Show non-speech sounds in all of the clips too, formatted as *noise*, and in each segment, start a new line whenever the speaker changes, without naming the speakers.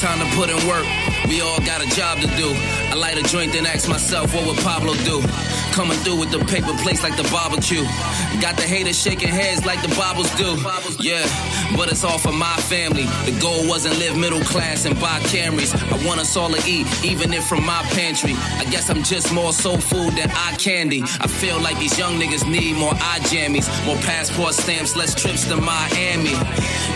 Time to put in work. We all got a job to do. I light a joint and ask myself, what would Pablo do? Coming through with the paper plates like the barbecue. Got the haters shaking heads like the Bibles do. Yeah, but it's all for my family. The goal wasn't live middle class and buy Camrys. I want us all to eat, even if from my pantry. I guess I'm just more soul food than eye candy. I feel like these young niggas need more eye jammies, more passport stamps, less trips to Miami.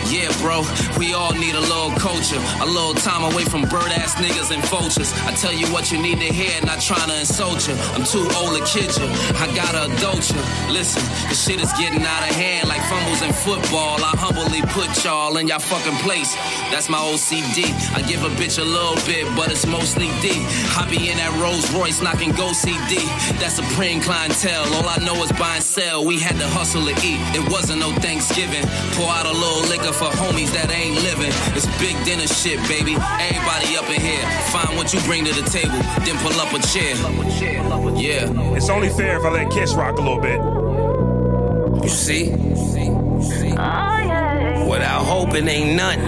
Yeah, bro, we all need a little culture, a little time away from bird ass niggas and vultures. I tell you what you need to hear, not trying to insult you. I'm too old to kid you. I gotta adult you. Listen, this shit is getting out of hand like fumbles in football. I humbly put y'all in y'all fucking place. That's my OCD. I give a bitch a little bit, but it's mostly D. I be in that Rolls Royce knocking go CD. That's supreme clientele. All I know is buy and sell. We had to hustle to eat. It wasn't no Thanksgiving. Pour out a little liquor for homies that ain't living. It's big dinner shit, baby. Everybody up in here. Find what you bring to the table, then pull up a chair. Yeah.
It's only fair if I let Kiss rock a little bit.
You see? You see? You see? Without hoping ain't nothing.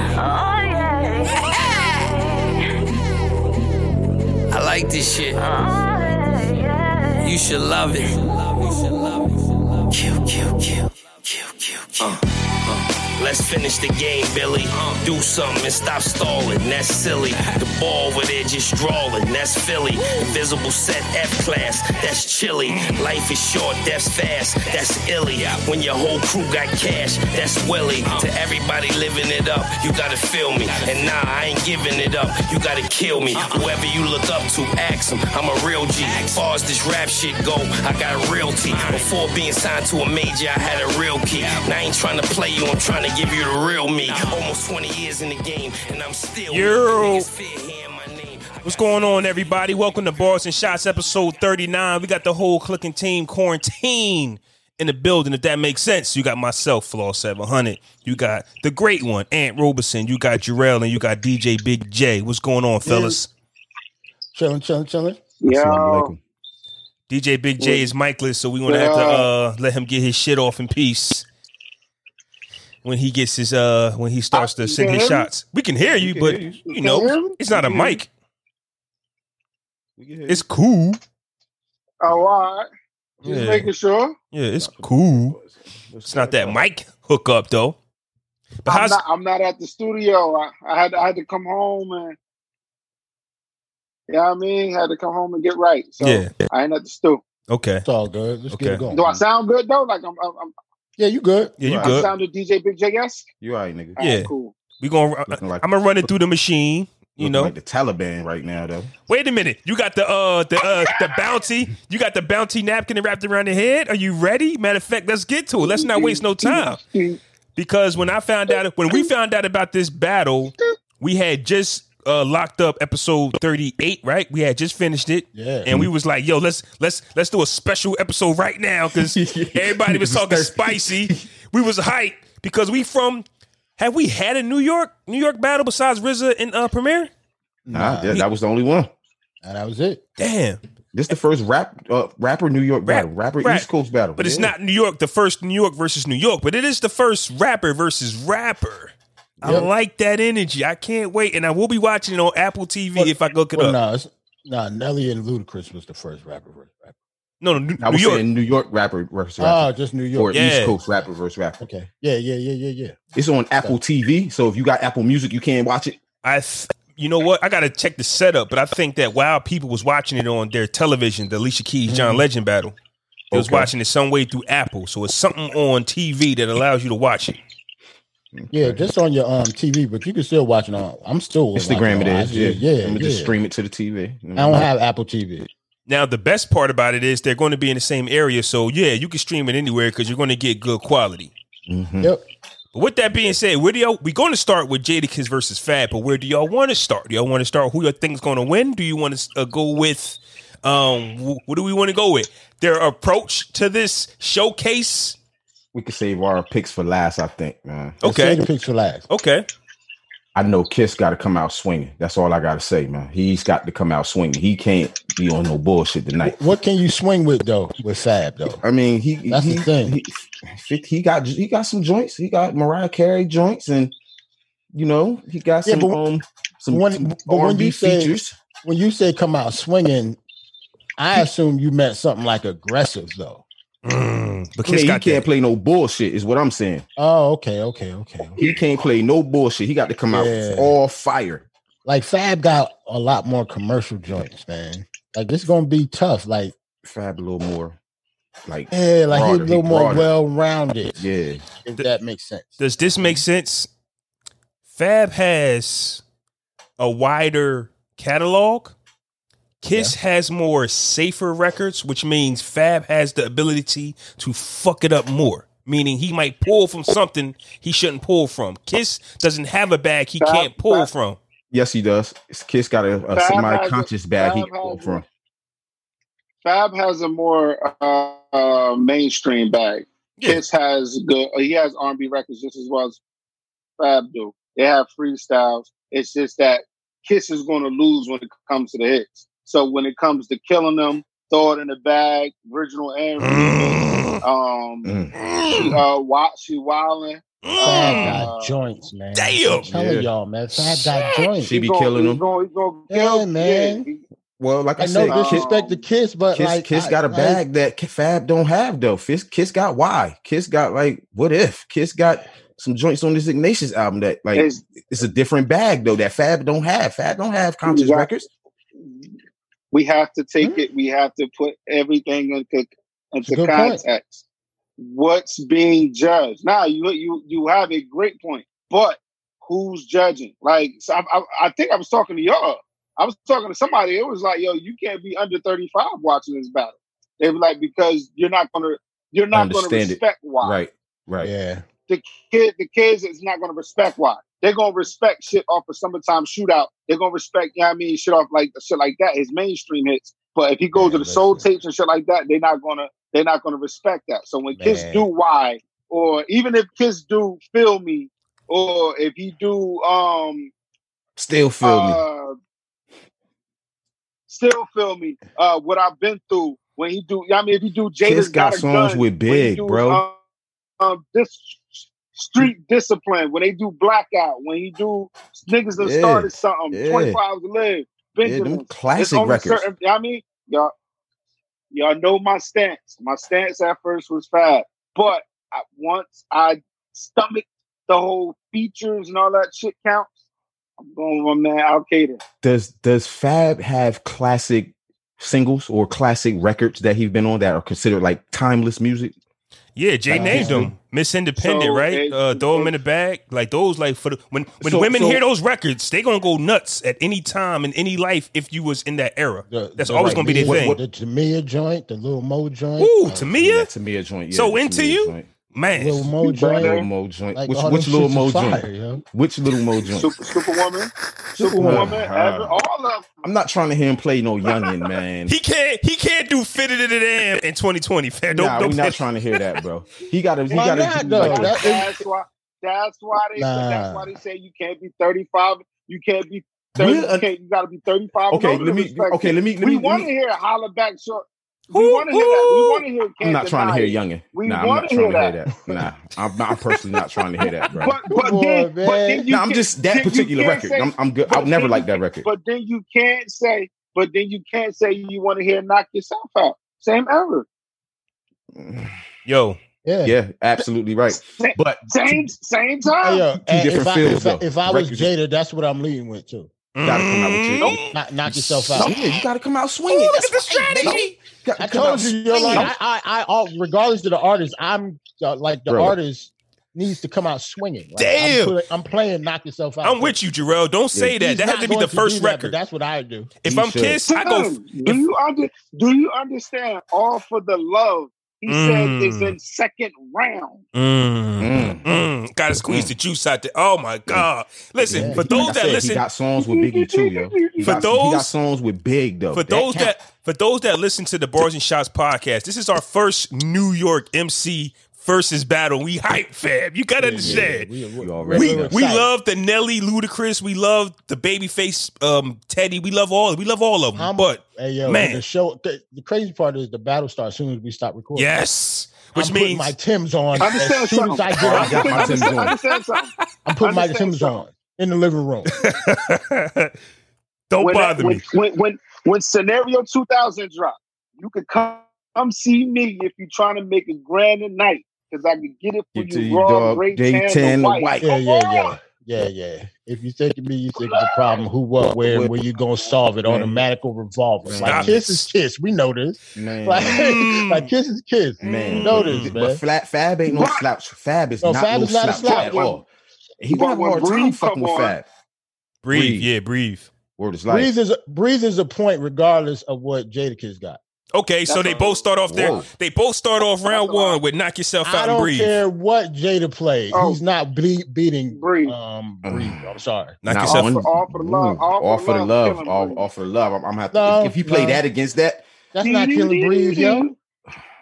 I like this shit. You should love it. Kill, kill, kill, kill, kill, kill.
Let's finish the game, Billy. Uh, Do something and stop stalling. That's silly. The ball over there just drawing. That's Philly. Invisible set F class. That's chilly. Life is short. That's fast. That's illy. When your whole crew got cash, that's willy. To everybody living it up, you gotta feel me. And nah, I ain't giving it up. You gotta kill me. Whoever you look up to, ask them. I'm a real G. As far as this rap shit go, I got a realty. Before being signed to a major, I had a real key. And I ain't trying to play you. I'm trying trying to give you the real me. Almost 20 years in the game, and I'm still.
Yo.
Niggas fear hearing my name. I
What's
got-
going on, everybody? Welcome to Bars and Shots, episode 39. We got the whole clicking team quarantine in the building, if that makes sense. You got myself, Flaw 700. You got the great one, Ant Roberson. You got Jarrell, and you got DJ Big J. What's going on, fellas?
Chilling, chilling, chilling.
Yo,
DJ Big J is micless, so we want to have to uh, let him get his shit off in peace. When he gets his uh, when he starts to send his shots, we can hear you,
can
but
hear you.
you
Can
know it's not a
We can hear
mic.
we can hear
It's cool.
oh, all right. Just
Yeah.
making sure.
Yeah, it's cool. It's not
uh,
that mic hookup though. But
I'm
how's
not, I'm not at the studio. I, I had I had to come home and yeah, I mean, had to come home and get right. So
yeah?
I ain't at the stu.
Okay.
It's all good. Let's get
Okay.
it going.
Do I sound good though? Like I'm, I'm, I'm
yeah, you good?
Yeah, you
I I
good?
sounded DJ Big J. Yes.
You all right, nigga.
All right,
Yeah.
cool.
We gonna.
Looking like,
I'm gonna run it through the machine.
*laughs*
You
looking
know.
like the Taliban right now, though.
Wait a minute. You got the uh the uh the bounty. You got the bounty napkin wrapped around your head. Are you ready? Matter of fact, let's get to it. Let's
*laughs*
not
*laughs*
waste no time. Because when I found out when we found out about this battle, we had just uh locked up episode 38, right? We had just finished it.
Yeah.
And we was like, yo, let's let's let's do a special episode right now because everybody was talking spicy. We was hype because we from have we had a New York New York battle besides RZA and uh Premier?
Nah, that, that was the only one.
And that was it.
Damn.
This the first rap uh, rapper New York
Rap-
battle, rapper
rap.
East Coast battle.
But it's
Yeah.
not New York, the first New York versus New York, but it is the first rapper versus rapper. I
Yep.
like that energy. I can't wait. And I will be watching it on Apple TV if I look it
Well,
up.
nah, it's, nah, Nelly and Ludacris was the first rapper. Versus rapper.
No, no, New,
I
New
was
York.
saying New York rapper versus
Ah,
rapper,
just New
or
York.
Yeah.
East Coast rapper versus rapper.
Okay. Yeah, yeah, yeah, yeah, yeah.
It's on Apple TV, so if you got Apple Music, you can watch it.
I, th- you know what? I gotta check the setup, but I think that while people was watching it on their television, the Alicia Keys John Legend battle, they was
Mm-hmm. Okay.
watching it some way through Apple. So it's something on TV that allows you to watch it.
Yeah, just on your um TV, but you can still watch it on. I'm still watching
Instagram, it
on
is. Yeah,
IG. yeah,
I'm gonna
yeah.
just stream it to the TV.
I don't have Apple TV.
Now the best part about it is they're going to be in the same area, so yeah, you can stream it anywhere because you're going to get good quality.
Mhm.
Yep.
But with that being said, where do y'all we're gonna start with Jadakiss versus Fab, but where do y'all want to start? Do y'all want to start who y'all think's gonna win? Do you want to uh, go with um wh- what do we want to go with? Their approach to this showcase?
We can save our picks for last. I think, man.
Let's
Okay.
save the picks for last.
Okay.
I know Kiss got to come out swinging. That's all I got to say, man. He's got to come out swinging. He can't be on no bullshit tonight.
What can you swing with though? With Fab though.
I mean, he he-
That's the
he,
thing.
He, fif- he got he got some joints. He got Mariah Carey joints, and you know he got
Yeah,
some
but-
um some,
When-
some
but when
R&B
you say-
features.
When you say come out swinging, I assume you meant something like aggressive, though.
Mm, but
Yeah,
Kiss
he
got
can't
that.
play no bullshit. Is what I'm saying.
Oh, okay, okay, okay.
He can't play no bullshit. He got to come out
Yeah.
all fire.
Like Fab got a lot more commercial joints, man. Like it's gonna be tough. Like
Fab a little more, like
yeah, like he's
Broader,
a
he
little more
broader.
well rounded.
yeah.
If that makes sense.
Does this make sense? Fab has a wider catalog. Kiss has more safer records, which means Fab has the ability to fuck it up more. Meaning he might pull from something he shouldn't pull from. Kiss doesn't have a bag he
Fab-
can't pull
Fab-
from.
Yes, he does. His Kiss got a, a
Fab
semi-conscious
has a-
bag he
Fab
can pull
has a-
from.
Fab has a more uh, uh, mainstream bag.
Yeah.
Kiss has good. He has R&B records just as well as Fab do. They have freestyles. It's just that Kiss is going to lose when it comes to the hits. So when it comes to killing them, throw it in the bag, original and remix, um,
Mm.
she, uh, wa- she wildin'. uh,
Fab
Mm.
got joints, man.
Damn.
I'm telling
Yeah.
y'all, man. Fab got
Shit.
joints.
She be
He's gonna-
killing
he's
them.
gonna- he's gonna
Yeah,
kill-
man.
yeah,
Well, like I,
I
said,
know
this
Kiss,
is-
disrespect to Kiss, but
Kiss,
like
Kiss
I-
got a
like,
bag that K- Fab don't have though. Kiss, Kiss got why? Kiss got like what if? Kiss got some joints on this Ignatius album that like it's,
It's-
a different bag though that Fab don't have. Fab don't have conscious
Exactly.
records.
we have to take it. We have to put everything into
Hmm. a
into
good point.
context. What's being judged? Now you you you have a great point, but who's judging? Like so I, I, I think I was talking to y'all. I was talking to somebody. It was like, yo, you can't be under thirty five watching this battle. They were like, because you're not gonna you're not gonna
Understand it.
respect why
Right, right.
Yeah.
kid, the kids is not going to respect why. They're going to respect shit off of summertime shootout. They're going to respect, you know what I mean, shit off like shit like that, his mainstream hits. But if he goes
Man,
to the soul
listen.
tapes and shit like that, they're not going to they're not going to respect that. So when kids
Man.
do why or even if kids do feel me or if he do um
Still feel me.
uh, still feel me uh what I've been through when he do I mean if he do
Kiss
Jada's
got,
got a
songs with
gun, when you
Big,
do,
bro.
Um, um, this street discipline when they do blackout, when he do niggas that
Yeah,
started something,
yeah.
twenty four hours to live.
yeah,
Benjamin,
them classic records.
certain. I mean, y'all, y'all know my stance. My stance at first was fab, but I, once I stomached the whole features and all that shit counts, I'm going with my man Al Qaeda.
does does Fab have classic singles or classic records that he's been on that are considered like timeless music?
Yeah, Jay
Uh,
named
yeah.
them. Miss Independent,
So,
right?
it-
uh, throw them in the bag, like those. Like for the, when when
So-
women
so-
hear those records, they gonna go nuts at any time in any life if you was in that era.
The-
That's
the
always
like
gonna be their
Mia-
thing.
The Tamia joint, the little Mo joint. uh,
Ooh,
like,
Tamia,
to me a joint.
So
the
Into
Tamia
You?
joint.
man,
Little Mo
better.
Little
joint.
Mo joint.
Like
which
all
which
them
little
shits
Mo
is
joint?
fire, yo.
Which little Mo joint? *laughs*
Super, Superwoman,
Superwoman.
Superwoman,
Uh-huh.
Evan, all of them.
I'm not trying to hear him play no
*laughs*
youngin, man.
he can't he can't do fitted in the damn in 2020. Fam. Don't,
nah,
don't
we're not
play-
trying to hear that, bro. He got to. He
Why
got
not,
to.
though?
Like,
That-
That's why. That's why they.
Nah.
That's why they say you can't be thirty five. You can't be thirty.
We're a-
You, can't, you gotta be thirty five.
okay, let me. Okay, let me. Let me.
we want
Let me
to hear a holler back short. we
Who-
want to hear that. We
who-
want to hear. Can't
I'm not trying to
Deny
hear
It.
youngin.
We
Nah, I'm
wanna
not trying to
hear
hear that. Nah, I'm, I'm personally not trying to hear that, bro.
But but
Come
then,
on,
but then
man.
you
No, I'm
can-
just that
you
particular
can't
record.
say-
I'm, I'm good.
but
I'll never
then-
like that record.
But then you can't say. But then you can't say you want to hear knock yourself out. Same error.
Yo,
Yeah.
yeah, absolutely right.
Same
But
same, same
Hey,
time.
yo, and
different
if, I,
fields,
if, I,
though.
if I was
Records-
Jada, that's what I'm leading with too.
Gotta come out with you.
Mm.
Knock, knock yourself
So,
out.
yeah, you got to come out
Ooh,
swinging.
look
That's
at the
right, baby.
strategy.
Got to
I
come out
told you, yo, like
swinging.
I, I, I, all, regardless of the artist, I'm uh, like the
Bro.
artist needs to come out swinging. Like,
Damn.
I'm, play- I'm playing knock yourself out.
I'm with you, Jarrell. Don't say that. That has to be the first record.
that's what I do.
If
He
I'm
should.
Kiss, I go.
*laughs*
f-
Son, do you under, do you understand? All for the love. He
Mm.
said is in second round.
Mm,
Mm.
mm, gotta squeeze the juice out there. Oh my god! Listen,
Yeah.
for those
Like I
that
said, Mm. he
listen,
got songs with Biggie too,
*laughs*
yo. He
For
got, he got
those-
songs with Big though.
for those that for those that listen to the Bars and Shots podcast, this is our first New York MC versus battle. We hype fam. You gotta understand.
we, we,
You already
we,
know.
we love the Nelly Ludacris. We love the Babyface um, Teddy. We love all. We love all of them.
I'm-
but
Hey, yo,
Man.
the show. The, the crazy part is the battle starts as soon as we stop recording.
yes,
I'm
which
putting
means *laughs*
my Tim's on.
Understand
As soon as
something.
I get
Oh, I
out,
got my Tim's on.
Understand something.
I'm putting my
understand
Tim's
something.
on. in the living
*laughs*
room.
Don't
when,
bother
when,
me.
When, when when scenario two thousand drop, you could come come see me if you're trying to make a grand a night because I can get it for
Get to
you,
you,
raw,
dog.
great
Day
tan,
10,
and
the
white.
white.
Yeah, yeah,
oh!
yeah. Yeah, yeah. If you think of me, you think of the problem. Who, what, where, and where you gonna solve it? Automatical revolver.
Stop
Like
it.
kiss is kiss. We know this.
Man.
Like,
Mm.
like kiss is kiss.
Man.
You know this,
But
man.
flat Fab ain't no
Right.
slouch. Fab is
No,
not
Fab
no
is not a
slouch,
slouch.
at all. He
But
gonna have a
when
hard time
Breeze
fucking
come
with
on-
Fab.
Breathe.
Breathe.
Yeah, breathe.
Word is life.
Breeze is Breeze is a point regardless of what Jadakiss got.
Okay, so
That's
they
a-
both start off there.
Whoa.
They both start off round
That's a lot.
one with knock yourself
I
out and
don't
breathe.
care what Jada played.
Oh.
He's not ble- beating
Breeze.
Um, Breeze. I'm sorry.
Knock
Nah,
yourself.
one- for- all for the love,
Ooh,
all for the
for the
love,
love,
killing
all,
Breeze.
all for the love. I'm, I'm have to,
No,
if, if you play
no.
that against that,
That's not killing Breeze, yo.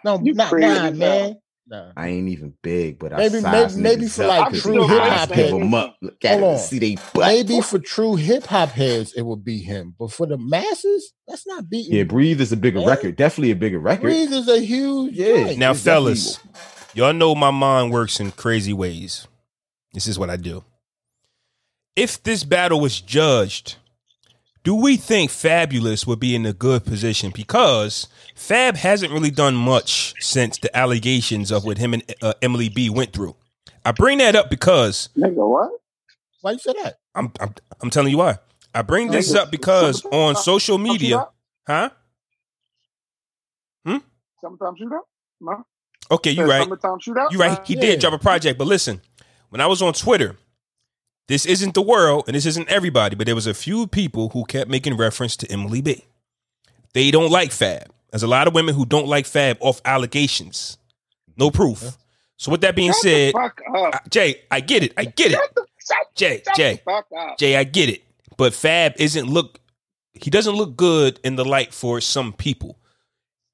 No,
You
not
crazy,
nah,
yo.
man. Nah.
I ain't even big, but I
Maybe-
size
maybe- maybe
niggas
for,
up
like,
'cause
true
their
hip
eyes
hop
give 'em
heads.
up. Look at
Hold
them
on.
and see they butt.
Maybe for true hip hop heads it would be him, but for the masses, that's not beating.
Yeah, breathe is a bigger
Man.
record. Definitely a bigger record.
Breeze is a huge.
Yeah.
joint.
Now,
It's definitely-
fellas, y'all know my mind works in crazy ways. This is what I do. If this battle was judged, do we think Fabulous would be in a good position? Because Fab hasn't really done much since the allegations of what him and uh, Emily B went through. I bring that up because
Nigga, what?
Why you say that?
I'm I'm, I'm telling you why. I bring this up because on social media, huh?
Summertime shootout? No.
Okay, you
Said
right.
Summertime shootout?
You're right. He
Yeah.
did drop a project, but listen, when I was on Twitter, this isn't the world and this isn't everybody, but there was a few people who kept making reference to Emily B. They don't like Fab. There's a lot of women who don't like Fab off allegations, no proof. So with that being
Shut the
said,
fuck up.
Jay, I get it. I get it.
Shut the, shut,
Jay,
shut
Jay,
the fuck up.
Jay, I get it. But Fab isn't look. He doesn't look good in the light for some people.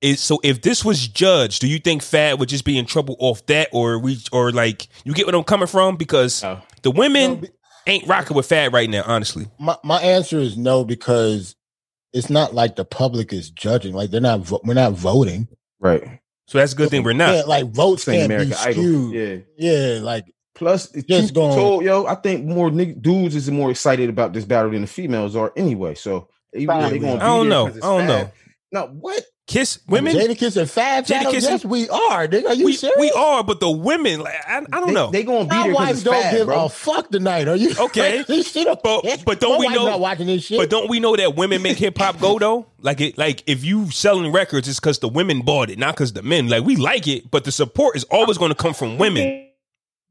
It, so if this was judged, do you think Fab would just be in trouble off that, or we, or like you get what I'm coming from? Because
No.
the
No,
women
be-
ain't rocking with Fab right now, honestly.
my, my answer is no because it's not like the public is judging. Like they're not. Vo- we're not voting.
Right.
So that's a good thing we're not.
Yeah, like votes
Same
can't
American
be
Idol.
skewed.
Yeah.
Yeah. like
Plus, it's
Just
truth be
gone.
told, yo, I think more nigg- dudes is more excited about this battle than the females are anyway. So even
Fab.
though they gonna be
I don't
there
know.
'cause it's
I don't know.
Fab- No, what?
Kiss women.
Jadakiss and Fab. Channel,
Jadakiss and-
yes, we are. Nigga, are you
we,
serious?
we are, but the women, like, I, I don't
they,
know.
They gonna be
My
there because
wife
it's
don't
Fab,
give
bro.
a fuck tonight. Are you *laughs*
Okay.
she don't
But-
care.
but don't
My
we
wife
know-
Not watching this shit.
But don't we know that women make hip hop go though? Like it, like if you selling records, it's because the women bought it, not because the men. Like we like it, but the support is always going to come from women.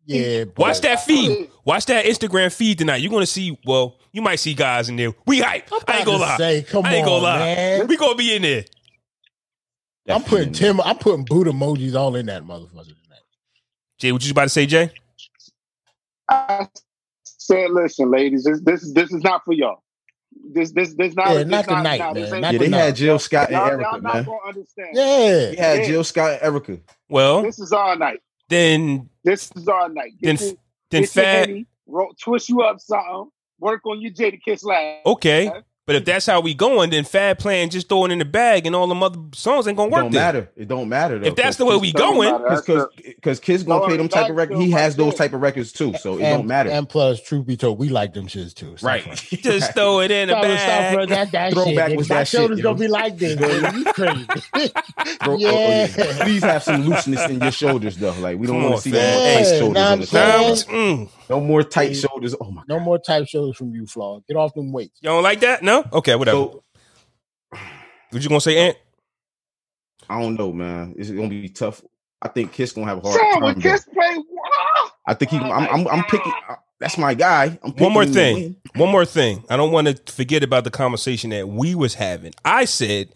yeah, but
Watch that feed. Watch that Instagram feed tonight. You're going to see. Well, you might see guys in there. We hype.
I'm
I ain't
about
gonna
to
lie.
Say, come
I ain't
on,
gonna lie.
man.
We gonna be in there.
I'm putting
Definitely.
Tim. I'm putting boot emojis all in that motherfucker tonight.
Jay, what you about to say, Jay?
I said, listen, ladies, this this this is not for y'all. This this this not
Yeah,
this
not tonight,
nah, this
man.
ain't
Not
for
Yeah, they
Nah.
had Jill Scott and
Y'all, y'all
Erica,
not
man.
gonna understand.
Yeah,
They had
Yeah.
Jill Scott and Erica.
Well,
This is our night.
then
This is our night.
then
Get your-
then
get your
Fab.
Henny, roll, twist you up something. Work on your Jada Kiss laugh.
Oh,
Okay, but if that's how we going, then Fab playing just throwing in the bag, and all the other songs ain't gonna
It
work.
don't
then.
matter. It don't matter though.
If that's the way we going,
because because Kid's gonna
Throwing
play them
it
type
back
of records.
to
He
him
has
right
those
there.
type of records too, so it
and,
don't *laughs* matter.
And plus, truth be told, we like them shits too. Stop
Right.
front.
just throw it in the
Stop front, stop
bag.
front, that, that
Throwback
shit,
was
nigga. My
that shit,
shoulders
yo.
don't be like this. nigga. You crazy? *laughs*
Bro, oh, oh,
Yeah.
Please have some looseness in your shoulders though. Like we don't
Come
want
on,
to see
fam.
no more tight
Yeah,
shoulders.
nah,
on
I'm
the
saying.
contest.
Sounds- mm.
No more tight shoulders. Oh my
no more type shows from you, Flaw. Get off them weights.
You don't like that? No? Okay, whatever.
So
what you gonna say, Ant?
I don't know, man. It's gonna be tough. I think Kiss gonna have a hard
Sam
time.
with
though.
Kiss play. Ah!
I think
Oh
he. I'm. I'm, I'm picking. I- That's my guy. I'm picking
One more
him to
thing.
win.
One more thing. I don't want to forget about the conversation that we was having. I said,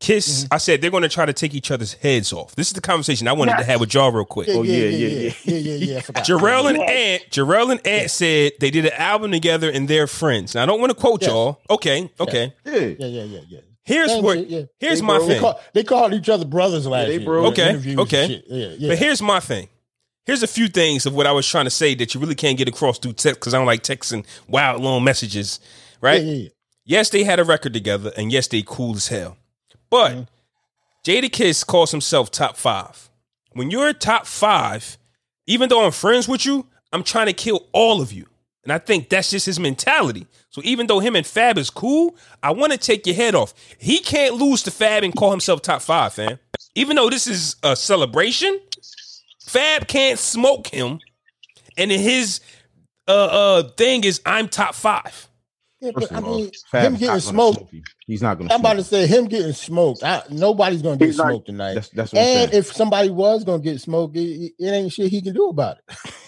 Kiss,
Mm-hmm.
I said they're gonna try to take each other's heads off. This is the conversation I wanted to
Yes.
have with y'all real quick.
Oh, yeah,
yeah,
yeah,
yeah, yeah. yeah, yeah, I forgot.
Jarrell and
Yes.
Ant, Jarrell and Ant said they did an album together and they're friends. Now I don't want to quote
Yes.
y'all. Okay, okay.
Yeah.
Yeah, yeah, yeah, yeah.
Here's
Same
what
shit, yeah.
here's
They
my
bro-
thing.
They, call, they called each other brothers last
they
year.
bro.
in
Okay,
interviews and
okay.
shit. Yeah, yeah.
But here's my thing. Here's a few things of what I was trying to say that you really can't get across through text because I don't like texting wild long messages, right?
Yeah, yeah,
Yes, they had a record together, and yes, they cool as hell. But Jada Kiss calls himself top five. When you're top five, even though I'm friends with you, I'm trying to kill all of you. And I think that's just his mentality. So even though him and Fab is cool, I want to take your head off. He can't lose to Fab and call himself top five, fam. Even though this is a celebration, Fab can't smoke him. And his uh uh thing is I'm top five.
Yeah, but
First
I
of all,
mean,
Fab
him
is
getting
not gonna
smoked.
smoke you. He's not gonna.
I'm about to
smoke
say him getting smoked. I, nobody's gonna get
He's not-
smoked tonight.
you. That's that's what I'm
And
saying.
if somebody was gonna get smoked, it, it ain't shit he can do about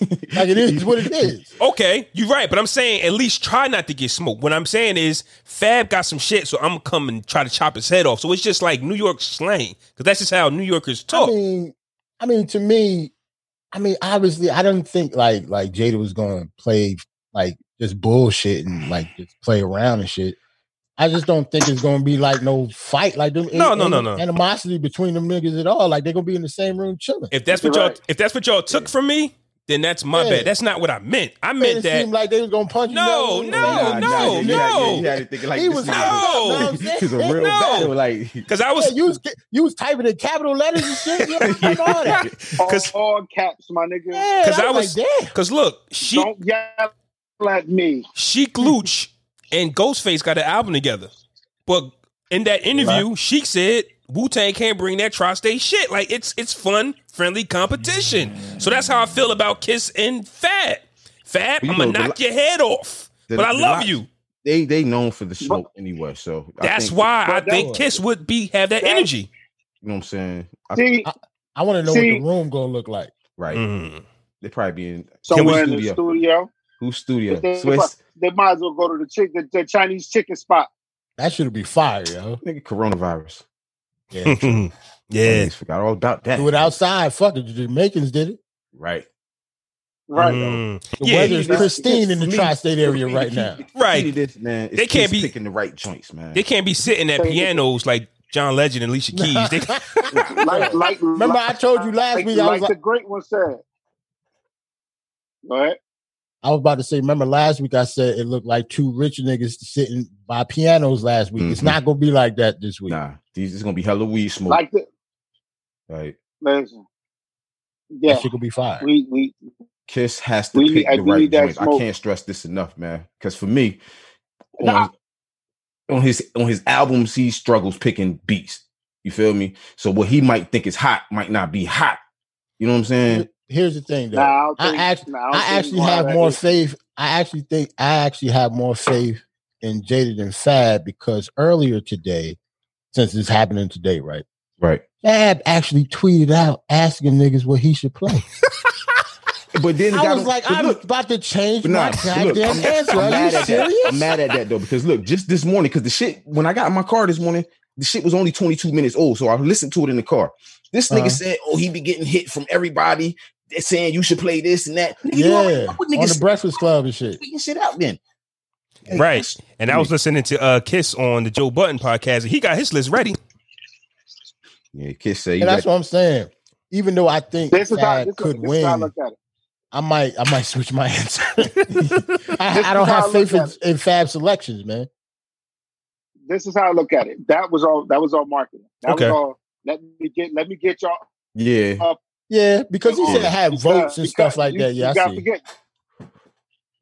it. *laughs* like it is
*laughs*
what it is.
Okay, you're right, but I'm saying at least try not to get smoked. What I'm saying is Fab got some shit, so I'm gonna come and try to chop his head off. So it's just like New York slang, because that's just how New Yorkers
I
talk.
mean, I mean, to me, I mean, obviously, I don't think like like Jada was gonna play like just bullshit and like just play around and shit. I just don't think it's gonna be like no fight, like them
No, no, no, no.
animosity between them niggas at all. Like they're gonna be in the same room chilling.
if that's
You're
what y'all
right.
if that's what y'all took from me, then that's my
Yeah.
bad. That's not what I meant. I
Made
meant
it
that
seemed like they was gonna punch.
No,
you
no, no,
no,
you had-
no.
you had it thinking like
He
this
was
is a-
No.
*laughs*
no.
This is a real
No.
battle. Like *laughs*
because I
Yeah,
was
you was you was typing in capital letters and shit. You know, I know that.
All,
'Cause-
all caps, my nigga.
Yeah,
'Cause I
I'm
was-
like, damn.
because look, she
Don't yell at me.
Sheik Luch and Ghostface got an album together. But in that interview, Sheik said Wu Tang can't bring that tri-state shit. Like it's it's fun, friendly competition. So that's how I feel about Kiss and Fab. Fab,
You
I'm gonna
know, the
knock
li-
your head off.
the-
but I
the
love
li-
you.
they they known for the smoke anyway. So I
That's
think-
why I
But that
think
was-
Kiss would be have that,
that-
energy.
you know what I'm saying. I,
See,
I want to know what
See-
the room gonna look like.
right,
Mm.
they probably be in
somewhere in
Kim's
the
studio.
studio.
who's studio.
They,
So it's
they might as well go to the chick, the, the Chinese chicken spot.
That should be fire, yo.
nigga coronavirus.
Yeah.
Mm-hmm. *laughs*
yeah.
Niggas forgot all about that.
Do it outside. Fuck it. The Jamaicans did it.
Right,
Right.
Mm-hmm.
Mm.
The
Yeah,
weather is
that's-
pristine in the
for me,
tri-state area
For me,
*laughs* right
the
now.
key- the key
Right.
to This man, is
They can't
kids
be-
picking the right joints, man.
They can't be sitting at pianos like John Legend and Alicia Keys.
*laughs*
They,
*laughs*
Like, like,
Remember, I told you last
like,
week. I was
like
like,
the great one said. Go ahead.
I was about to say. Remember last week? I said it looked like two rich niggas sitting by pianos last week. It's
Mhm.
not gonna be like that this week.
nah, these is gonna be hella weed smoke.
Like the
Like,
listen.
That
Yeah,
shit gonna be fire.
we we
Kiss has to
We need-
pick
I
the
do
right
need that
joints. I
smoke.
can't stress this enough, man. Because for me, on,
Nah.
on his on his albums, he struggles picking beats. You feel me? So what he might think is hot might not be hot. You know what I'm saying?
Here's the thing, though.
nah, I, don't
I
think,
act-
nah, don't
I
think
actually
Marv
have
had
more
this-
faith. I actually think I actually have more faith in Jada than Fab because earlier today, since it's happening today, right?
Right.
Fab actually tweeted out asking niggas what he should
*laughs*
play.
But then
I
got
was
him-
like,
but
I'm
look,
about to change
but nah,
my
look,
goddamn
I'm,
answer.
I'm
Are
mad
you
at that.
serious?
I'm mad at that though because look, just this morning, because the shit when I got in my car this morning, the shit was only 22 minutes old, so I listened to it in the car. This nigga
Uh-huh.
said, "Oh, he be getting hit from everybody." They're saying you should play this and that. Nigga, you already
Yeah,
know
on
what niggas
the Breakfast Club and shit.
tweeting shit out then.
right. And I was listening to uh, Kiss on the Joe Button podcast, and he got his list ready.
Yeah, Kiss say you
And that's
got,
what I'm saying. Even though I think
This is how
Fab
this,
could
could this is how I
win,
look at it.
I might I might switch my
*laughs*
*laughs* answer. I, I
how
don't
I
have
look
faith in,
at it.
in Fab selections, man.
This is how I look at it. That was all. That was all marketing. That
Okay.
was all. Let me get. Let me get y'all.
yeah.
Yeah, because he said
Yeah.
have
Because-
votes and stuff
because
like
you-
that.
you
Yeah, I
gotta
see.
forget.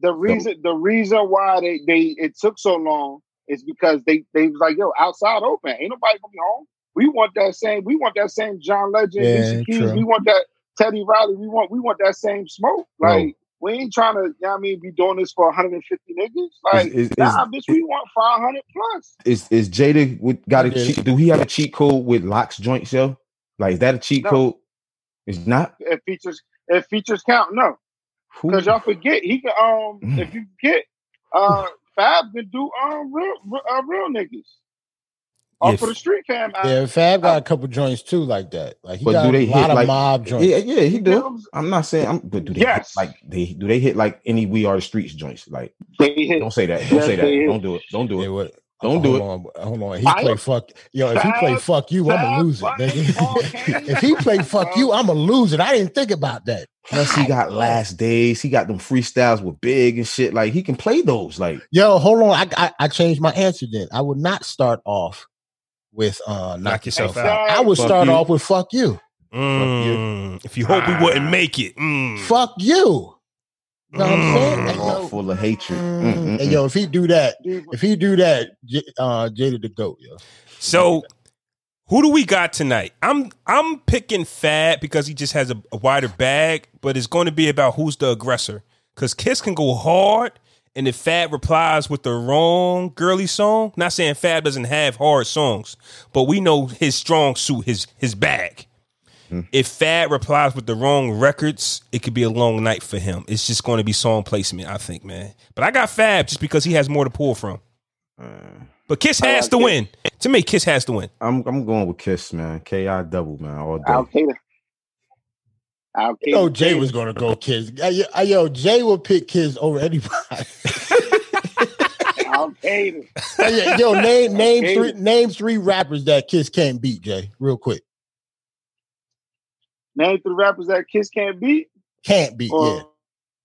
The reason the reason why they they it took so long is because they they was like yo outside open ain't nobody gonna be home. We want that same we want that same John Legend,
Yeah,
Alicia Keys.
true.
We want that Teddy Riley. We want we want that same smoke. Like we ain't trying to. You know what I mean, be doing this for 150 niggas. Like
Is- is-
nah, bitch, we want 500 plus.
Is is Jada with got a
Yeah.
cheat? Do he have a cheat code with locks joints yo? Like is that a cheat
No.
code? It's not.
If features if features count, no.
Who-
Because y'all forget he can um
Mm.
if you get uh Fab can do um real real, uh, real niggas off
If-
of the street fam. I-
Yeah, Fab got a couple joints too, like that. Like he
But
got
do
a
they
lot
hit,
of
like-
mob joints.
Yeah, yeah, he
You know what
do.
I'm
I'm not saying I'm but do they hit
Yes.
like they do they hit like any We Are the Streets joints? Like
saying? They hit
don't say that. Don't
Yes,
say that.
they hit.
Don't do it. Don't do
They
it.
would-
Don't do it.
hold On, hold on. He
I-
play fuck. Yo, if he play
Fab-
fuck you, I'm
Fab
a loser.
Bunny, Paul Kane.
Nigga. *laughs* if he play fuck you, I'm a loser. I didn't think about that.
Plus he got last days. He got them freestyles with big and shit. Like he can play those. Like
Yo, hold on. I I, I changed my answer then. I would not start off with uh knock
Knock yourself
Exactly.
out.
I would
Fuck
start
you.
off with fuck you.
Mm, If you hope we wouldn't make it, mm.
Fuck you. know what I'm saying? Like,
All
yo,
full of hatred.
mm,
oh, Mm, mm,
hey,
mm.
yo, if he do that,
Dude,
if he do that, J- uh, Jada the goat, yo.
So who do we got tonight? I'm I'm picking Fab because he just has a, a wider bag, but it's going to be about who's the aggressor. Because Kiss can go hard, and if Fab replies with the wrong girly song, not saying Fab doesn't have hard songs, but we know his strong suit, his his bag.
Hmm.
If Fab replies with the wrong records, it could be a long night for him. It's just going to be song placement, I think, man. But I got Fab just because he has more to pull from. But Kiss has
like
to
it.
win. To me, Kiss has to win.
I'm I'm going with Kiss, man. Ki double, man, all day.
Al Qaeda. Al
You know
Qaeda.
Jay was gonna go kids. Yo, yo, Jay will pick kids over anybody. *laughs*
Al Qaeda.
Hey, yo, name name
Okay.
three name three rappers that Kiss can't beat, Jay, real quick.
Name three rappers that Kiss can't beat
Can't beat,
or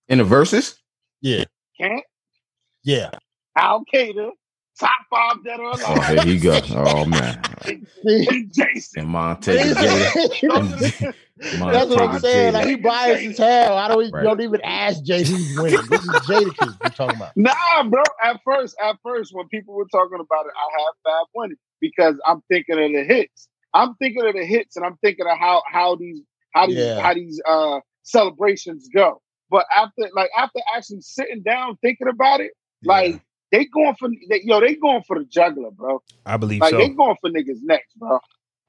In the verses,
yeah,
can't.
*laughs*
yeah,
Al Qaeda. Top five that are
oh
alive. *laughs*
here he go. Oh man,
yeah.
Jason.
and Montego Jada,
*laughs* That's what I'm
Montego
saying. Like
Jada.
he biased as hell. I don't, even
Right.
don't even ask Jay who's winning. This is Jadakiss we're
*laughs*
talking about.
Nah, bro. At first, at first, when people were talking about it, I had Fab winning because I'm thinking of the hits. I'm thinking of the hits, and I'm thinking of how how these how these
Yeah.
how these uh celebrations go. But after like after actually sitting down thinking about it, like they going for they, yo, they going for the juggler, bro.
I believe
Like
so.
they going for niggas next, bro.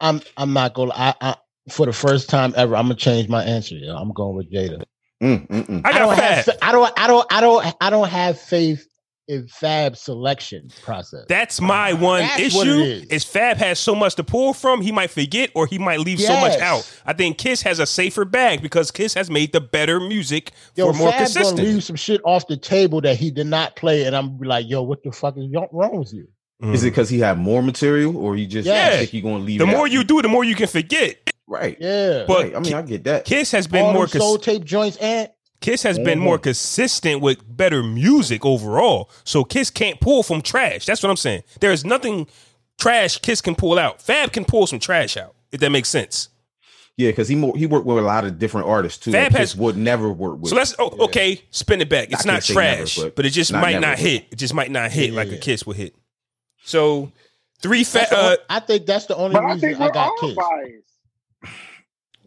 I'm I'm not gonna. I, I for the first time ever, I'm gonna change my answer. Yo. I'm going with Jada.
Mm, mm, mm.
I
don't
got Fab.
have. fa- I don't. I don't. I don't. I don't have faith in Fab's selection process.
That's my one
That's what
issue.
it is.
is Fab has so much to pull from, he might forget or he might leave so much
Yes.
out. I think Kiss has a safer bag because Kiss has made the better music
Yo,
for more
Fab
consistent.
gonna leave some shit off the table that he did not play, and I'm like, yo, what the fuck is y- wrong with you?
Mm.
Is it
Mm-hmm.
because he had more material, or he just
Yeah.
think he gonna leave?
the
it
more
out?
you do, the more you can forget.
right?
Yeah,
But
right. I mean, I get that.
Kiss has
all
been more
them soul
cons-
tape joints and
Kiss has been more consistent with better music overall. So Kiss can't pull from trash. That's what I'm saying. There is nothing trash Kiss can pull out. Fab can pull some trash out. If that makes sense.
Yeah, because he more, he worked with a lot of different artists too. Fab
Fab has-
has, would never work with.
So let's oh, okay, spin it back. It's
I
not
can't say never,
trash, but,
but
it just
not
might
never,
not
but-
hit. It just might not hit
Yeah,
like a
yeah.
kiss would hit. So three fat.
That's the
Uh,
on- I think that's the only
But I
reason
think
I,
we're
got
all
kids.
biased.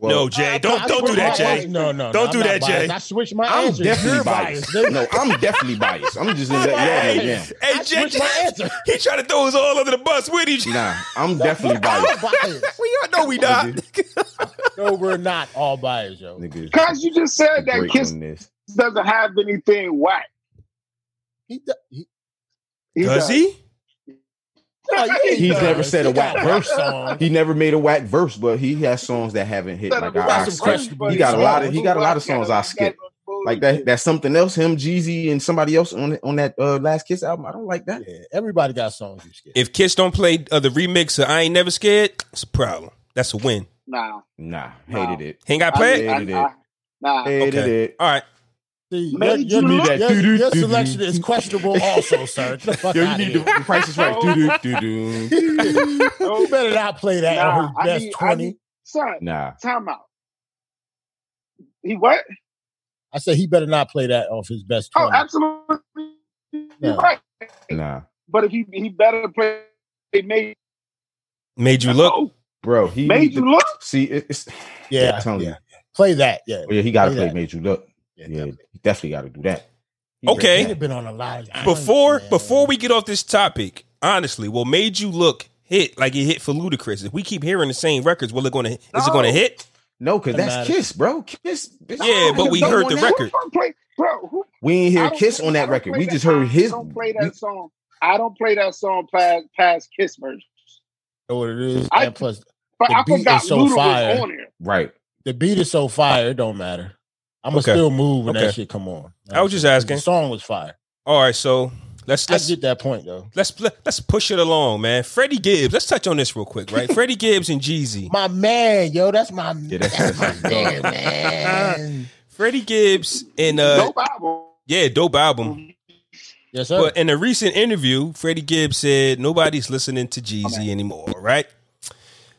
no,
Well,
Jay,
I-
don't
I-
don't do
we're
that,
all
Jay.
biased. No, no,
Don't
I'm
do
not
that, Jay.
biased. I switched my
I'm
answer.
definitely
You're
biased.
nigga.
no, I'm definitely biased. I'm just in that y'all know
Hey,
jam.
hey,
I
Jay,
switched my answer.
*laughs* he trying to throw us all under the bus with you. *laughs* Jay.
*laughs*
Nah, I'm definitely
*laughs*
We're
biased.
all biased.
We all know we not.
No, we're not all biased, yo.
Nigga,
Cause you just said that
great
Kiss
on this.
doesn't have anything whack.
He, do- he,
He
Does he?
oh, yeah, he
He's
does.
never said a
He got
whack verse.
song.
He never made a whack verse, but he has songs that haven't hit. Like I, I
some
skip.
questions,
he got a lot of he got a lot of songs I skip. Like that that's something else. Him, Jeezy, and somebody else on on that uh, Last Kiss album. I don't like that.
Yeah, everybody got songs you skip.
If Kiss don't play uh, the remix of "I Ain't Never Scared," it's a problem. That's a win.
Nah,
Nah,
Nah.
hated it.
He ain't got to
I-
play it.
I-
Hated
I-
it.
nah.
Hated
Okay.
it.
All right.
See,
Man,
your,
you
your,
need
your,
that doo-doo,
your
doo-doo.
selection is questionable,
*laughs*
also, sir. Get the fuck
Yo, you
outta
need
here.
the the Price is
*laughs*
Right. Doo doo doo doo.
you better not play that
Nah,
on
I
her best
need- I
20. I,
need- Son,
Nah,
time out. He what?
said he better not play that off his best
Oh,
20.
absolutely
Yeah.
right.
nah,
But if he he better play, it made
Made you look.
Oh,
bro. He
made you look.
See, it, it's
yeah,
I'm telling
yeah.
you.
Play that. Yeah.
Oh, yeah, he got to
Play
play
that.
Made You Look.
yeah,
Yeah, he definitely got to do that.
Okay.
He'd have been on a lot. of-
before
Man.
before we get off this topic, honestly, what made you look hit like it hit for Ludacris? If we keep hearing the same records, will it going to is it going to
No.
hit?
No, because
Doesn't
that's
matter.
Kiss, bro. Kiss. bitch.
Yeah, but we
Don't
heard
want
the
that-
record.
Don't play- bro, who
We ain't
I
hear
don't
Kiss
play-
on
I
that
don't
record.
play
We
that-
just heard
I
his.
Don't play that song. I don't play that song past, past Kiss version.
You know what it is.
I-
and plus,
But
The
I
beat
forgot
is so
Ludacris
fire.
on there.
Right.
the beat is so fire, it don't matter. I'm going
Okay.
to still move when
Okay.
that shit come on.
I was just
The
asking.
song was fire.
All right, so let's
I
let's
get that point, though.
let's let's push it along, man. Freddie Gibbs. Let's touch on this real quick, right? Freddie Gibbs and Jeezy.
My man, yo, that's my
Yeah,
*laughs* that's,
that's-
my man,
*laughs*
man.
Freddie Gibbs and uh
Dope album.
yeah, dope
Oh,
album.
Yes, sir.
But in a recent interview, Freddie Gibbs said nobody's listening to Jeezy anymore, right?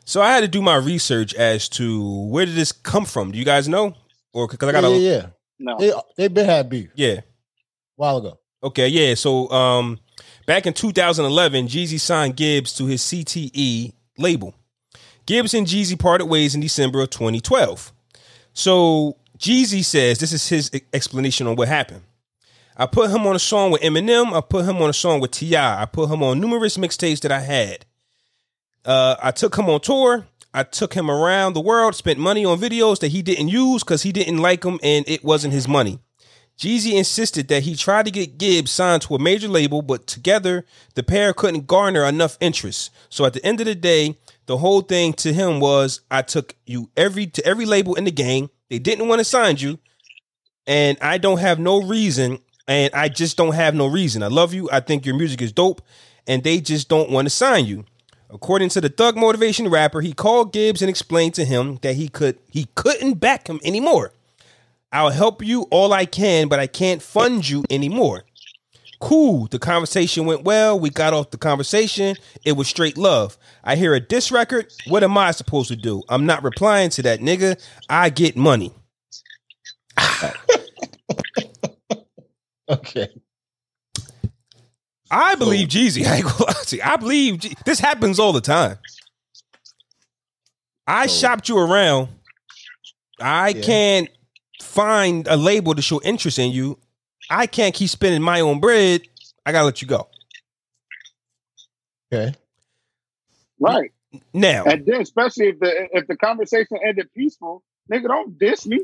So I had to do my research as to where did this come from. Do you guys know? Or because I got
yeah,
a
yeah, yeah.
No.
They they been had beef a
Yeah.
while ago.
Okay, yeah. So um back in 2011, Jeezy signed Gibbs to his CTE label. Gibbs and Jeezy parted ways in December of 2012. So Jeezy says this is his e- explanation on what happened. I put him on a song with Eminem. I put him on a song with T.I. I put him on numerous mixtapes that I had. Uh, I took him on tour. I took him around the world, spent money on videos that he didn't use because he didn't like them and it wasn't his money. Jeezy insisted that he tried to get Gibbs signed to a major label, but together the pair couldn't garner enough interest. So at the end of the day, the whole thing to him was I took you every to every label in the game. They didn't want to sign you, and I don't have no reason, and I just don't have no reason. I love you. I think your music is dope, and they just don't want to sign you. According to the Thug Motivation rapper, he called Gibbs and explained to him that he could he couldn't back him anymore. I'll help you all I can, but I can't fund you anymore. Cool. The conversation went well. We got off the conversation. It was straight love. I hear a diss record. What am I supposed to do? I'm not replying to that nigga. I get money.
Okay.
I believe Jeezy. *laughs* I ain't gonna lie to you. I believe G- this happens all the time. I shopped you around. I
Yeah.
can't find a label to show interest in you. I can't keep spending my own bread. I gotta let you go.
Okay.
Right.
Now,
And then especially if the if the conversation ended peaceful, nigga, don't diss me.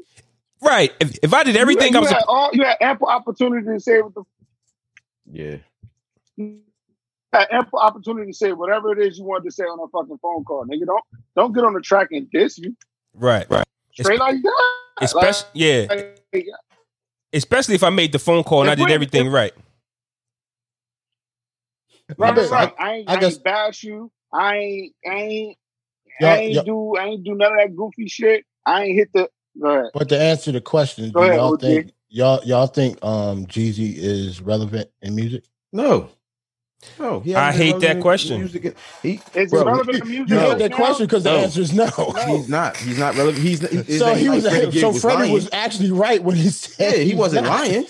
Right. If, if I did everything
you,
I was,
you had all you had ample opportunity to say what the
Yeah.
had ample opportunity to say whatever it is you wanted to say on a fucking phone call, nigga. Don't don't get on the track and diss you
right, right.
straight like that.
Especially, yeah.
Like, like,
Especially if I made the phone call and I
If
did
we-
everything right.
Right,
guess-
right. I, ain't,
I
I,
guess-
ain't bash you. I ain't, I ain't,
Yeah,
I ain't
yeah.
do, I ain't do none of that goofy shit. I ain't hit the. Go ahead.
But to answer the question, do
Go ahead,
y'all
OG.
think y'all y'all think um Jeezy is relevant in music?
No. No. he hasn't
I
been
hate that
relevant in
question.
music. He-
It's
Bro,
relevant to
You
music.
No.
hate that
now?
question because the
No.
answer is no. *laughs*
He's not. He's not relevant. He's not, it
So
ain't
he
like
was
Freddie Gibbs
so Freddie
lying.
was actually right when he said
Yeah, he
he's
wasn't
not.
lying.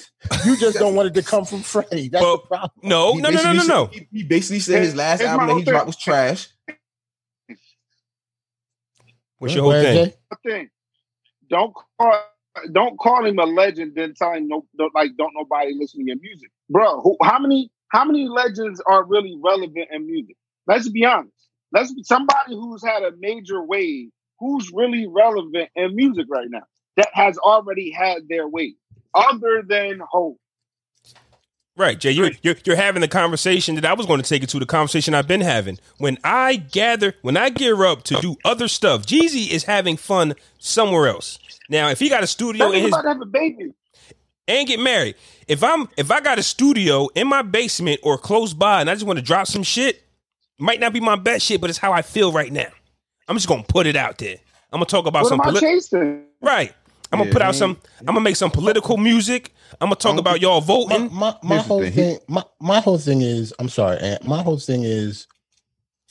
You just don't want it to come from Freddie. That's
Well,
the problem.
No,
He
Oh, no, no, no, no,
basically
no.
said- He, he basically said his last
Here's my
album that
whole
he
thing.
dropped was trash.
What's your whole
Where's
thing?
that?
Thing. Don't call, don't call him a legend. Then tell him no, don't, like don't nobody listen to your music, bro. Who, how many, how many legends are really relevant in music? Let's be honest. Let's be somebody who's had a major wave. Who's really relevant in music right now? That has already had their wave, other than Hope.
Right, Jay. You're, you're you're having the conversation that I was going to take it to. The conversation I've been having. When I gather, when I gear up to do other stuff, Jeezy is having fun somewhere else. Now, if he got a studio
Yo,
in his
about to have a baby.
and get married, if I'm if I got a studio in my basement or close by, and I just want to drop some shit, might not be my best shit, but it's how I feel right now. I'm just gonna put it out there. I'm gonna talk about
What
some.
am I
polit-
chasing?
Right. I'm gonna put out some. I'm gonna make some political music. I'm gonna talk about y'all
My
voting.
my, my
Here's the
whole
thing.
thing,
He-
my, my whole thing is I'm sorry, Aunt, my whole thing is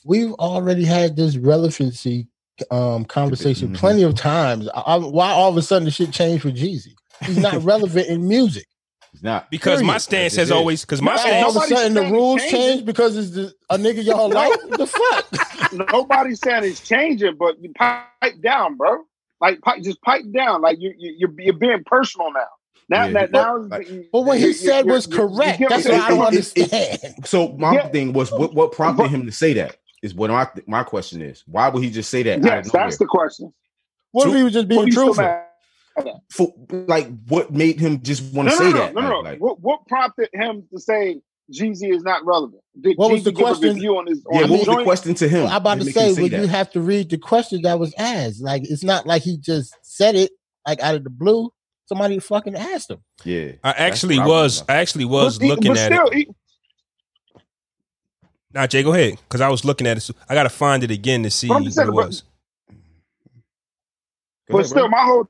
we've already had this relevancy um conversation
Mhm.
plenty of times. I, I, why all of a sudden the shit changed for Jeezy? He's not relevant in music.
*laughs*
He's not.
Because my
period.
stance
That's
has
it.
always because my
No,
Like, all
stance
of a
nobody's
sudden the
saying
rules
change it.
changed because it's the, a nigga
*laughs*
y'all like. What the fuck?
Nobody's saying it's changing, but you pipe down, bro. Like pipe, just pipe down. Like you, you you're, you're being personal now. Now
Yeah,
that
but-
now.
but-
But what he
you- you-
said
you-
was
you- you
correct.
get
That's
what
what
I'm
I don't
saying?
understand.
So my
Yeah.
thing was what what prompted
But-
him to say that is what my my question is. Why would he just say that? out
Yes,
of nowhere?
that's the question.
What if he was just
What are
being
you still
truthful?
mad?
For, like what made him just want
No,
to say
no, no, no,
that?
no, no.
Like, like-
what, what prompted him to say Jeezy is not relevant? Did
What
Jeezy
was the
give
question?
A review on his on
yeah,
his
what was the
joint?
question to him?
I'm about to
make him
say, would
that?
you have to read the question that was asked? Like, it's not like he just said it like out of the blue. Somebody fucking asked him.
yeah.
I actually
what I was
was I actually was
But the-
looking
but
at
still,
it.
he-
Nah, Jay, go ahead. Because I was looking at it. so- I gotta find it again to see
But I'm
what
just
it
saying, but-
was.
Go
but
ahead, bro.
still, my whole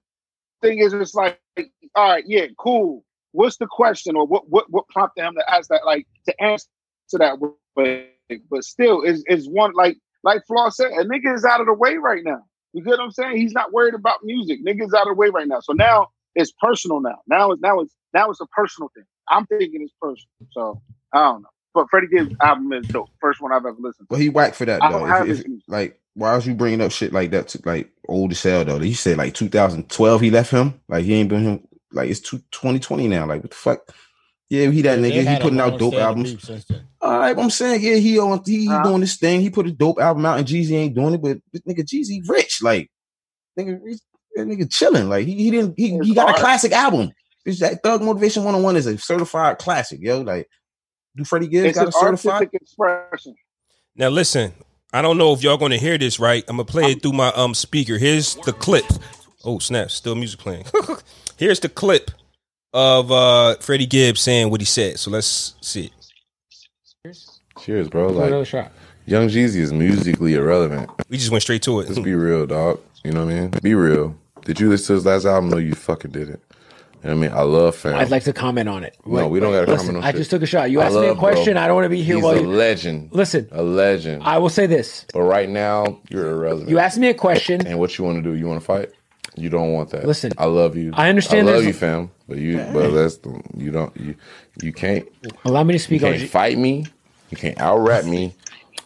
thing is it's like, all right, yeah, cool. What's the question, or what what what prompted him to ask that? Like to answer that, but but still, is is one like like Flaw said, a nigga is out of the way right now. You get what I'm saying? He's not worried about music. Niggas out of the way right now. So now it's personal now. Now it's now it's now it's a personal thing. I'm thinking it's personal. So I don't know. But Freddie Gibbs album is dope. First one I've ever listened. to.
But he whack for that
I
though.
don't
If-
have
if-
his music.
like, why was you bringing up shit like that? To, like old as hell though. You said like 2012 he left him. Like he ain't been him. Like it's two, 2020 now. Like what the fuck? Yeah, he that
They
nigga. He
had a
putting out dope
long-standing
albums.
beef since then.
All right, I'm saying yeah, he on he, he
Huh?
doing this thing. He put a dope album out, and Jeezy ain't doing it. But this nigga Jeezy rich, like nigga, rich- that nigga chilling. Like he, he didn't he, he got a
Hard.
classic album. It's that Thug Motivation 101 is a certified classic, yo. Like do Freddie Gibbs
It's
got
an
a certified?
artistic expression.
Now listen, I don't know if y'all gonna hear this right. I'm gonna play it through my um speaker. Here's the clip. Oh snap! Still music playing. *laughs* Here's the clip of uh Freddie Gibbs saying what he said. So let's see. it.
Cheers, bro. Like Young Jeezy is musically irrelevant.
We just went straight to
Let's *laughs*
it.
be real, dog. You know what I mean? Be real. Did you listen to his last album? No, you fucking didn't. You know what I mean? I love fam.
I'd like to comment on it.
No, we don't gotta comment on
I
shit.
just took a shot. You
I
asked me a
love, bro.
question. I don't want to be here
He's
while
a
you
legend.
listen.
A legend.
I will say this.
but right now, you're irrelevant.
You asked me a question.
and what you want to do? You want to fight? You don't want that.
Listen,
I love you.
I understand
I love
there's-
you, fam. But you, but that's the- you don't you you can't
Allow me to
you
speak on.
can't fight me. You can't out rap me.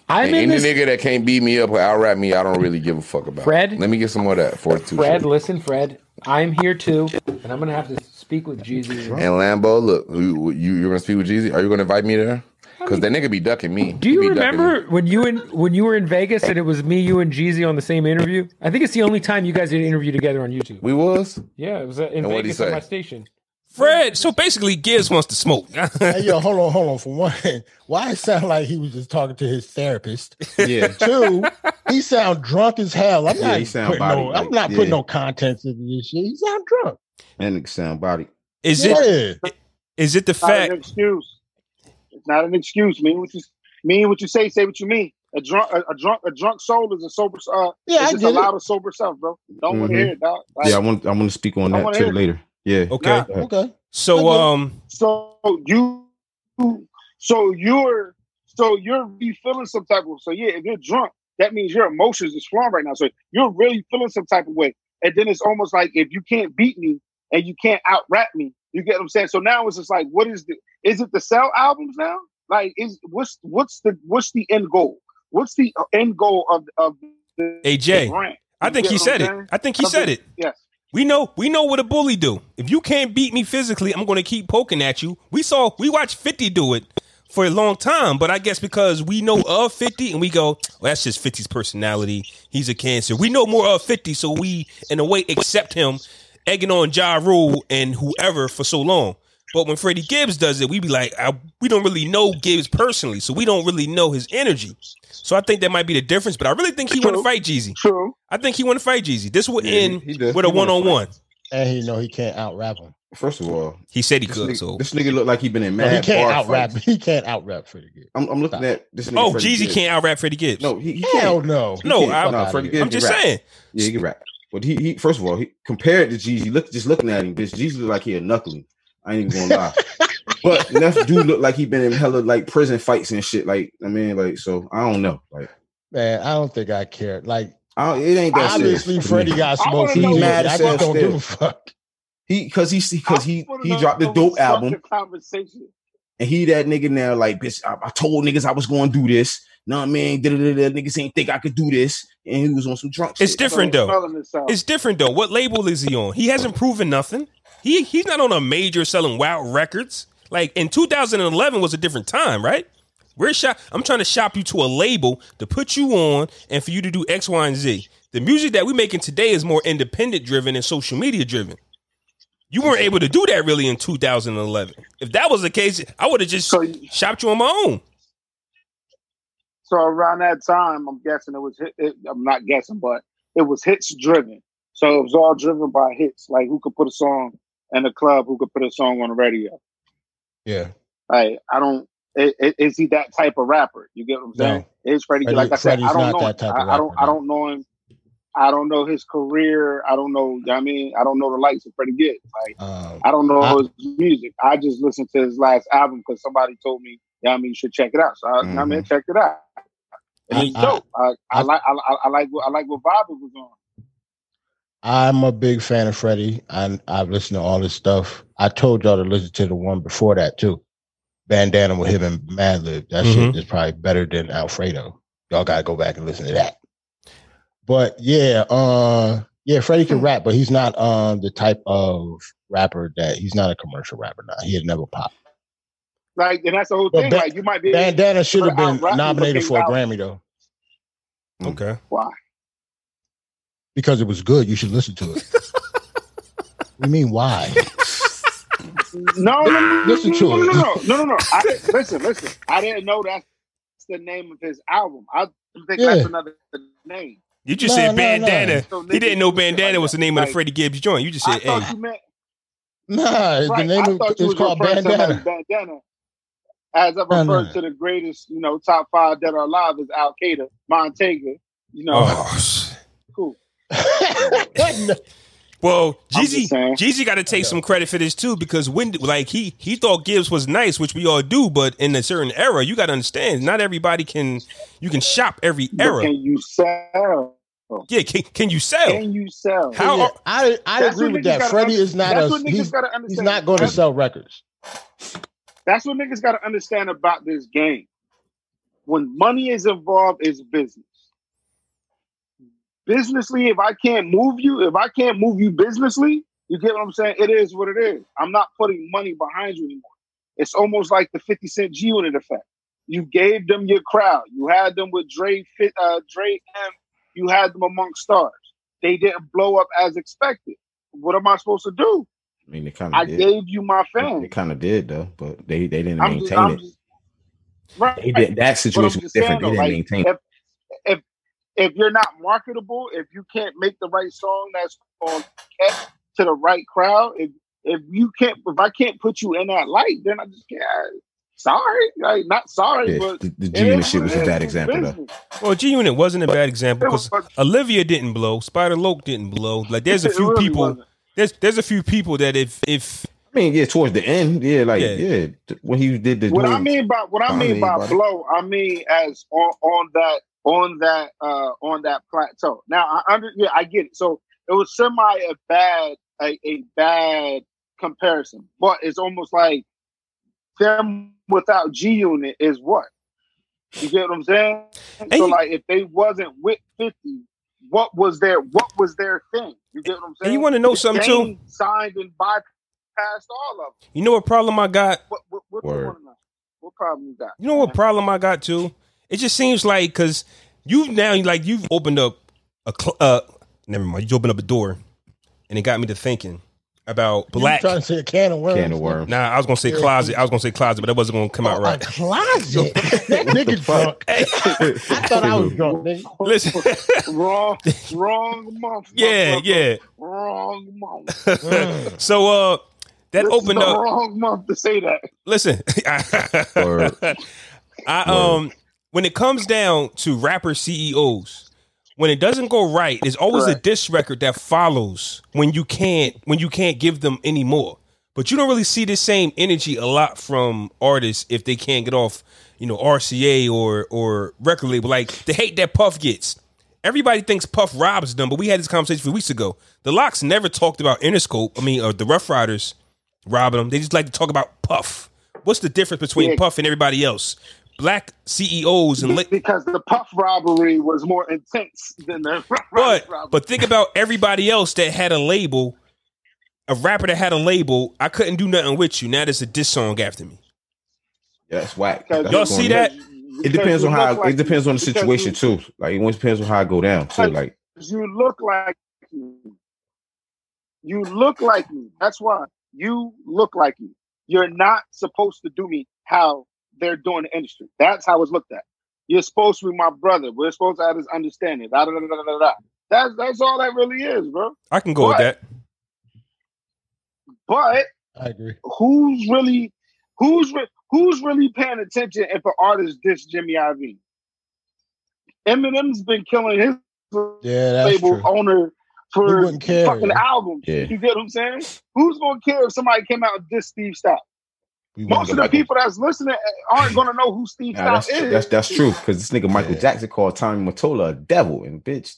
I'm
And
in
any
this.
nigga that can't beat me up or out rap me, I don't really give a fuck about.
Fred?
let me get some more of that fortitude.
Fred,
shit.
listen, Fred. I'm here too, and I'm gonna have to speak with Jeezy.
And Lambo, look, you, you you're gonna speak with Jeezy. Are you gonna invite me there? Because that nigga be ducking me.
Do
He
you
be ducking
remember
me.
when you and when you were in Vegas and it was me, you and Jeezy on the same interview? I think it's the only time you guys did an interview together on YouTube.
We was.
Yeah, it was uh, in
And what'd he
Vegas on
say?
my station.
Fred. So basically, Gibbs wants to smoke. *laughs*
Hey, yo, hold on, hold on. For one, *laughs* why it sound like he was just talking to his therapist?
*laughs*
Yeah,
Two, *laughs* he sound drunk as hell. I'm
Yeah,
not
he sound
putting
body,
no,
like,
I'm not
yeah.
putting no contents into this shit. He sound drunk.
and nigga sound body.
is
yeah.
it is it the
It's not an
fact?
excuse. It's not an excuse. Mean what you mean what you say. Say what you mean. A drunk, a, a drunk, a drunk soul is a sober. Uh,
Yeah, I
it's just a
get it.
lot of sober self, bro. Don't want
Mhm.
Mm-hmm.
to hear it, dog. Like,
Yeah, I want I want to speak on
I
that
wanna
too
hear it.
later. Yeah,
Oh,
Okay.
Nah.
Okay.
So um,
So you, so you're, so you're be feeling some type of. So yeah, if you're drunk, that means your emotions is flowing right now. So you're really feeling some type of way, and then it's almost like if you can't beat me and you can't out rap me, you get what I'm saying. So now it's just like, what is the? Is it the sell albums now? Like, is what's what's the what's the end goal? What's the end goal of of the
AJ,
brand?
I think he
You get
said
what I'm
it.
saying?
I think he said it.
Yes.
We know we know what a bully do. If you can't beat me physically, I'm gonna keep poking at you. We saw we watched 50 do it for a long time, but I guess because we know of 50 and we go, well, that's just 50's personality. He's a cancer. We know more of 50, so we in a way accept him, egging on Ja Rule and whoever for so long. But when Freddie Gibbs does it, we be like, I, we don't really know Gibbs personally, so we don't really know his energy. So I think that might be the difference. But I really think he want to
True.
fight Jeezy.
True.
I think he want to fight Jeezy. This will
Yeah, he-
end
he does.
with a
He wanna
one on one.
And he know he can't out rap him.
First of all,
He said he
this
could.
nigga,
So
this nigga look like he been in
No,
mad
he can't
bar
out rap.
fights.
He can't out rap for the kid.
I'm, I'm looking
Stop.
at this. Nigga
oh,
Freddie
Jeezy
Gibbs.
can't out rap Freddie Gibbs.
No, he, he
Hell
can't.
no.
He
No,
can't.
I-
Fuck out of
Freddie
Freddie
Gibbs.
Gibbs.
I'm just
He rap.
saying.
Yeah, he can rap. But he, he first of all, he compared to Jeezy, look just looking at him, bitch, Jeezy look like he a knuckling. I ain't even
*laughs*
gonna lie. but Neff do look like he been in hella like prison fights and shit. Like, I mean, like, so I don't know. Like
Man, I don't think I care. Like
I don't, it ain't that serious
obviously
for me.
Freddie got
I wanna
smoked.
know-
He
Mad
mad. I
as
just
hell
don't give a
still.
fuck.
he cause he because
I
he
wanna
he
know
dropped the
the
dope album
constructive Conversation.
and he that nigga now like bitch I, I told niggas I was gonna do this. Know what I mean? Da-da-da-da. Niggas ain't think I could do this. And he was on some drunk
It's
shit.
different
So,
though.
selling this out.
It's different though. What label is he on? He
Oh.
hasn't proven nothing. He he's not on a major selling wild records. Like in 2011 was a different time, right? We're shop. I'm trying to shop you to a label to put you on and for you to do X, Y, and Z. The music that we're making today is more independent driven and social media driven. You weren't able to do that really in 2011. If that was the case, I would have just
So-
shopped you on my own.
So around that time, I'm guessing it was. Hit, it, I'm not guessing, but it was hits driven. So it was all driven by hits, like who could put a song in the club, who could put a song on the radio.
Yeah.
Like I don't. i- i- Is he that type of rapper? You get what I'm saying? It's Freddie.
Freddie-
like I said, I
Freddie's
don't
not
know.
that
That
type of
I, I don't.
rapper,
I don't know him. I don't know his career. I don't know. I mean, I don't know the likes of Freddie Gibbs. Like
Um,
I don't know
I-
his music. I just listened to his last album because somebody told me. Yeah, I mean, you should check it out. So I, I
Mm-hmm.
mean, check it out. And
I-
it's
I-
dope. I, I,
I-
like I, I- I like what I like what Bobby was on.
I'm a big fan of Freddie. I I've listened to all his stuff. I told y'all to listen to the one before that too. Bandana with him and Madlib. That
Mhm.
shit is probably better than Alfredo. Y'all gotta go back and listen to that. But yeah, uh yeah, Freddie
Hmm.
can rap, but he's not um the type of rapper that he's not a commercial rapper now. He'd never pop.
Like, and that's the whole
But
thing.
Ba-
like, you might be
Bandana should have
I'll
been
rap you, but
nominated
can't
for a
rap.
Grammy though.
Mm.
Okay.
Why?
Because it was good. You should listen to it. *laughs* we mean why?
No, no, no,
Listen
no,
to
no,
it.
no, no, no, no, no. I, listen, listen. I didn't know that's the name of his album. I think
Yeah.
that's another name.
You just
No,
said
no, no.
bandana.
So niggas
He didn't know
do shit like
bandana was the eh? name of
that.
the Freddie Gibbs joint. You just
I
said,
thought
"Hey,
you meant
Nah,
right.
the name
I
of,
thought you
it's
was
called
referring to him
Bandana.
as bandana. As I
No, no.
referred to the greatest, you know, top five that are alive is Al Qaeda, Montega. You know,
oh." sh-
cool.
*laughs*
Well,
I'm just
Jeezy,
saying.
Jeezy got to take some credit for this too because when, like, he he thought Gibbs was nice, which we all do, but in a certain era, you got to understand, not everybody can you can shop every
But
era.
Can you sell?
yeah, can, can you sell?
Can you sell?
How-
Yeah, I I
That's
agree
what
with
niggas
that.
gotta
Freddie
under-
is not
That's
a
what niggas
he's,
gotta understand.
he's not going to
That's-
sell records.
That's what niggas got to understand about this game. When money is involved, it's business. Businessly, if I can't move you, if I can't move you businessly, you get what I'm saying? It is what it is. I'm not putting money behind you anymore. It's almost like the 50 Cent G Unit effect. You gave them your crowd. You had them with Dre, Fit- uh, Dre M. You had them amongst stars. They didn't blow up as expected. What am I supposed to do?
I mean, they kind
I
of did.
gave you my
They,
fans.
kind of did though, but they they didn't
I'm just,
maintain
I'm
it.
just, right.
They did, that
But I'm
situation was
just
different.
saying,
They
though,
didn't
like,
maintain.
if, if if you're not marketable, if you can't make the right song that's on catch to the right crowd, if if you can't, if I can't put you in that light, then I just can't. Sorry, like not sorry,
it. Yeah,
but
the, the
it
G unit
is
shit
what
was
it
a
is.
bad
It's
example though.
business.
Well, G Unit wasn't a bad example
It
because
was-
Olivia didn't blow, Spider Loke didn't blow. Like, there's a
it
few
really
people.
wasn't.
There's there's a few people that if if
I mean, yeah, towards the end, yeah, like
Yeah.
yeah, th- when he did the
What I
doing-
mean by what I
Fine,
mean by
anybody.
blow, I mean as on on that on that uh on that plateau. Now I under yeah, I get it. So it was semi a bad a, a bad comparison, but it's almost like them without G Unit is what you get what I'm saying.
you-
so like if they wasn't with fifty, what was their what was their thing? You get what I'm
and
saying?
you want to know something too,
Game signed and bypassed all of them.
you know what problem I got?
What what what,
Word.
what, what problem you got?
You know what problem I got too? It just seems like because you now like you've opened up a cl- uh never mind you opened up a door, and it got me to thinking about
You
black.
trying to say a can of worms?
can of worms.
Nah, I was gonna say closet. I was gonna say closet, but that wasn't gonna come out
Oh,
right.
A *laughs* closet. that nigga drunk. I thought I was drunk. Nigga.
*laughs*
oh,
Listen, *laughs*
wrong, wrong month.
yeah,
motherfucker.
yeah.
Wrong
*laughs*
month.
Mm,
So uh, that
This is
opened
the
up.
Wrong month to say that.
Listen,
uh-huh.
*laughs*
Word.
I, um, when it comes down to rapper E CEOs, when it doesn't go right, there's always a
Correct.
diss record that follows when you can't when you can't give them any more. But you don't really see the same energy a lot from artists if they can't get off, you know, RCA or or record label. Like the hate that Puff gets. Everybody thinks Puff robs them, but we had this conversation a few weeks ago. The Locks never talked about Interscope. I mean, uh, the Rough Riders robbing them. They just like to talk about Puff. What's the difference between
Yeah.
Puff and everybody else? Black CEOs and li-
Because the puff robbery was more intense than the *laughs*
but
robbery.
but think about everybody else that had a label, a rapper that had a label. I couldn't do nothing with you. Now there's a diss song after me.
Yeah, that's whack.
Because-
That's
Y'all
what's
see
going on.
that?
It
because
depends
you
on how.
look like
it depends on the
because
situation
you-
too. Like it always depends on how I go down too. Like
You look like you. You look like you. That's why you look like you. You're not supposed to do me how they're doing the industry. That's how it's looked at. You're supposed to be my brother. We're supposed to have this understanding. Da, da, da, da, da, da. That's that's all that really is, bro.
I can go with
What?
that.
But
I agree.
who's really, who's re- who's really paying attention if an artist diss Jimmy Iovine? Eminem's been killing his
Yeah, that's
label
*laughs*
Oh,
true.
owner
We
for
wouldn't care.
fucking albums.
Yeah.
You get what I'm saying? Who's gonna care if somebody came out and dissed Steve Stout?
we wanna
Most
go
of the
back on-
people that's listening aren't gonna know who Steve
Nah, that's,
Stout is.
that's that's true because this nigga Michael
Yeah.
Jackson called Tommy Mottola a devil and bitch.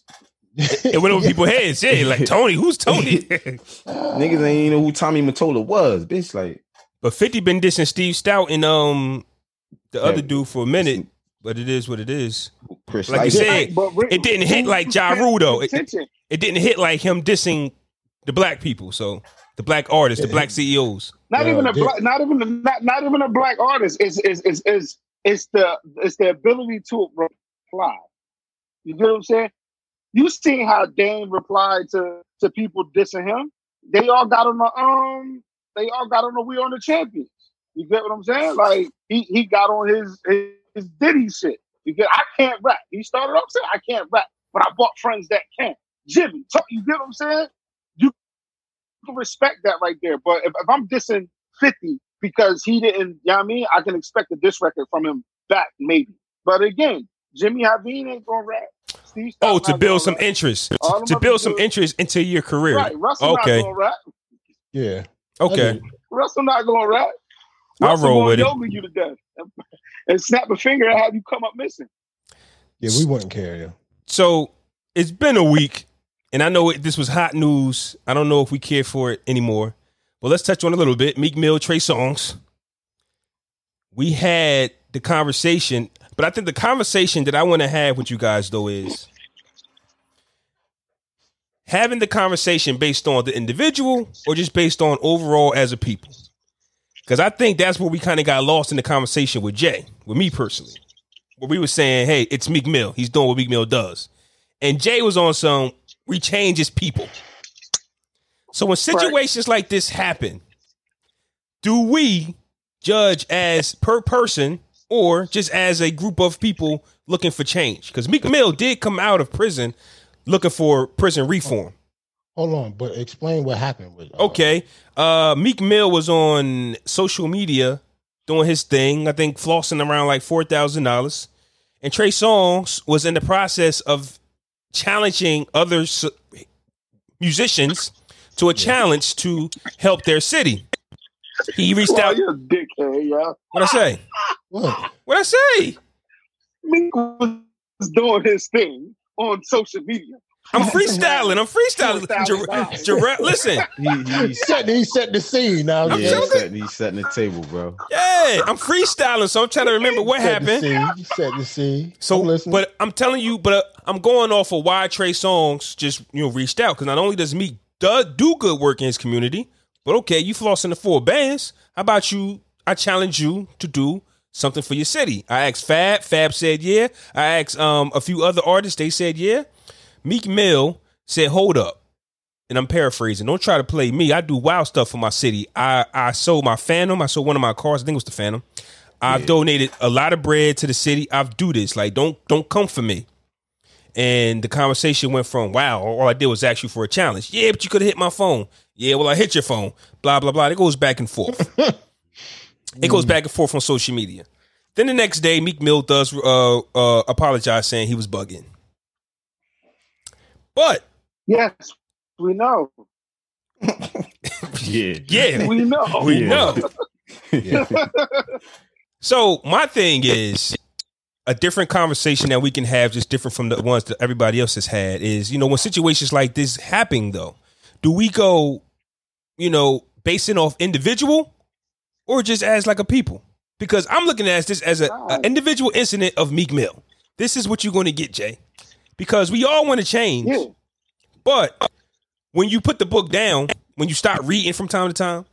It went over people's
*laughs*
heads. Yeah, like Tony, who's
*laughs*
Tony?
Niggas ain't even know who Tommy Matola was, bitch. Like
but Fifty been dissing Steve Stout and um the
Yeah.
other dude for a minute. But it is what it is.
Chris,
Like you
Light-
said,
But re-
it didn't hit like Ja Rule, though. It-
Attention.
it didn't hit like him dissing the black people. So the black artists, the black E CEOs.
Not
Yeah,
even a
dude.
black, not even a, not, not even a black artist. It's is is is it's the it's the ability to reply. You get what I'm saying? You seen how Dame replied to to people dissing him? They all got on the um. They all got on the we on the champions. You get what I'm saying? Like he he got on his his, his Diddy shit. You get? I can't rap. He started off saying I can't rap, but I bought friends that can. Jimmy, talk, you get what I'm saying? can respect that right there. But if, if I'm dissing 50 because he didn't, you know what I mean? I can expect a diss record from him back, maybe. But again, Jimmy Javine ain't going to rap. Steve Stout
Oh,
not
to
gonna
build some
rap.
interest,
All them
to
other
build some
dudes-
interest into your career.
Right, Russell
Okay.
not going to rap.
Yeah.
Okay,
Russell not going to rap.
I'll
Russell
roll
gonna
with it.
yoga you to death and, *laughs* and snap a finger and have you come up missing.
Yeah, we wouldn't care though.
so it's been a week, and I know it, this was hot news. I don't know if we care for it anymore, but let's touch on it a little bit. Meek Mill, Trey Songs. We had the conversation, but I think the conversation that I want to have with you guys though is having the conversation based on the individual or just based on overall as a people. Because I think that's where we kind of got lost in the conversation with Jay, with me personally, where we were saying, hey, it's Meek Mill. He's doing what Meek Mill does. And Jay was on some, we change his people. So when situations like this happen, do we judge as per person or just as a group of people looking for change? Because Meek Mill did come out of prison looking for prison reform.
Hold on, but explain what happened with. uh,
Okay. Uh Meek Mill was on social media doing his thing, I think flossing around like four thousand dollars. And Trey Songz was in the process of challenging other s- musicians to a challenge to help their city. He reached
Well,
out.
you're a dickhead, yeah.
What I say?
What?
What I say?
Meek was doing his thing on social media.
I'm freestyling. I'm freestyling. Jer-
$4,000.
Jer- listen,
he, he's,
Set, he set the scene. Now
yeah,
I'm
he's, setting, he's setting the table, bro.
yeah, I'm freestyling. So I'm trying to remember what happened.
You set the scene. I'm
So,
listening.
but I'm telling you, but uh, I'm going off of why Trey Songs just you know reached out because not only does Meek do, do good work in his community, but okay, you flossing the four bands. How about you? I challenge you to do something for your city. I asked Fab. Fab said yeah. I asked um a few other artists. They said yeah. Meek Mill said, "Hold up," and I'm paraphrasing. Don't try to play me. I do wild stuff for my city. I I sold my Phantom. I sold one of my cars. I think it was the Phantom. I've donated a lot of bread to the city. I've do this. Like, don't don't come for me. And the conversation went from, wow, all I did was ask you for a challenge. Yeah, but you could have hit my phone. Yeah, well, I hit your phone. Blah, blah, blah. It goes back and forth. it goes back and forth on social media. Then the next day, Meek Mill does uh, uh, apologize saying he was bugging. But,
Yes, we know.
Yeah,
*laughs*
yeah,
We know.
we
Yeah.
know.
yeah.
*laughs* So my thing is a different conversation that we can have, just different from the ones that everybody else has had. Is you know when situations like this happen, though, do we go, you know, basing off individual or just as like a people? Because I'm looking at this as a, a individual incident of Meek Mill. This is what you're going to get, Jay. Because we all want to change,
Yeah.
but when you put the book down, when you start reading from time to time,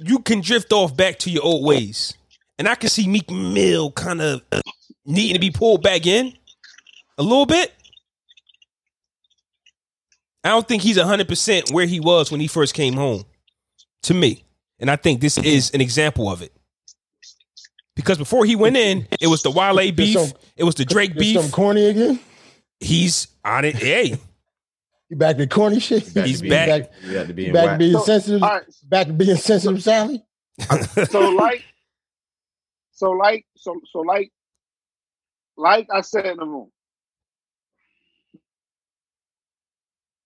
you can drift off back to your old ways. And I can see Meek Mill kind of needing to be pulled back in a little bit. I don't think he's 100% where he was when he first came home to me. And I think this is an example of it. Because before he went in, it was the Wale beef,
some-
it was the Drake
There's
beef.
Some corny again.
He's on it.
*laughs*
Hey,
You back to corny shit.
back
He's
to being-
back.
Back,
You had to be
you
in
back to
whack.
being
So,
sensitive.
All right.
Back to being sensitive, Sally.
so like so like so so like like I said in the room.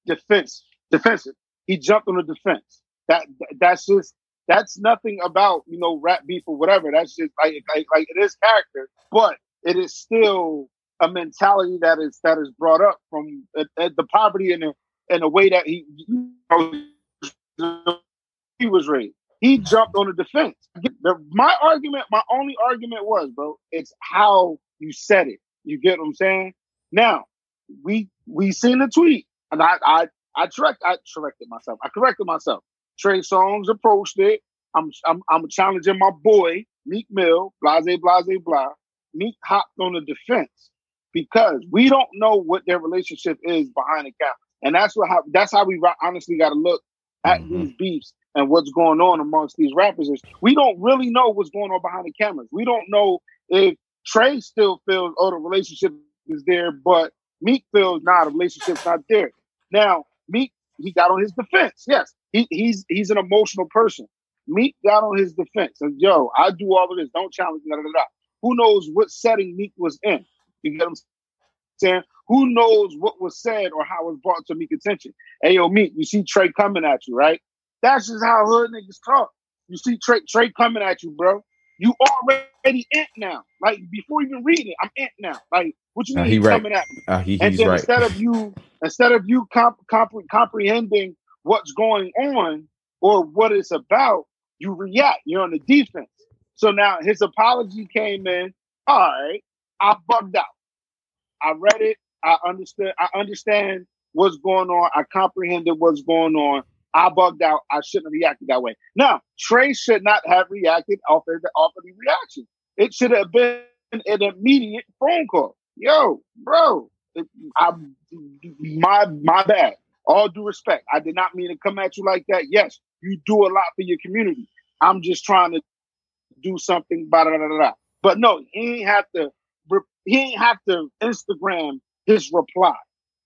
Defense. Defensive. He jumped on the defense. That that's just that's nothing about, you know, rap beef or whatever. That's just like like, like it is character, but it is still a mentality that is that is brought up from uh, uh, the poverty and the and the way that he you know, he was raised. He jumped on the defense. The- my argument, my only argument was, bro, it's how you said it. You get what I'm saying? Now we we seen the tweet, and I I I, correct, I corrected myself. I corrected myself. Trey Songz approached it. I'm I'm, I'm challenging my boy Meek Mill, blase blase blah. Meek hopped on the defense because we don't know what their relationship is behind the cap, and that's what how, that's how we ro- honestly got to look at these beefs and what's going on amongst these rappers. Is we don't really know what's going on behind the cameras. We don't know if Trey still feels oh the relationship is there, but Meek feels nah the relationship's not there. Now Meek he got on his defense. Yes, he, he's he's an emotional person. Meek got on his defense and yo, I do all of this. Don't challenge me. Da, da, da, da. Who knows what setting Meek was in? You get what I'm saying? Who knows what was said or how it was brought to Meek's attention? Hey yo, Meek, you see Trey coming at you, right? That's just how hood niggas talk. You see Trey Trey coming at you, bro. You already ant now. Like before even reading it, I'm ant now. Like what you
Nah,
mean
he
he's
right.
coming at me?
Ah, he,
and
he's
then
right.
instead of you instead of you comp, comp, comprehending what's going on or what it's about you react you're on the defense so now his apology came in all right i bugged out i read it i understood i understand what's going on i comprehended what's going on i bugged out i shouldn't have reacted that way now trey should not have reacted off of the off of the reaction it should have been an immediate phone call yo bro I my my bad. All due respect, I did not mean to come at you like that. Yes, you do a lot for your community. I'm just trying to do something. Blah, blah, blah, blah. But no, he ain't have to. re- He ain't have to Instagram his reply.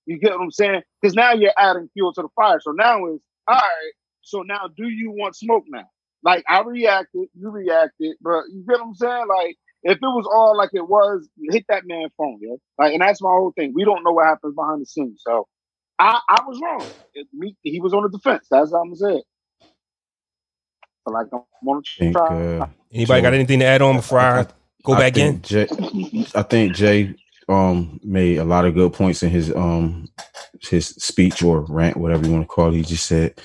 You get what I'm saying? Because now you're adding fuel to the fire. So now it's all right. So now, do you want smoke now? Like I reacted, you reacted, but you get what I'm saying? Like if it was all like it was, hit that man phone, yeah. Like, and that's my whole thing. We don't know what happens behind the scenes, so I, I was wrong. It, me, he was on the defense. That's what I'm saying. But like, I'm on the
think,
trial.
uh,
Anybody got anything to add on before I go
I
back
think
in?
Jay, I think Jay um made a lot of good points in his um his speech or rant, whatever you want to call it. He just said,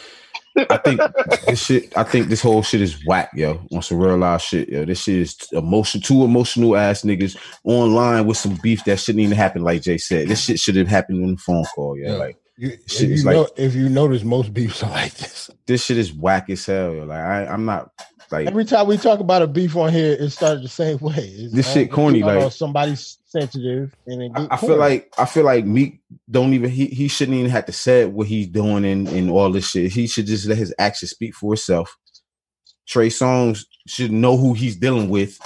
I think this shit. I think this whole shit is whack, yo. On some real live shit, yo. This shit is emotion, two emotional ass niggas online with some beef that shouldn't even happen. Like Jay said, this shit should have happened in the phone call, yo.
Yeah.
Like
You, if,
Shit
you
is
know,
like-
if you notice, most beefs are like this.
this shit is whack as hell, yo. Like I, I'm not like
Every time we talk about a beef on here, it started the same way. It's
This
all-
shit corny,
it's all
like-
somebody's sensitive, and it
I,
get
I feel
corny.
like I feel like Meek don't even he, he shouldn't even have to say what he's doing and, and all this shit. He should just let his actions speak for itself. Trey Songz should know who he's dealing with.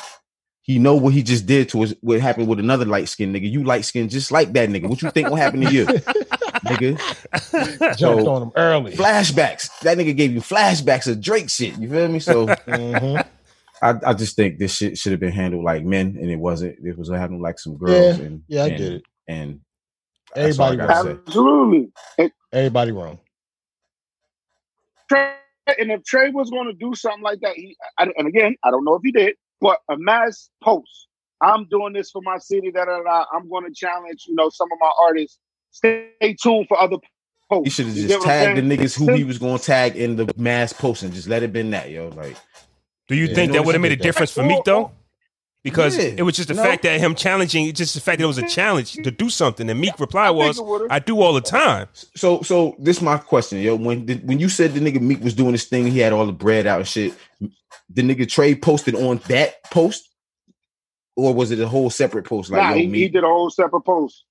He know what he just did to his, what happened with another light skinned nigga. You light skinned just like that nigga. What you think will happen
*laughs*
to you, nigga?
*laughs* jumped
so-
on him early.
Flashbacks. That nigga gave you flashbacks of Drake shit. You feel me?
*laughs*
So
Mhm.
I, I just think this shit should have been handled like men, and it wasn't. It was handled like some girls. and
Yeah, I
and,
get it.
And That's all I
Everybody,
gotta
wrong.
say.
Absolutely. And,
everybody wrong.
Trey, and if Trey was going to do something like that, he I, and again, I don't know if he did, but a mass post. I'm doing this for my city. Da, da, da. I'm going to challenge, you know, some of my artists. Stay tuned for other posts.
He should have
You get
just
what I'm
tagged the
saying?
niggas who he was gonna tag in the mass post and just let it been that, yo. Like
Do you
Yeah,
think
you
that would have made a
notice he did that.
difference for Meek though? Because
Yeah.
it was just the
No.
fact that him challenging, just the fact that it was a challenge to do something. And Meek reply
I think
was,
it would've.
"I do all the time."
so so this my question, yo. When did, when you said the nigga Meek was doing this thing, he had all the bread out and shit. The nigga Trey posted on that post, or was it a whole separate post? Like
nah,
yo,
he, he
Meek,
did a whole separate post.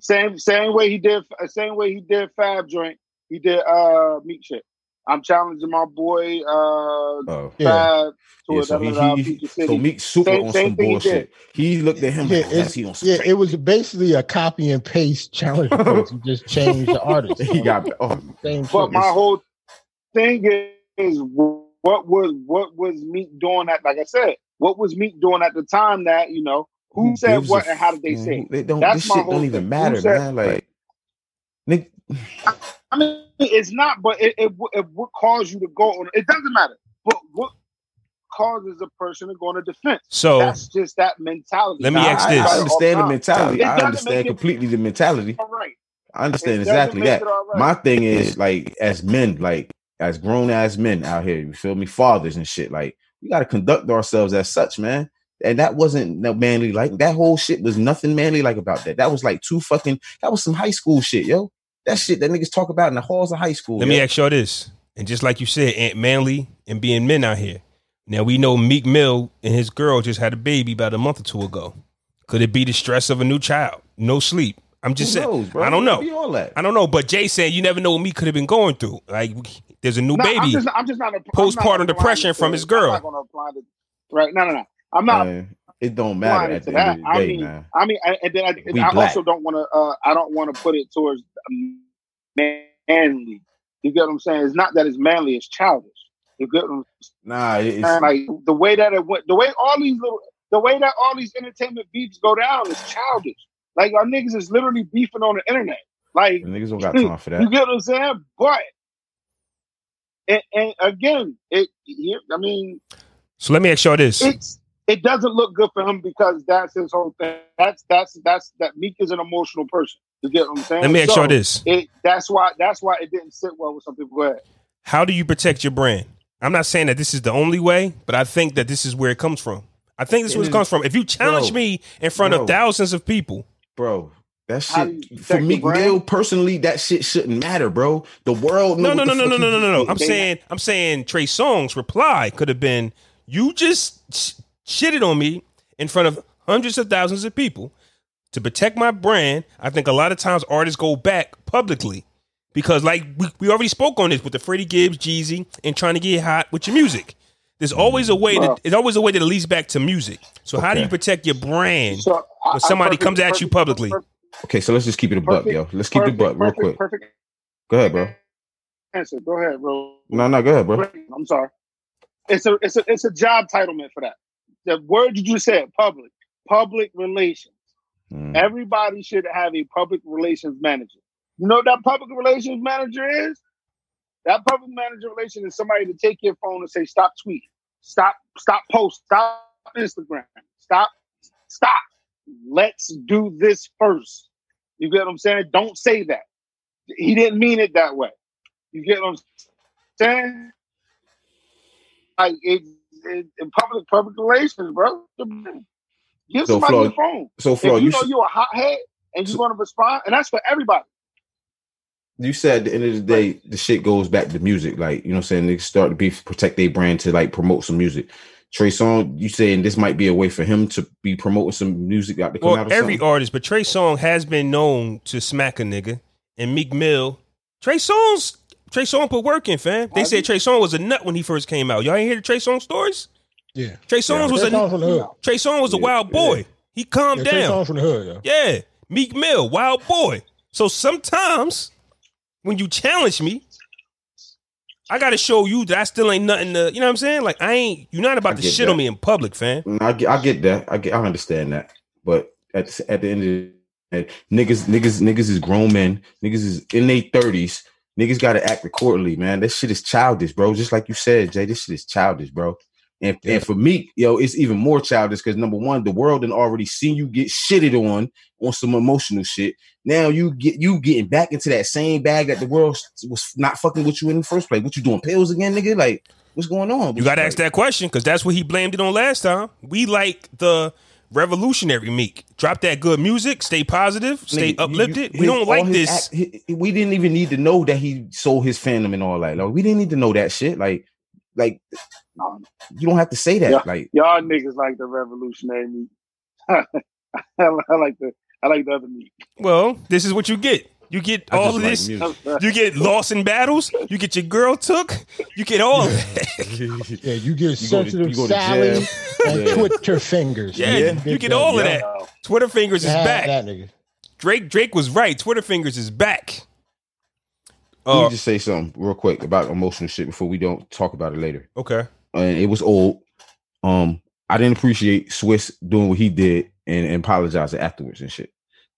Same same way he did uh, same way he did Fab joint. He did uh Meek shit. I'm challenging my boy uh
oh.
Yeah,
Fab to
Yeah,
a
so, he,
da-da-da
he-
Future
so
City.
Meek super
Same-
on
same
some
thing he
bullshit. He, looked at him
Yeah,
like, oh,
it's-
that's he on some
yeah.
Drake.
It was basically a copy and paste
*laughs*
challenge. post. You just changed the artist.
he got oh,
same
But
shit.
my whole thing is, what was what was Meek doing at? Like I said, what was Meek doing at the time that you know who, said
gives
what
a
and how did they
f-
say? it?
They don't.
That's
this
my
shit
whole
don't even
thing.
matter,
Who said-
man. Like, nigga,
I mean, it's not, but it, it, w- it would cause you to go on. It doesn't matter. But what causes a person to go on a defense.
So-
that's just that mentality.
Let me
Nah,
ask
I
this.
try
I
it all
understand the
time.
mentality.
It
I
doesn't
understand
make it
completely the mentality.
all right.
I understand
It doesn't
exactly
make
that.
it all right.
My thing is like as men, like as grown ass men out here, you feel me? Fathers and shit. Like we gotta conduct ourselves as such, man. And that wasn't no manly like that whole shit was nothing manly like about that. That was like two fucking that was some high school shit, yo. That shit that niggas talk about in the halls of high school.
Let
yo.
me ask y'all this, and just like you said, Aunt Manly and being men out here. Now we know Meek Mill and his girl just had a baby about a month or two ago. Could it be the stress of a new child, no sleep? I'm just
Who
saying.
knows, bro?
I don't
It could Be
know.
all that.
I don't know. But Jay said you never know what Meek could have been going through. Like there's a new
No, I'm
baby.
just, I'm just not a, I'm not
Postpartum
applying
depression
this to-
from his girl.
I'm not gonna apply this- right? No, no, no. I'm not
Man, it don't matter
applying
at
it to
the end
that.
of the
I
day,
mean,
man.
I mean, I, and then I, and
We
I
black.
also don't want to. Uh, I don't want to put it towards manly. You get what I'm saying? It's not that it's manly; it's childish. You get what I'm
Nah, it- it's,
saying? Like the way that it went, the way all these little, the way that all these entertainment beefs go down is childish. Like our niggas is literally beefing on the internet. Like
niggas don't got time for that.
you get what I'm saying? But and, and again, it. here- I mean,
so let me ask y'all this.
it's it doesn't look good for him because that's his whole thing. That's that's that's that Meek is an emotional person. You get what I'm saying?
Let me ask
So,
y'all this.
It that's why that's why it didn't sit well with some people. Go ahead.
How do you protect your brand? I'm not saying that this is the only way, but I think that this is where it comes from. I think this is where it comes from. If you challenge
Bro.
me in front
Bro.
of thousands of people,
Bro, that
How do you
shit for
protect
me,
the brand?
Mill, personally, that shit shouldn't matter, bro. The world.
No,
know
no,
what
no,
the fuck
no, no, no,
you
no, no, no.
did.
I'm
They-
saying, I'm saying Trey Songz' reply could have been, "You just sh- shitted on me in front of hundreds of thousands of people to protect my brand." I think a lot of times artists go back publicly because, like, we, we already spoke on this with the Freddie Gibbs, Jeezy, and trying to get hot with your music. There's always a way
Well-
that it's always a way that leads back to music. So how do
Okay.
you protect your brand?
So
When somebody comes at you publicly.
Okay, so let's just keep it a buck,
Perfect,
yo. Let's keep it a buck real
perfect,
quick.
Perfect
Go ahead, bro.
answer. Go ahead, bro.
No, no, go ahead, bro.
I'm sorry. It's a it's a it's a job titlement for that. The word you just said, public, public relations.
Mm.
Everybody should have a public relations manager. You know what that public relations manager is? That public manager relation is somebody to take your phone and say, stop tweeting, stop, stop post, stop Instagram, stop, stop. Let's do this first. You get what I'm saying? Don't say that. He didn't mean it that way. You get what I'm saying? Like it, it, in public public relations, bro. Give
So,
somebody
Flo,
your phone
So,
if
Flo,
you,
you,
know
s-
you're a hothead and you're going to respond, and that's for everybody.
you said at the end of the day, the shit goes back to music. Like, you know what I'm saying? They start to be protect their brand to like promote some music. Trey Song, you saying this might be a way for him to be promoting some music out to come out
Well,
of
every
every
artist, but Trey Songz has been known to smack a nigga, and Meek Mill, Trey Songz, Trey Songz put work in, fam. They
I
said
did.
Trey Songz was a nut when he first came out. Y'all ain't hear the Trey Songz stories?
Yeah.
Trey Songz was
Trey Songz
a
from the hood.
Trey Songz was a
Yeah,
wild boy.
yeah.
He calmed
Yeah, Trey
down.
Songz from the hood. Yeah.
Yeah, Meek Mill, wild boy. So sometimes when you challenge me. I gotta show you that I still ain't nothing to, you know what I'm saying? Like I ain't, you're
I
not about to
get
shit
that.
on me in public, fam.
Mm, I get, I get that. I get, I understand that. But at the, at the end of the day, niggas, niggas, niggas is grown men. Niggas is in their thirties. Niggas got to act accordingly, man. This shit is childish, bro. Just like you said, Jay. This shit is childish, bro. And, and for me, yo, it's even more childish because number one, the world done already seen you get shitted on on some emotional shit. Now you get you getting back into that same bag that the world was not fucking with you in the first place. What you doing, pills again, nigga? Like, what's going on?
You got to
Like,
ask that question because that's what he blamed it on last time. We like the revolutionary meek. Drop that good music, stay positive, stay
Nigga, you-
uplifted.
you-
we
his-
don't like
all his
this.
act- he- he- we didn't even need to know that he sold his fandom and all that. Like, we didn't need to know that shit. Like, like you don't have to say that.
Yeah.
Like,
Y'all niggas like the revolutionary meat. *laughs* I, like the I like the other meat. *laughs*
well, this is what you get. You get
I
all
just
of
like
this.
music.
You get lost in battles. You get your girl took. You
*laughs*
get all of that.
Yeah, you get
You go to-
sensitive
you go to
Sally
jail.
and
Yeah.
Twitter fingers.
Yeah,
nigga.
you get all of
yeah.
that. Twitter fingers is
Have
back.
That nigga.
Drake Drake was right. Twitter fingers is back.
Let me
Oh,
just say something real quick about emotional shit before we don't talk about it later.
okay.
And it was old. Um, I didn't appreciate Swiss doing what he did and, and apologizing afterwards and shit.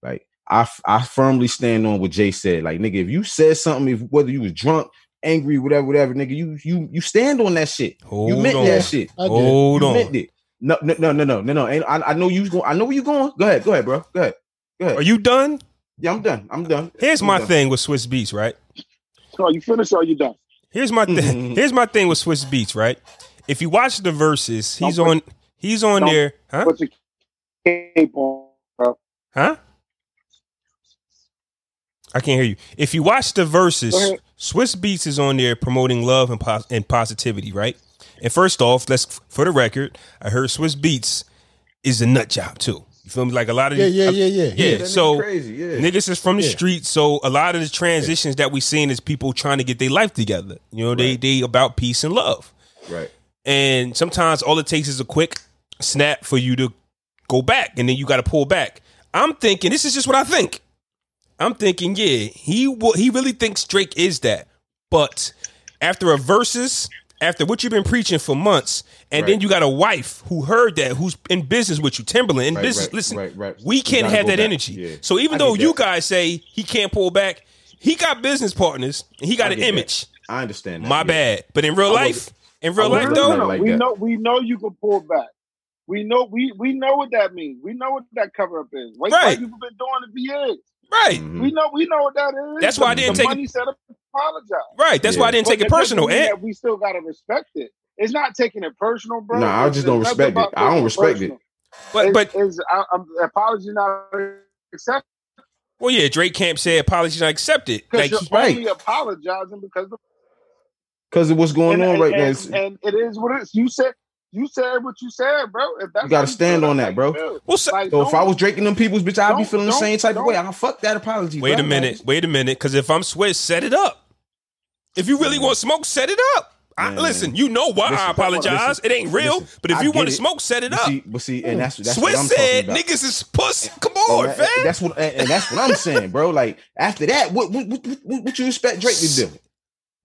Like, I f- I firmly stand on what Jay said. Like, nigga, if you said something, if whether you was drunk, angry, whatever, whatever, nigga. You you you stand on that shit. you
Hold
meant
on.
that shit.
I did.
Hold
you
on.
meant it. No, no, no, no, no, no, no. And I, I know you going. I know where you going. Go ahead, go ahead, bro. Go ahead.
Are you done?
Yeah, I'm done. I'm done.
Here's
I'm
my
done.
thing with Swiss Beats, right?
So you finished or you done?
Here's my
*laughs*
thing. Here's my thing with Swiss Beats, right? If you watch the verses, he's
Don't
on. He's on
don't
there, huh?
Put your cape on. bro.
Huh? I can't hear you. If you watch the verses,
Go ahead.
Swiss Beats is on there promoting love and, pos- and positivity, right? And first off, let's for the record, I heard Swiss Beats is a nut job too. You feel me? Like a lot of
Yeah,
these-
yeah,
I-
yeah, yeah.
yeah.
That nigga
so
crazy. Yeah.
niggas is from the
Yeah.
street, so a lot of the transitions that we seen is people trying to get their life together. You know, they they about peace and love.
Right.
And sometimes all it takes is a quick snap for you to go back and then you got to pull back. I'm thinking this is just what I think. I'm thinking, yeah, he will, he really thinks Drake is that. But after a versus, after what you've been preaching for months, and then
Right.
you got a wife who heard that, who's in business with you, Timberland in
Right,
business.
right,
Listen,
right, right.
we
You
can't
gotta
have
go
that
back.
energy.
Yeah.
So even
I
though
get
you
that.
guys say he can't pull back, he got business partners and he got
I
an
get that.
image.
I understand. That.
My
yeah.
bad. But in real
I
life,
wasn't-
in real
I
life
wasn't
though,
No, no,
like uh,
we
that.
know we know you can pull back. We know we we know what that means. We know what that cover up is. White,
Right.
white people been doing it for years.
right.
Mhm.
We know we know what that is.
That's why I didn't
the
take it-
money set up to apologize.
Right. That's why I didn't
But
take it
that doesn't
personal.
mean
And
that we still gotta respect it. It's not taking it personal, bro.
Nah, I
It's-
just
it's
don't
nothing
respect it.
about
I don't
taking
respect it.
personal.
but
It's-
but
it's, I, I'm apology not accepted
well yeah, Drake Camp said apologies not accepted.
because
Like
you're
right.
only apologizing because of
Because of what's going
and,
on
and-
right now.
and,
It's-
and it is what it is. You said you said what you said, bro. If that's
You gotta
how
stand
feel,
on
that's
that,
how you
bro.
feel.
well so,
Like,
so if I
don't-
was drinking them people's bitch, I'd be
don't-
feeling the same
don't-
type of way.
don't-
I fuck that apology.
wait a
bro.
minute, wait a minute, because if I'm Swiss, set it up. If you really want smoke, set it up. I,
Man.
listen, you know why I
Listen,
apologize.
listen,
it ain't real.
listen.
but if
I
you
get
want
it.
to smoke, set it
But
up.
see, but see, and that's that's what I'm
Swiss said
talking about.
niggas is puss. Come on,
and,
fam.
that- that's what, and, and that's what
*laughs*
I'm saying, bro. Like after that, what what, what, what what you expect Drake to do?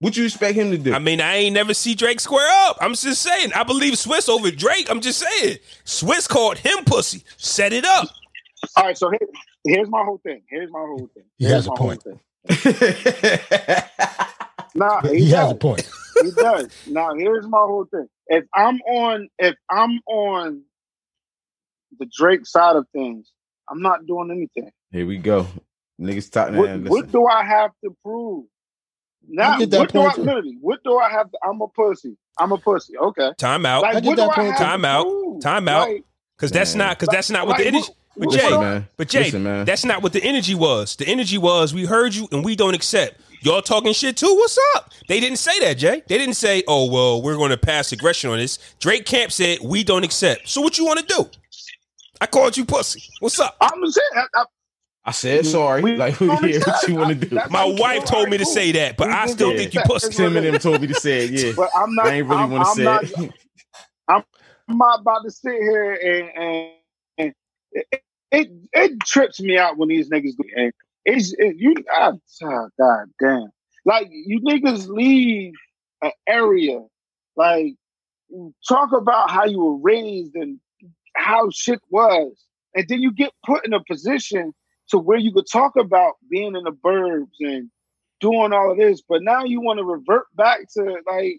What you expect him to do?
I mean, I ain't never see Drake square up. I'm just saying. I believe Swiss over Drake. I'm just saying. Swiss called him pussy. Set it up.
All right, so here, here's my whole thing. Here's my whole thing.
He has
Here's
a
my whole
point.
thing.
right,
Nah,
He has
does.
a point.
He does. Now here's my whole thing. If I'm on, if I'm on the Drake side of things, I'm not doing anything.
*laughs* here we go, niggas talking.
what,
and
what
listen.
do I have to prove? Now,
I get that
what do I
point, too.
literally? What do I have? To, I'm a pussy. I'm a pussy. Okay.
Time out.
Like,
I get
what do
that
I
point, too.
have to
Oh, Time out.
prove?
Time out.
Like,
Cause that's
Man.
not cause that's not what
like,
the energy.
what-
but Jay,
what-
man.
but Jay,
Listen, man.
that's not what the energy was. The energy was we heard you and we don't accept. Y'all talking shit too. What's up? They didn't say that, Jay. They didn't say, "Oh well, we're going to pass aggression on this." Drake Camp said, "We don't accept." So what you want to do? I called you pussy. What's up?
I'm saying. I, I,
I said sorry.
We-
like, *laughs* yeah, what you want to do?
That's-
My
Thank you.
wife told me to say that, but I still
Yeah.
think you pussy.
Tim and them told me to say it. Yeah,
but *laughs* I'm not.
I ain't really
I'm-
want to
I'm
say
not-
it.
I'm not about to sit here and, and, and it, it it trips me out when these niggas go. And it's it, you. I, oh, God damn! Like you niggas leave an area. Like talk about how you were raised and how shit was, and then you get put in a position to where you could talk about being in the burbs and doing all of this, but now you want to revert back to like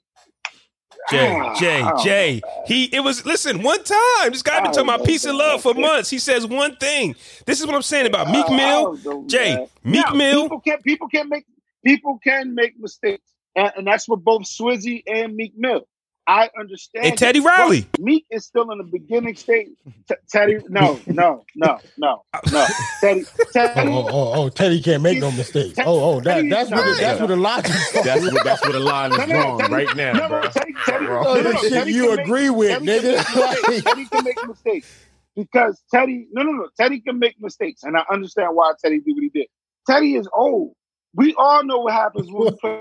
*laughs* Jay,
ah,
Jay,
oh.
Jay. He it was listen, one time. This guy been
I
talking
don't
about
know
peace and
that.
love for months. He says one thing. This is what I'm saying about Meek Mill. Jay, Meek
Now,
Mill-
People can people can make people can make mistakes, and, and that's for both Swizzy and Meek Mill. I understand.
And Teddy
it, but
Riley.
Meek is still in the beginning state. T- Teddy, no, no, no, no, no. Teddy,
Oh,
Teddy,
oh, oh, oh, Teddy can't make no mistakes. Oh, oh, that, that's what the, that's what the logic.
*laughs* That's what that's what the line
No,
is
no,
wrong
Teddy-
right now,
no,
bro.
no, Teddy, Teddy,
Wrong.
no,
Oh,
no,
that
no,
shit
Teddy
you
can make-
agree with,
Teddy can make mistakes.
nigga.
Teddy can make mistakes because Teddy. No, no, no. Teddy can make mistakes, and I understand why Teddy did what he did. Teddy is old. We all know what happens when we play *laughs*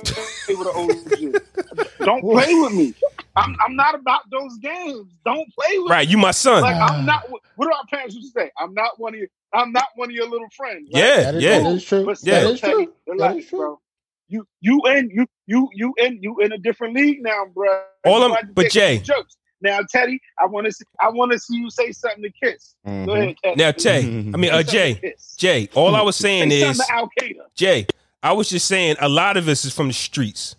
with an old dude. Don't play with me. I'm, I'm not about those games. Don't play with
Right, you my
me.
son.
Like I'm not. What do our parents used to say? I'm not one of your. I'm not one of your little friends. Like,
yeah,
That is,
yeah.
that is true.
but
Yeah.
still,
That is
Teddy,
true.
they're
That
like,
is true.
bro, you you in you you you in you in a different league now, bro.
All
You
I'm-
had to
but
take
Jay.
some jokes. Now, Teddy, I want to see I want to see you say something to Kiss. Go
Mm-hmm.
ahead, Teddy.
Mm-hmm. Now, Jay, I mean, uh,
Say something
Jay,
to Kiss.
Jay, all I was
Say
saying
something
is,
to Al Qaeda.
Jay, I was just saying a lot of us is from the streets.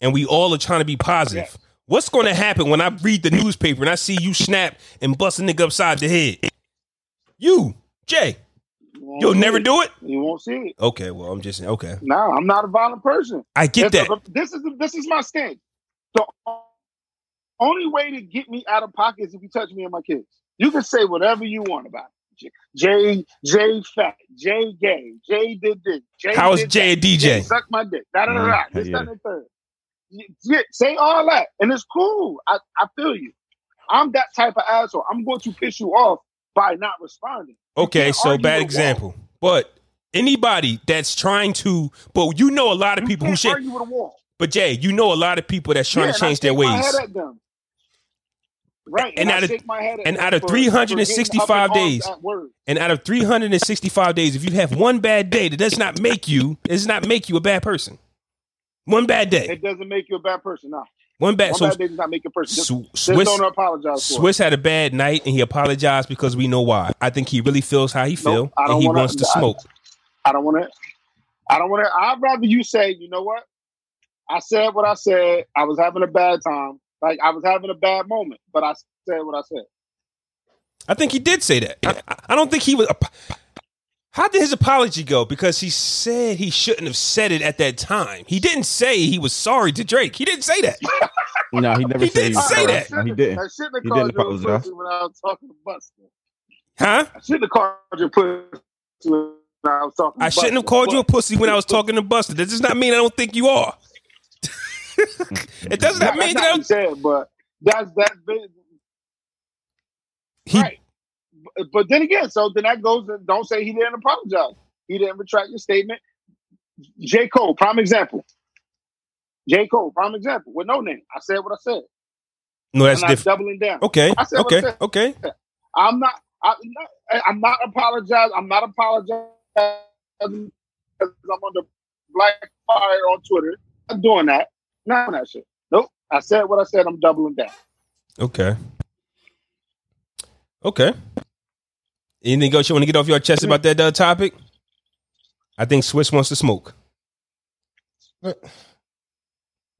and we all are trying to be positive. What's going to happen when I read the newspaper and I see you snap and bust a nigga upside the head? You, Jay,
Mm-hmm.
you'll never do it.
You won't see it.
Okay, well, I'm just saying. Okay,
No, I'm not a violent person.
I get
That's-
that.
This is this is my stance. The o- only way to get me out of pocket is if you touch me and my kids. You can say whatever you want about it. Jay, Jay fat, Jay gay, Jay did this. Jay
How is
did
Jay a Mm-hmm.
that,
DJ?
Suck my dick. Da da da da.
Yeah,
This
yeah.
that, and the third. Y- yeah, say all that, and it's cool. I, I feel you. I'm that type of asshole. I'm going to piss you off by not responding.
Okay, so
argue
bad
with
example. But anybody that's trying to, but you know a lot of
You
people who
can't
shit.
argue with a wall.
But Jay, you know a lot of people that's
Yeah,
trying
and
to
I
change their
shake my
ways.
head at them. Right.
And
I
out of-
shake my head at
and
them
out of
for-
365
for getting up in arms
days.
at work.
And out of 365 days, if you have one bad day, that does not make you it does not make you a bad person. One bad day,
It doesn't make you a bad person. No.
one bad.
One
so
bad day does not make you a person. Just,
Sw-
just
Swiss
don't apologize for
Swiss had a bad night, and he apologized because we know why. I think he really feels how he
it.
feel,
Nope, I don't
and he
wanna,
wants to
I-
smoke.
I, don't want to. I don't want to. I'd rather you say, you know what? I said what I said. I was having a bad time. Like, I was having a bad moment, but I said what I said.
I think he did say that. I- I, I don't think he was. ap- How did his apology go? Because he said he shouldn't have said it at that time. He didn't say he was sorry to Drake. He didn't say that.
No,
*laughs*
he never
He
said
didn't
was
say
sorry.
that.
No, he didn't.
I shouldn't have
He
called
didn't
you a
apologize.
pussy when I was talking to Buster.
Huh?
I shouldn't have called you a pussy when I was talking to
I shouldn't have
Busta,
called you a
but-
pussy when I was talking to Buster. That does not mean I don't think you are. *laughs* it does not
That's
mean that I
not what he
don't.
said, but that's that's big-
He,
right. But- But then again, so then that goes. and Don't say he didn't apologize. He didn't retract your statement. J. Cole, prime example. J. Cole, prime example. With no name, I said what I said.
no, that's
I'm not
different.
doubling down.
Okay,
I said what I
okay,
said.
okay.
I'm not. I, I'm not apologizing. I'm not apologizing because I'm under black fire on Twitter. I'm not doing that. None of that shit. Nope. I said what I said. I'm doubling down.
Okay. Okay. Anything else you want to get off your chest about that uh, topic? I think Swiss wants to smoke.
What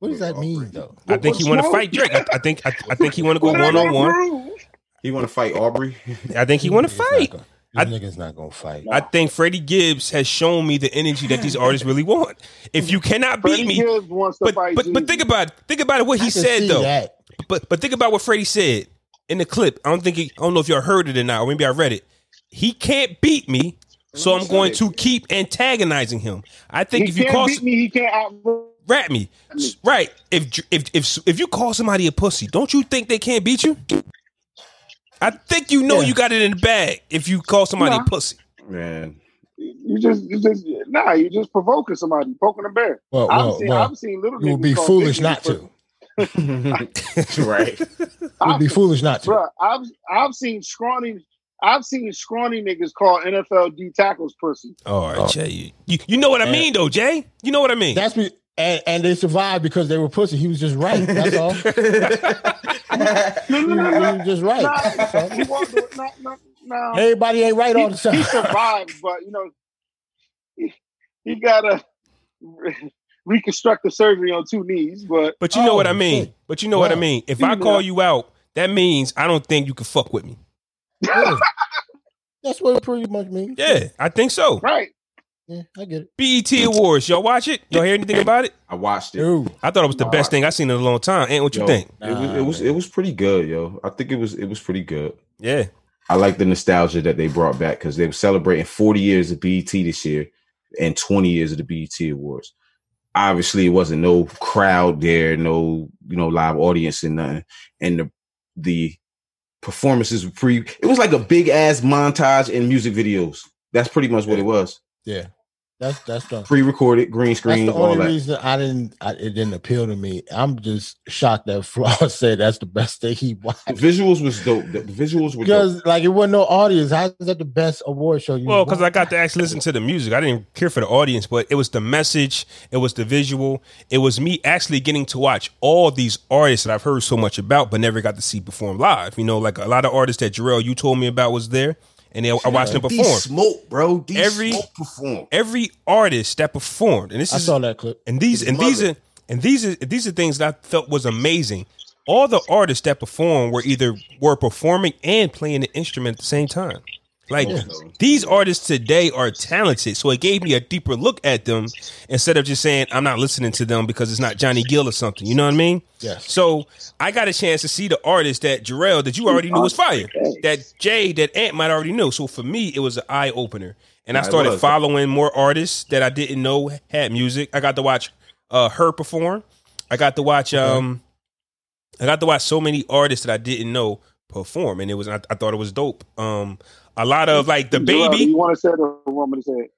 does that mean though?
I think he want to fight Drake. I, I think I, I think he want to go one on one.
He want to fight Aubrey.
I think he want to
Niggas not
fight.
gonna-
I-
These niggas not gonna fight.
I think Freddie Gibbs has shown me the energy that these artists really want. If you cannot beat
Freddie
me,
Gibbs wants to
but
fight
but, but
Jesus.
think about it. think about what
I
he
can
said
see
though.
That.
But but think about what Freddie said in the clip. I don't think he, I don't know if y'all heard it or not, or maybe I read it. He can't beat me, so I'm going to keep antagonizing him. I think
he
if you
can't
call
beat me, he can't outrun
rat me.
me.
Right. If if if if you call somebody a pussy, don't you think they can't beat you? I think you know
Yeah.
you got it in the bag if you call somebody
Nah.
a pussy.
Man, *laughs*
You just, you just, nah, you just provoking somebody, poking a bear.
Well,
I've
well,
seen,
well,
I've seen little.
you would
niggas
be
call
foolish
big
not
niggas
to.
*laughs*
right?
You would be
pussy.
foolish not to.
Bruh, I've I've seen scrawny I've seen scrawny niggas call NFL D tackles
*laughs*
pussy.
All
Oh.
right, Jay. You, you, you know what I
Yeah.
mean though, Jay? You know what I mean?
That's be, and, and they survived because they were pussy. He was just right.
*laughs*
That's all. he,
No, no, no,
was- he
no,
was just right.
no,
That's all.
he won't do it. no, no,
*laughs*
no.
Everybody ain't right all the
He, he
time.
survived, but you know, he, he got a *laughs* re- reconstructive surgery on two knees. But
But you know
Oh,
what I mean.
shit.
But you know what I
Wow.
mean. If I
Yeah.
call you out, that means I don't think you can fuck with me.
Yeah. *laughs* That's what it pretty much means.
Yeah, I think so.
*laughs* right,
Yeah, I get it.
BET Awards. Y'all watch it? Y'all hear anything about it?
I watched it.
Dude,
I thought it was the
Nah.
best thing I seen in a long time. Ain't what you
Yo,
think?
It was, it was it was pretty good, yo. I think it was it was pretty good.
Yeah.
I like the nostalgia that they brought back because they were celebrating 40 years of BET this year and 20 years of the BET Awards. Obviously, it wasn't no crowd there, no you know live audience and nothing, and the the performances were pretty. It was like a big ass montage and music videos. That's pretty much what it was.
yeah. That's that's the,
Pre-recorded, green
that's
screen,
the
all
only
that.
reason I didn't. I, it didn't appeal to me. I'm just shocked that *laughs* Flaw said that's the best thing he
The *laughs*
watched.
visuals was dope. The visuals were dope.
Because like it wasn't no audience. How is that the best award show? You
Well, because I
watched?
got to actually listen to the music. I didn't care for the audience, but it was the message, it was the visual, it was me actually getting to watch all these artists that I've heard so much about but never got to see perform live. You know, like a lot of artists that Jarrell you told me about was there, and they, I watched them
D
perform.
smoke, bro. D
Every-
smoke performed.
Every artist that performed, and this
I
is
saw that clip.
and these
His
and these
mother.
are and these are these are things that I felt was amazing. All the artists that performed were either were performing and playing the instrument at the same time. Like these artists today are talented, so it gave me a deeper look at them instead of just saying I'm not listening to them because it's not Johnny Gill or something. You know what I mean?
Yes.
So I got a chance to see the artist that Jarrell that you already knew was fire, that Jay that Ant might already know. So for me, it was an eye opener, and I
Yeah, it
started
was.
following more artists that I didn't know had music. I got to watch uh, her perform. I got to watch um, I got to watch so many artists that I didn't know perform, and it was I, I thought it was dope. Um, a lot of like the baby.
You want to say the woman to say it?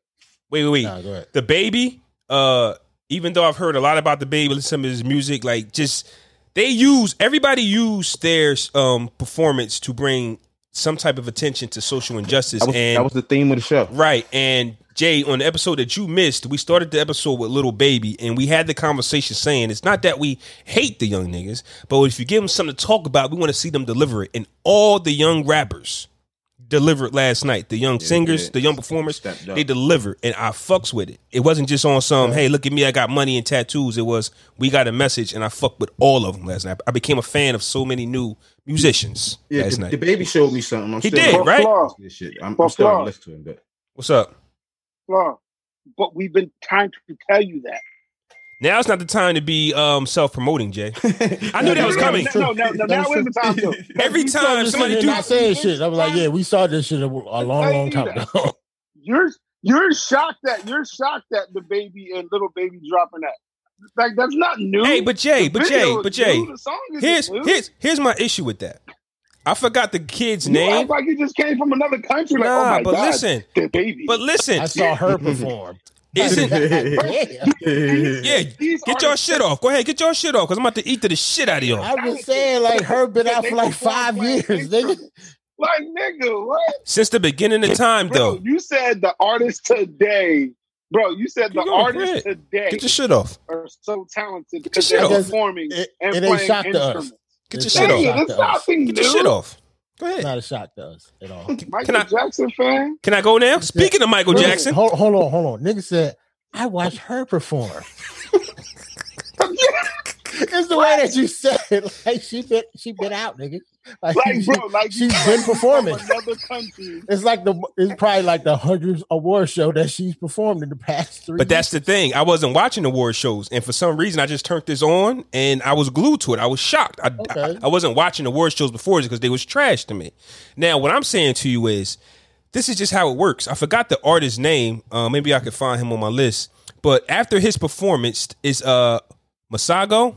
Wait, wait, wait.
Nah, go ahead.
The baby, uh, even though I've heard a lot about the baby, listen to his music, like just they use everybody use their um performance to bring some type of attention to social injustice
That was,
and
that was the theme of the show.
Right. And Jay, on the episode that you missed, we started the episode with Little Baby and we had the conversation saying it's not that we hate the young niggas, but if you give them something to talk about, we want to see them deliver it. And all the young rappers delivered last night. The young singers,
did.
the young performers,
Stepped up.
they delivered. And I fucks with it. It wasn't just on some, hey, look at me, I got money and tattoos. It was, we got a message and I fucked with all of them last night. I became a fan of so many new musicians
Yeah,
last
the,
night.
the baby showed me something. I'm
He
still
did,
not
right?
Flaw,
listening to This shit. I'm,
For
I'm still
flaw.
not listening to it, but
What's up?
flaw. But we've been trying to tell you that.
Now's not the time to be um, self promoting, Jay. *laughs* I
*laughs*
knew that was coming.
No, no, no. no now is the time to.
Every time somebody do,
not saying shit. I'm like, yeah, we saw this shit a, a long, long time ago. *laughs*
You're you're shocked that you're shocked that the baby and little baby dropping that. Like that's not new.
hey, but Jay,
The
but Jay,
video
but
is new,
Jay,
the song is
here's
new.
here's here's my issue with that. I forgot the kid's
You act
name,
like you just came from another country. Like, oh
Nah,
my
but
god,
listen.
the baby.
but listen,
I saw her perform. *laughs*
isn't
yeah,
*laughs*
yeah?
These
Get your
artists-
shit off. Go ahead, get your shit off, cause I'm about to eat to the shit out of y'all.
I was saying like her been out for like five years. Nigga.
Like nigga, what?
Since the beginning of time,
Bro,
though,
you said the artist today, bro. You said the
You gonna
artist
quit.
today
get your shit off.
are so talented
Get your
because
shit
they're
off.
performing
It-
and
it ain't
playing
shock to us.
instruments.
Get your
It's
shit
not a
Hey,
off.
shock
it's
to us.
nothing
Get your shit
new.
off. Go
It's
ahead.
not a shock to us at all.
Michael
Can I-
Jackson fan.
Can I go now? Speaking of Michael
Listen,
Jackson,
Hold, hold on, hold on. Nigga said, I watched
*laughs*
her perform. it's the way that you said it. *laughs* Like she been she been out, nigga. Like,
Like,
*laughs*
she,
bro, like
she's been performing.
from another country.
It's like the it's probably like the hundredth award show that she's performed in the past three.
But that's the thing. I wasn't watching award shows, and for some reason, I just turned this on, and I was glued to it. I was shocked. I,
Okay.
I, I wasn't watching award shows before because they was trash to me. Now, what I'm saying to you is, this is just how it works. I forgot the artist's name. Uh, maybe I could find him on my list. But after his performance, is uh Masago,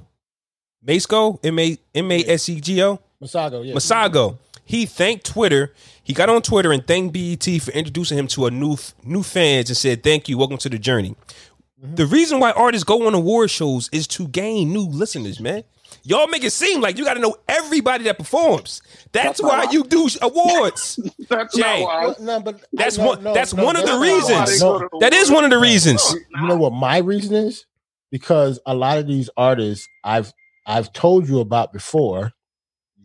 Masego, M A M A S E G O.
years. Masago, yeah.
Masago. He thanked Twitter. He got on Twitter and thanked BET for introducing him to a new new fans and said, "Thank you, welcome to the journey." The reason why artists go on award shows is to gain new listeners, man. Y'all make it seem like you got to know everybody that performs. That's, why you do awards.
That's
Jay,
not why.
No, but
That's
no,
one-
no,
that's
no,
one of the
that's not why they
reasons.
go to-
that is one of the reasons.
you know what my reason is because a lot of these artists i've i've told you about before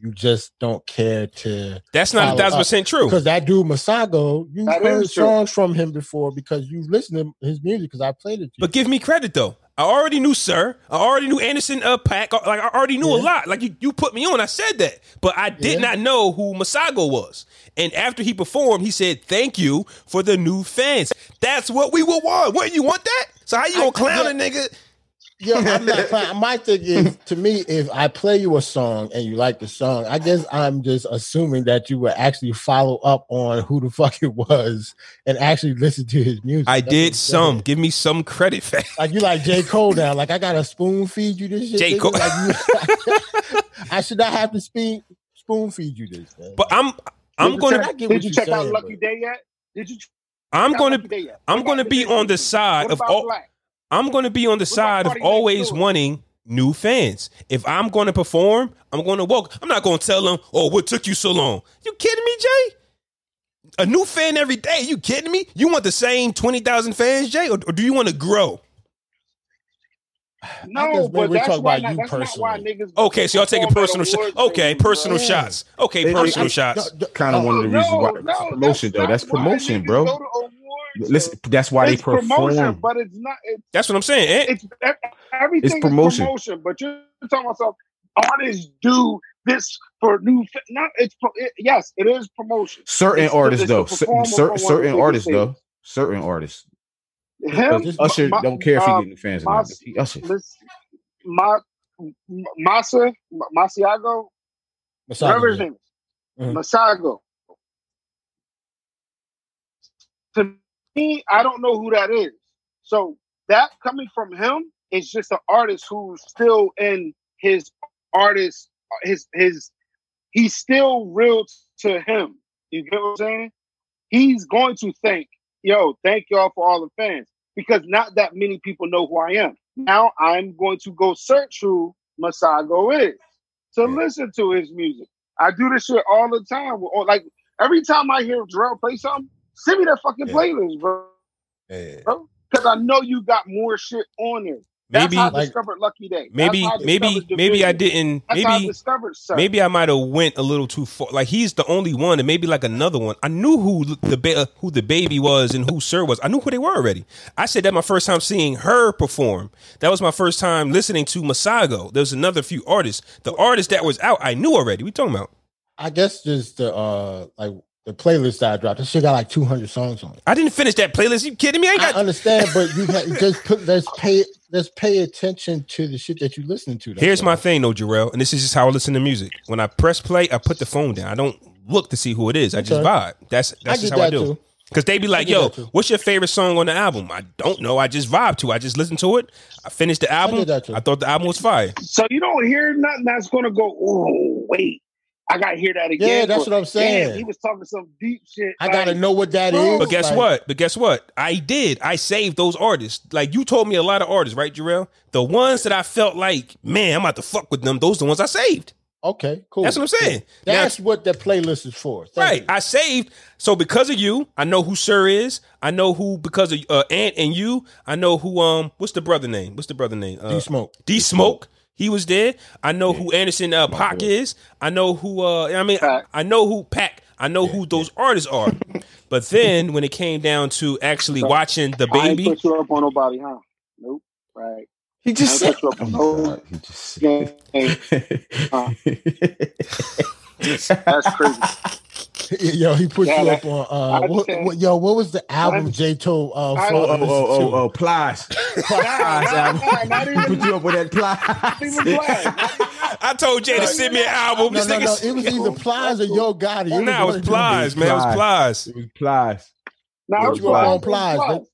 you just don't care to
That's not a thousand percent true.
because that dude masago you
That
heard
is true.
songs from him before because you listened to his music because i played it to you.
But give me credit though. I already knew Sir. I already knew Anderson uh, Pack. Like I already knew a
Yeah.
lot. Like you, you put me on. I said that, but I did
Yeah.
not know who Masago was. And after he performed, he said, "Thank you for the new fans." That's what we would want. What you want that? So how you gonna clown a nigga?
Yeah, I'm
*laughs*
not clown. My thing is, to me, if I play you a song and you like the song, I guess I'm just assuming that you would actually follow up on who the *laughs* fuck it was and actually listen to his music.
I
That's what
did
I'm
some.
saying.
Give me some credit, fam.
Like you like J Cole now. Like I gotta spoon feed you this shit.
J.
nigga?
Cole.
Like, you- *laughs* I should not have to speed, spoon feed you this. Man.
But I'm, I'm
Did
gonna,
I get what
Did you check out
saying,
Lucky
but-
Day yet? Did you? check
I'm
out
gonna,
Lucky Day yet?
I'm
What
gonna
about
be
Billie
on the
Jean?
side
What
of
about
all.
Black?
I'm going to be on the
about
side of
Party Next
always
Door?
wanting new fans. If I'm going to perform, I'm going to walk. I'm not going to tell them, "Oh, what took you so long?" You kidding me, Jay? A new fan every day. You kidding me? You want the same twenty thousand fans, Jay, or, or do you want to grow?
I
No,
just-
but
we're
that's
talking
why
about
not,
you
that's not why
personally.
niggas.
Okay, so y'all taking
perform at
personal shots.
awards
Okay,
shows,
personal
bro.
shots. Okay,
They- they-
personal
I'm-
shots.
No, d-
kind of
oh,
one of the
No,
reasons why
no,
promotion though.
not
That's
why
promotion,
niggas
bro.
Go to award
Listen, that's why
it's
they perform.
promotion, but it's not. It's,
That's what I'm saying. Eh?
it's ev- everything
It's promotion.
Is promotion. But you're talking about some artists do this for new. fi- Not it's pro, it, yes, it is promotion.
certain
it's the-
artists
it's the
though, cer-
performer
cer-
for one
certain
particular
artists
thing.
though, certain artists.
Him,
Because Usher
my-
don't care if he
uh,
getting fans
my-
or not. He Usher.
listen, my M- Masa M- Masiago, whatever his
Masago,
name is,
Mhm.
Masago. To me, I don't know who that is. So that coming from him is just an artist who's still in his artist, his his. He's still real to him. You get what I'm saying? He's going to think, yo, thank y'all for all the fans because not that many people know who I am. Now I'm going to go search who Masago is to listen to his music. I do this shit all the time. Or, Like every time I hear Jarrell play something, send me that fucking
Yeah.
playlist, bro,
yeah.
because I know you got more shit on there. That's
Maybe
how I
Like-
discovered Lucky Day. That's
maybe
how I
maybe
discovered
maybe I
Division.
didn't
That's how I
maybe
discovered Sir.
maybe I might have went a little too far. Like he's the only one, and maybe like another one. I knew who the ba- uh, who the baby was and who Sir was. I knew who they were already. I said that my first time seeing her perform. That was my first time listening to Masago. There's another few artists. The artist that was out, I knew already. We talking about?
I guess just the uh like the playlist that I dropped. This shit got like two hundred songs on it.
I didn't finish that playlist. You kidding me? I ain't
I
got.
understand, but you ha- just put let's pay let's pay attention to the shit that you listen to. that's
Here's
all.
my thing though, Jarrell, and this is just how I listen to music. When I press play, I put the phone down. I don't look to see who it is. I just
Okay.
vibe. That's that's
get
just how I
that,
do.
too.
Because they be like,
get
yo,
that, too.
what's your favorite song on the album? I don't know. I just vibe to. it. I just listened to it. I finished the album.
get that, too.
I, thought the album was
*laughs*
fire.
So you don't hear nothing that's going to go. Oh wait, I got to hear that again.
Yeah, that's
Or,
what I'm saying.
Damn, he was talking some deep shit.
I gotta
like,
know what that is.
But guess
like,
what? But guess what? I did. I saved those artists. Like you told me a lot of artists, right, Jarrell? The ones that I felt like, man, I'm about to fuck with them. Those are the ones I saved.
Okay, cool.
That's what I'm saying. Now-
That's what the playlist is for. Thank
right.
you.
I saved. So because of you, I know who Sir is. I know who because of uh, Ant and you. I know who. Um, what's the brother name? What's the brother name? Uh,
you smoke.
D Smoke. He was there. I know who Anderson uh, Pac is. I know who. Uh, I mean, I,
Pac.
I know who Pac. I know who those artists are.
*laughs*
but then when it came down to actually watching the
I ain't
baby,
put you up on nobody, huh? Nope. Right.
He just
I
said.
don't touch
Oh
up.
my God, he just
*laughs* Yeah.
said. *laughs*
Uh, That's crazy.
*laughs* yo, he put
Yeah,
you
that-
up on. Uh, what,
understand.
what- yo, what was the album J told? Uh,
I-
Oh,
Flo
oh,
to listen
oh, oh,
to?
oh,
*laughs*
plies. Plies album.
Nah, not
He
even-
Put you up with that
Even black.
plies.
I told Jay to send me an album.
No,
This
no, no.
nigga's
It was either Plies or Yo Gotti. It was
nah, it
one
was
of them.
Plies, man. It was Plies.
It was plies.
*laughs* Nah,
It
it
was
was
Plies.
fly.
Plies,
Plies.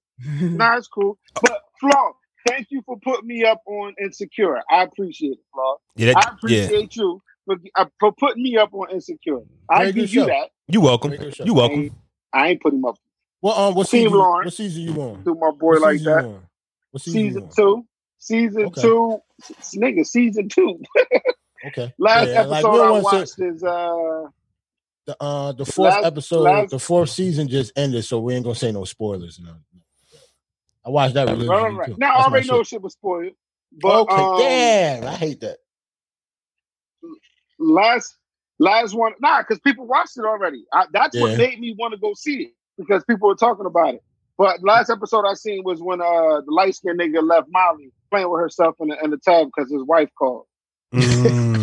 Nah, it's cool. But Flaw, thank you for putting me up on Insecure. I appreciate it, Flaw.
Yeah,
I
that, yeah.
appreciate you for, uh, for putting me up on Insecure. I
Very good
give you
show.
that.
You welcome.
Very good show.
You
I
welcome.
ain't, I ain't put him up
Well, um, what
Steve
season?
Lawrence.
What season you on?
to my boy
What
like
season
that.
you on? What season? you
Season
on?
two. Season
Okay.
two. s- Nigga, season two. *laughs*
Okay.
Last
Yeah, like,
episode
we don't
I
wanna
watched is uh
The uh, the fourth
Last-
episode,
last-
the fourth season just ended, so we ain't gonna say no spoilers. No. I watched that. Religiously
All right.
too.
Now I
That's my
already know
shit.
shit was spoiled. But
okay,
um,
damn, I hate that.
last last one nah because people watched it already I, that's
Yeah.
what made me want to go see it because people were talking about it but last episode i seen was when uh the light-skinned nigga left molly playing with herself in the, in the tub because his wife called *laughs*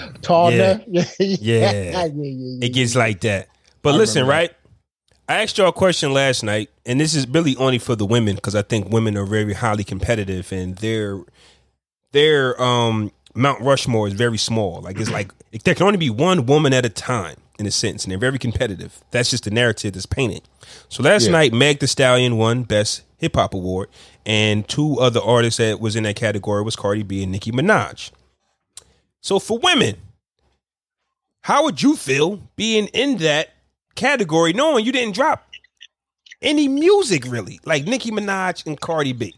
Mm.
Tall
Yeah.
man. *laughs* yeah, yeah,
Yeah.
yeah, yeah,
it
yeah.
gets like that. But
I
listen,
remember
right? I asked y'all a question last night, and this is really only for the women because I think women are very highly competitive, and their their um Mount Rushmore is very small. Like it's
*clears throat*
like there can only be one woman at a time in a sense, and they're very competitive. That's just the narrative that's painted. So last
Yeah.
night, Meg The Stallion won Best Hip Hop Award, and two other artists that was in that category was Cardi B and Nicki Minaj. So for women, how would you feel being in that category, knowing you didn't drop any music really, like Nicki Minaj and Cardi B?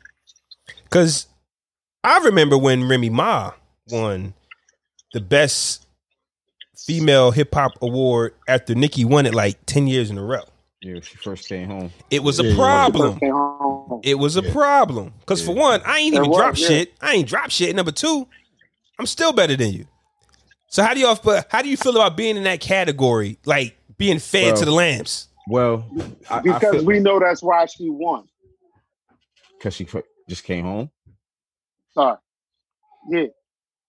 Because I remember when Remy Ma won the best female hip hop award after Nicki won it like 10 years in a row.
Yeah, she first came home.
It was
Yeah,
a
yeah.
problem.
Came home.
It was a
Yeah.
problem. Because for one, I ain't
It
even
was,
drop
yeah.
shit. I ain't drop shit. Number two, I'm still better than you. So how do y'all but how do you feel about being in that category? Like being fed
Bro.
to the lambs?
Well, I, I
because
feel-
we know that's why she won.
because she cr- just came home.
Sorry. Yeah.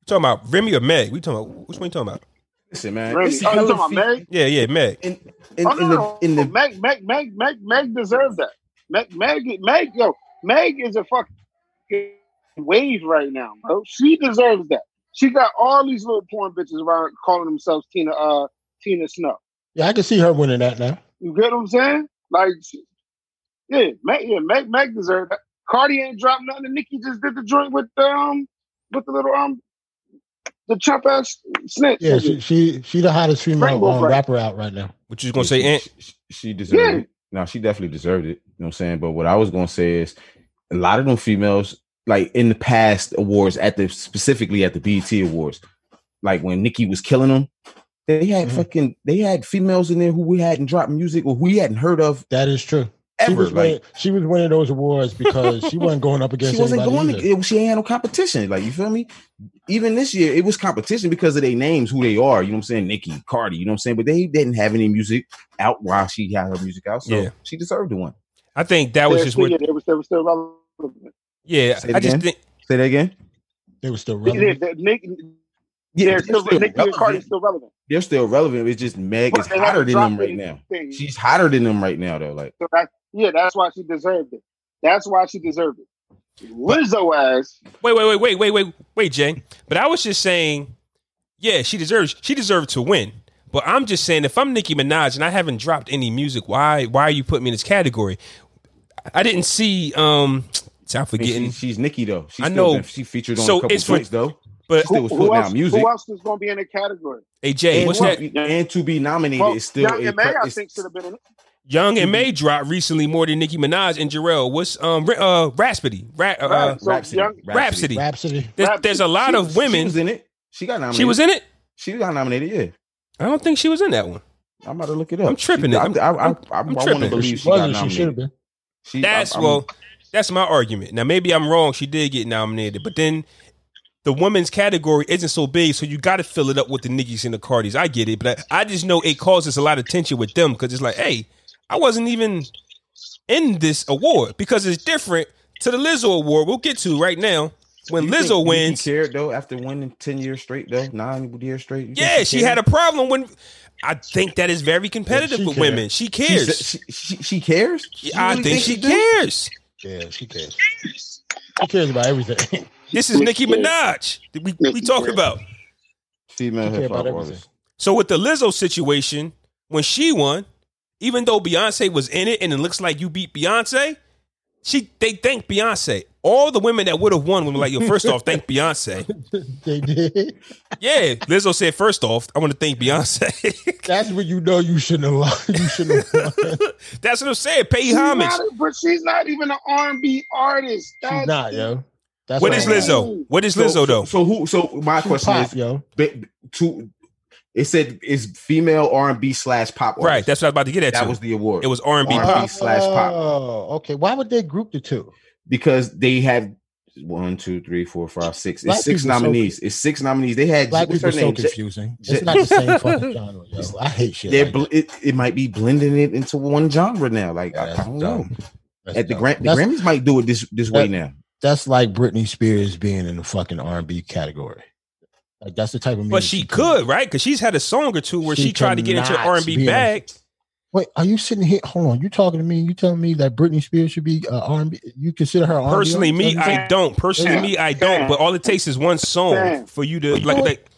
talking about Remy or Meg? We talking about which one you talking about?
Listen, man.
Remy.
it's
Oh, you
hella
talking about
fe-
Meg?
Yeah, yeah, Meg.
In, in,
oh,
in the
no,
in
no,
the
Meg, Meg, Meg, Meg, Meg deserves that. Meg, Meg, Meg, yo, Meg is a fucking wave right now, bro. She deserves that. She got all these little porn bitches around calling themselves Tina, uh, Tina Snow.
Yeah, I can see her winning that now.
You get what I'm saying? Like, she- yeah, Meg, yeah, Meg, Meg deserved that. Cardi ain't dropped nothing. and Nicki just did the joint with um, with the little um, the chump ass snitch.
Yeah, she she, she the hottest female
Rainbow
um,
Bright.
rapper out right now.
What you gonna say, Ant?
She, she- she deserved
Yeah.
it. No, she definitely deserved it. You know what I'm saying? But what I was gonna say is a lot of them females, like in the past awards, at the specifically at the BT awards, like when Nikki was killing them, they had
Mm-hmm.
Mhm.
fucking they had females in there who we hadn't dropped music or we hadn't heard of
That is true. she
ever.
was winning,
Like
she was winning those awards because she wasn't going up
*laughs*
against
she wasn't
anybody
going
either.
to, it- she ain't had no competition. Like, you feel me? Even this year, it was competition because of their names, who they are. You know what I'm saying? Nikki, Cardi, you know what I'm saying? But they didn't have any music out while she had her music out. So
Yeah.
she deserved the one.
I think that was just
yeah,
what.
they were still, still relevant.
Yeah,
Say it
I just
again.
think.
Say that again.
They were still
Yeah,
relevant.
that Nick,
Yeah,
they're still, Nicki and Cardi's still relevant.
They're still relevant. It's just Meg
But
is
they
hotter
haven't
than them
dropped
right now.
anything.
She's hotter than them right now, though. Like,
So that, yeah, that's why she deserved it. That's why she deserved it. Lizzo ass.
Wait, wait, wait, wait, wait, wait, wait, Jay. But I was just saying, yeah, she deserves she deserved to win. But I'm just saying, if I'm Nicki Minaj and I haven't dropped any music, why why are you putting me in this category? I didn't see. um I'm
I mean, she-
forgetting.
she's Nikki though. She's
I
still
know.
Been, she featured on
So
a couple
it's for-
joints though.
But
She still was
Who, who
putting out
else,
music.
who else is going to be in the category?
hey, Jay,
and,
what's
to
that?
be- and to be nominated
Well,
is still
Young
a
and May,
pre-
I
it's-
think, should have been in it.
Young and May dropped recently more than Nicki Minaj and Jarrell. What's um Ra- uh Raspity? Ra- uh,
Right. So
Rhapsody.
Young-
Rhapsody.
Rhapsody.
There's, there's a lot
She-
of women.
She was in it. She got nominated.
She was in it.
She got nominated. Yeah.
I don't think she was in that one.
I'm about to look it up.
I'm tripping
She-
it. I'm-
I, I, I, I,
I'm
want
tripping
to
it.
believe she,
She
got
wasn't. She
nominated.
should have been.
She-
That's
I'm- I'm-
well, that's my argument. Now maybe I'm wrong. She did get nominated, but then the women's category isn't so big, so you got to fill it up with the Nickies and the Cardis. I get it, but I, I just know it causes a lot of tension with them because it's like, hey, I wasn't even in this award because it's different to the Lizzo award. We'll get to right now when
You think
Lizzo
Nicki
wins.
cared though after winning ten years straight though nine years straight. You think
Yeah, she
cared?
had a problem when. I think that is very competitive
she
with
cared.
women. She
She
cares.
said- She, she, she cares. You
I
really
think she
do?
cares.
Yeah, she cares. She cares about everything. *laughs*
This is Nicki
cares.
Minaj that we, we
Nicki
talk
cares.
about.
Female
She care
hip hop
about everything.
artist.
So with the Lizzo situation, when she won, even though Beyonce was in it and it looks like you beat Beyonce, she they thank Beyonce. All the women that would have won would be like, yo, first off, thank Beyonce.
they did.
Yeah, Lizzo said, first off, I want to thank Beyonce. *laughs*
That's when you know you shouldn't have lied. You shouldn't have *laughs* lied.
That's what I'm saying. Pay
She's
homage.
not, but she's not even an R&B artist.
She's
That's
not, yo. That's
What
all
is
I'm saying.
Lizzo? What is Lizzo
so,
though?
So who? So my
She
question
pop,
is,
yo.
be- to it said is female R and B slash pop. artist.
Right. That's what I was about to get at.
that
you.
was the award.
it was R and B pop.
R&B. E slash pop.
Oh, okay. Why would they group the two?
because they have one, two, three, four, five, six.
Black
It's six
people so
nominees. it's six nominees. They had
Black
what's
people
her
so
name? Ja-
confusing.
Ja-
it's not
*laughs*
the same fucking genre, yo. I hate shit.
They're
like
bl-
that.
it, it might be blending it into one genre now. Like I-
Yeah,
I
that's
don't know.
dumb. That's
At the
dumb.
Gram- the
that's,
Grammys might do it this this way now.
that's like Britney Spears being in the fucking R and B category. Like that's the type of music.
But she
plays.
could, right? Because she's had a song or two where she,
She
tried to get into
cannot
R and B
be on-
bag.
Wait, are you sitting here? Hold on. You talking to me? You telling me that Britney Spears should be uh, R and B? You consider her R and B?
Personally, me, I don't. Personally,
Yeah.
me, I don't. But all it takes is one song
Damn.
for you to like. like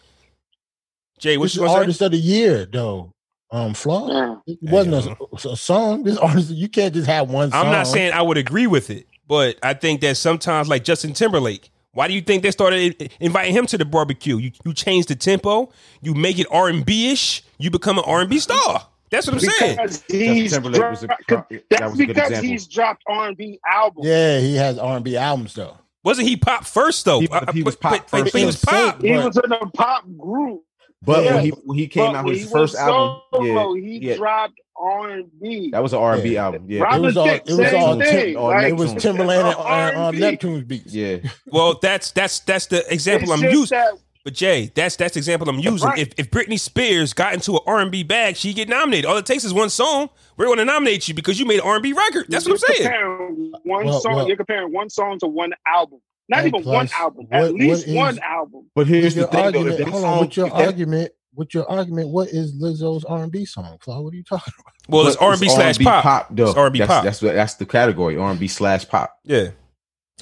Jay, what
This
you
is
gonna say?
artist of the year though. Um, flaw.
Yeah.
It wasn't a, a song. This *laughs* artist, you can't just have one. song.
I'm not saying I would agree with it, but I think that sometimes, like Justin Timberlake, why do you think they started i- inviting him to the barbecue? You you change the tempo, you make it R and B ish, you become an R and B star. That's what I'm saying.
Because he's
Timberlake was a
dropped-
pro- that
that's
was a good
because
example.
he's dropped R&B albums.
Yeah, he has R and B albums though.
Wasn't he pop first though?
He- he was pop
but- but
first.
he was pop.
He
Right.
was in a pop group.
But
Yeah.
when he when he came
But
out
when
with his
he
first
went
album,
solo,
yeah,
he
yeah,
dropped R&B.
that was an R and B album. Yeah,
Robin
It was all-
Thicke,
it was
same
all
thing.
Tim- all
Like,
It was
Neptune.
Timberland and,
R&B.
and, um, Neptune's beats.
yeah.
Well, that's that's that's the example I'm
It's just
using.
that
But Jay, that's that's the example I'm using. If if Britney Spears got into an R&B bag, she get nominated. All it takes is one song. We're going to nominate you because you made an R&B record. That's what I'm
You're
saying.
Comparing one
Uh, Well,
song,
well-
you're comparing one song to one album. Not
And
even
plus,
one album. At
what- what
least
is-
one album.
But here's the
your
thing, though. If
argument,
that
hold
song,
on, what's your
if that-
argument? What's your argument? What is Lizzo's R and B song? Flaw, what are you talking about?
Well, it's
but
R&B slash pop.
though.
It's R&B
that's,
pop.
That's what that's the category. R and B slash pop.
yeah.
That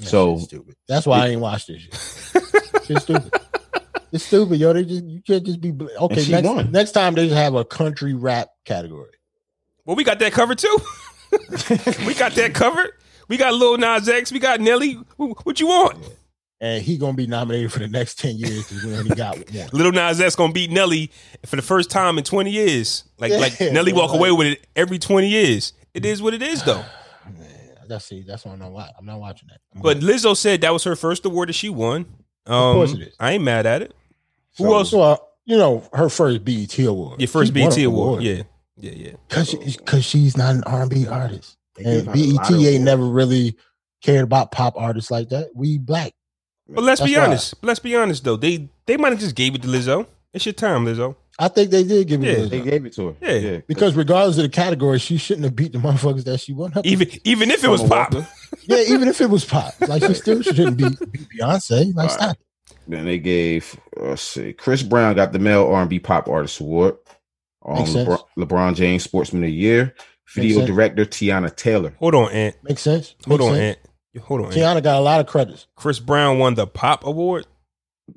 So-
shit's stupid. That's why I ain't watched this shit.
*laughs*
It's stupid. It's stupid, yo. They just you can't just be bl- okay.
she
Next,
won.
next time they just have a country rap category.
Well, we got that covered too. *laughs* we got that covered. We got Lil Nas X. We got Nelly. Wh- What you want?
And he gonna be nominated for the next ten years because we only got one.
Lil Nas X gonna beat Nelly for the first time in 20 years. Like like
Yeah,
Nelly walk
like-
away with it every 20 years. It is what it is though.
Man, that's see, that's why I'm not. wa- I'm not watching that. I'm
But
good.
Lizzo said that was her first award that she won. Um,
course it is.
I ain't mad at it. Who
So-
else?
So, uh, you know, her first BET award.
Your first
She won
BET
E
an
award. Yeah. Yeah, yeah.
because because she's not an R and B artist,
They
and
give
E
out a lot
BET
of
ain't
awards.
never really cared about pop artists like that. We black.
But let's
That's
be
why.
honest. Let's be honest though. They they might have just gave it to Lizzo. It's your time, Lizzo.
I think they did give
Yeah,
it to
They
her
gave it to her.
Yeah.
because regardless of the category, she shouldn't have beat the motherfuckers that she won. Up.
Even even if it was
Summer
pop.
Walker.
yeah, even if it was pop, like she still shouldn't beat, beat Beyonce. Like
Right.
stop. it.
Then they gave uh, let's see, Chris Brown got the male R and B pop artist award. Um,
Makes sense.
LeBron, LeBron James Sportsman of the Year. Video
sense.
director Tiana Taylor.
Hold on, Ant.
Makes sense.
Hold
Makes
on,
sense.
Ant. Hold on, Ant.
Tiana got a lot of credits.
Chris Brown won the pop award.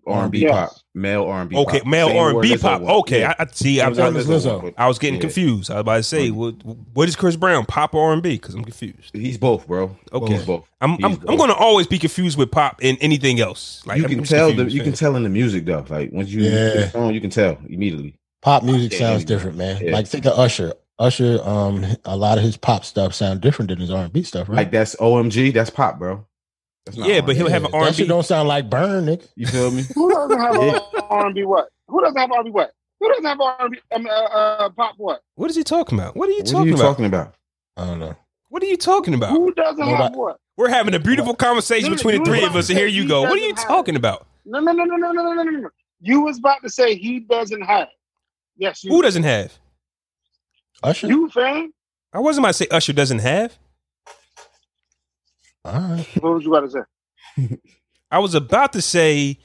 R and B
Yeah.
pop. Male R and B.
okay, male R and B pop. Okay, I, I see. I,
Same word
I,
as Lizzo.
I was getting
Yeah.
confused. I was about to say,
Mhm.
what what is Chris Brown pop or R and B? Because I'm confused.
He's both, bro.
Okay.
He's both.
I'm I'm,
He's
I'm
both.
going to always be confused with pop and anything else. Like
you
I'm
can
just
tell the
confused,
you can
man.
tell in the music though. Like once you
Yeah.
hear the song, you can tell immediately.
Pop music
Yeah.
sounds different, man.
Yeah.
Like think of Usher. Usher, um, a lot of his pop stuff sound different than his R and B stuff, right?
Like that's OMG, that's pop, bro. That's not
Yeah, but
R&B.
he'll have an
Yeah,
R
That
and
shit
B.
don't sound like Burn, nigga.
you feel
*laughs*
me?
Who doesn't have
Yeah.
R and B what? Who doesn't have R and B what? Who doesn't have R and B um, uh, uh, pop what?
What is he talking about? What are you
What
talking
are you
about?
talking about?
I don't know.
What are you talking about?
Who doesn't have
Nobody-
what?
We're having a beautiful conversation
No,
between
you
the three
was
of us,
about
and
to
here
say
you
he
go. What are you
doesn't have-
talking about?
No, no, no, no, no, no, no, no, no, no. You was about to say he doesn't have. Yes, you.
Who doesn't have?
Usher.
You fan?
I wasn't about to say Usher doesn't have.
All right.
What was you about to say?
I was about to say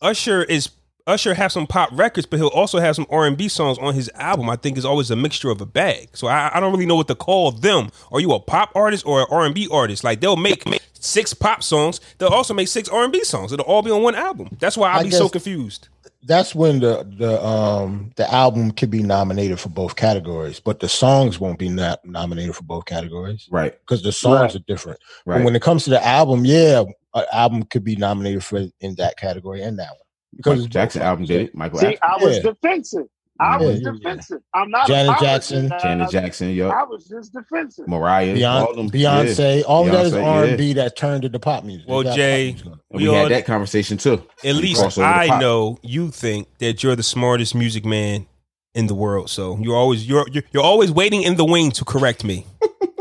Usher is Usher have some pop records, but he'll also have some R and B songs on his album. I think is always a mixture of a bag. So I, I don't really know what to call them. Are you a pop artist or an R and B artist? Like they'll make, make six pop songs. They'll also make six R and B songs. It'll all be on one album. That's why I'll
I
be so
guess-
confused.
That's when the the um the album could be nominated for both categories, but the songs won't be not nominated for both categories
Right,
because the songs are different. But
right.
when it comes to the album, yeah, an album could be nominated for in that category and that one because
Michael
it's
Jackson album did it. Michael
See, I was
Yeah.
defensive. I was
Yeah.
defensive. I'm not.
Janet
I was
Jackson.
just-
Janet Jackson,
uh, I
yo,
was just defensive.
Mariah, all
Beyonce,
them, yeah.
Beyonce, all of that is
Beyonce,
R and B that turned into pop music.
Well,
They got
Jay,
pop music on it.
And
We
we,
all-
had that conversation
*laughs*
too.
At
You
least
cross over the
I
pop.
know you think that you're the smartest music man in the world. So you're always you're you're, you're always waiting in the wing to correct me.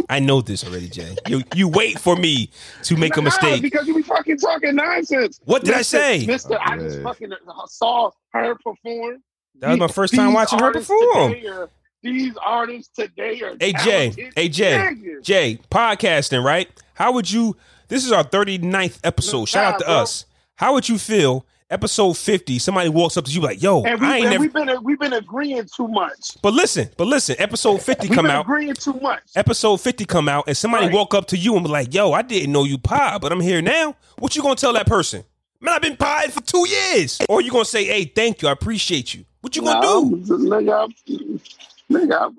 I know this already, Jay. You you wait for me to make a
Nah,
mistake.
because you be fucking talking nonsense.
What did I say?
Mister? I
Okay.
just fucking saw her perform.
That was my first time
These
watching her
artists
perform.
today are- these artists today are
Hey, Jay.
talented
Hey, Jay.
niggas.
Jay, podcasting, right? How would you this is our 39th episode. Shout out to
Nah, bro.
us. How would you feel episode 50 somebody walks up to you like, "Yo,
And we,
I ain't
and
never
we've been we've been agreeing too much.
But listen, but listen, episode 50
We've
come
been
out.
agreeing too much.
episode 50 come out and somebody
Right.
walk up to you and be like, yo, I didn't know you pie, but I'm here now. What you gonna tell that person? Man, I've been pied for two years. Or you gonna say, hey, thank you, I appreciate you. What you gonna
No,
do?
nigga, I'm- nigga, I'm-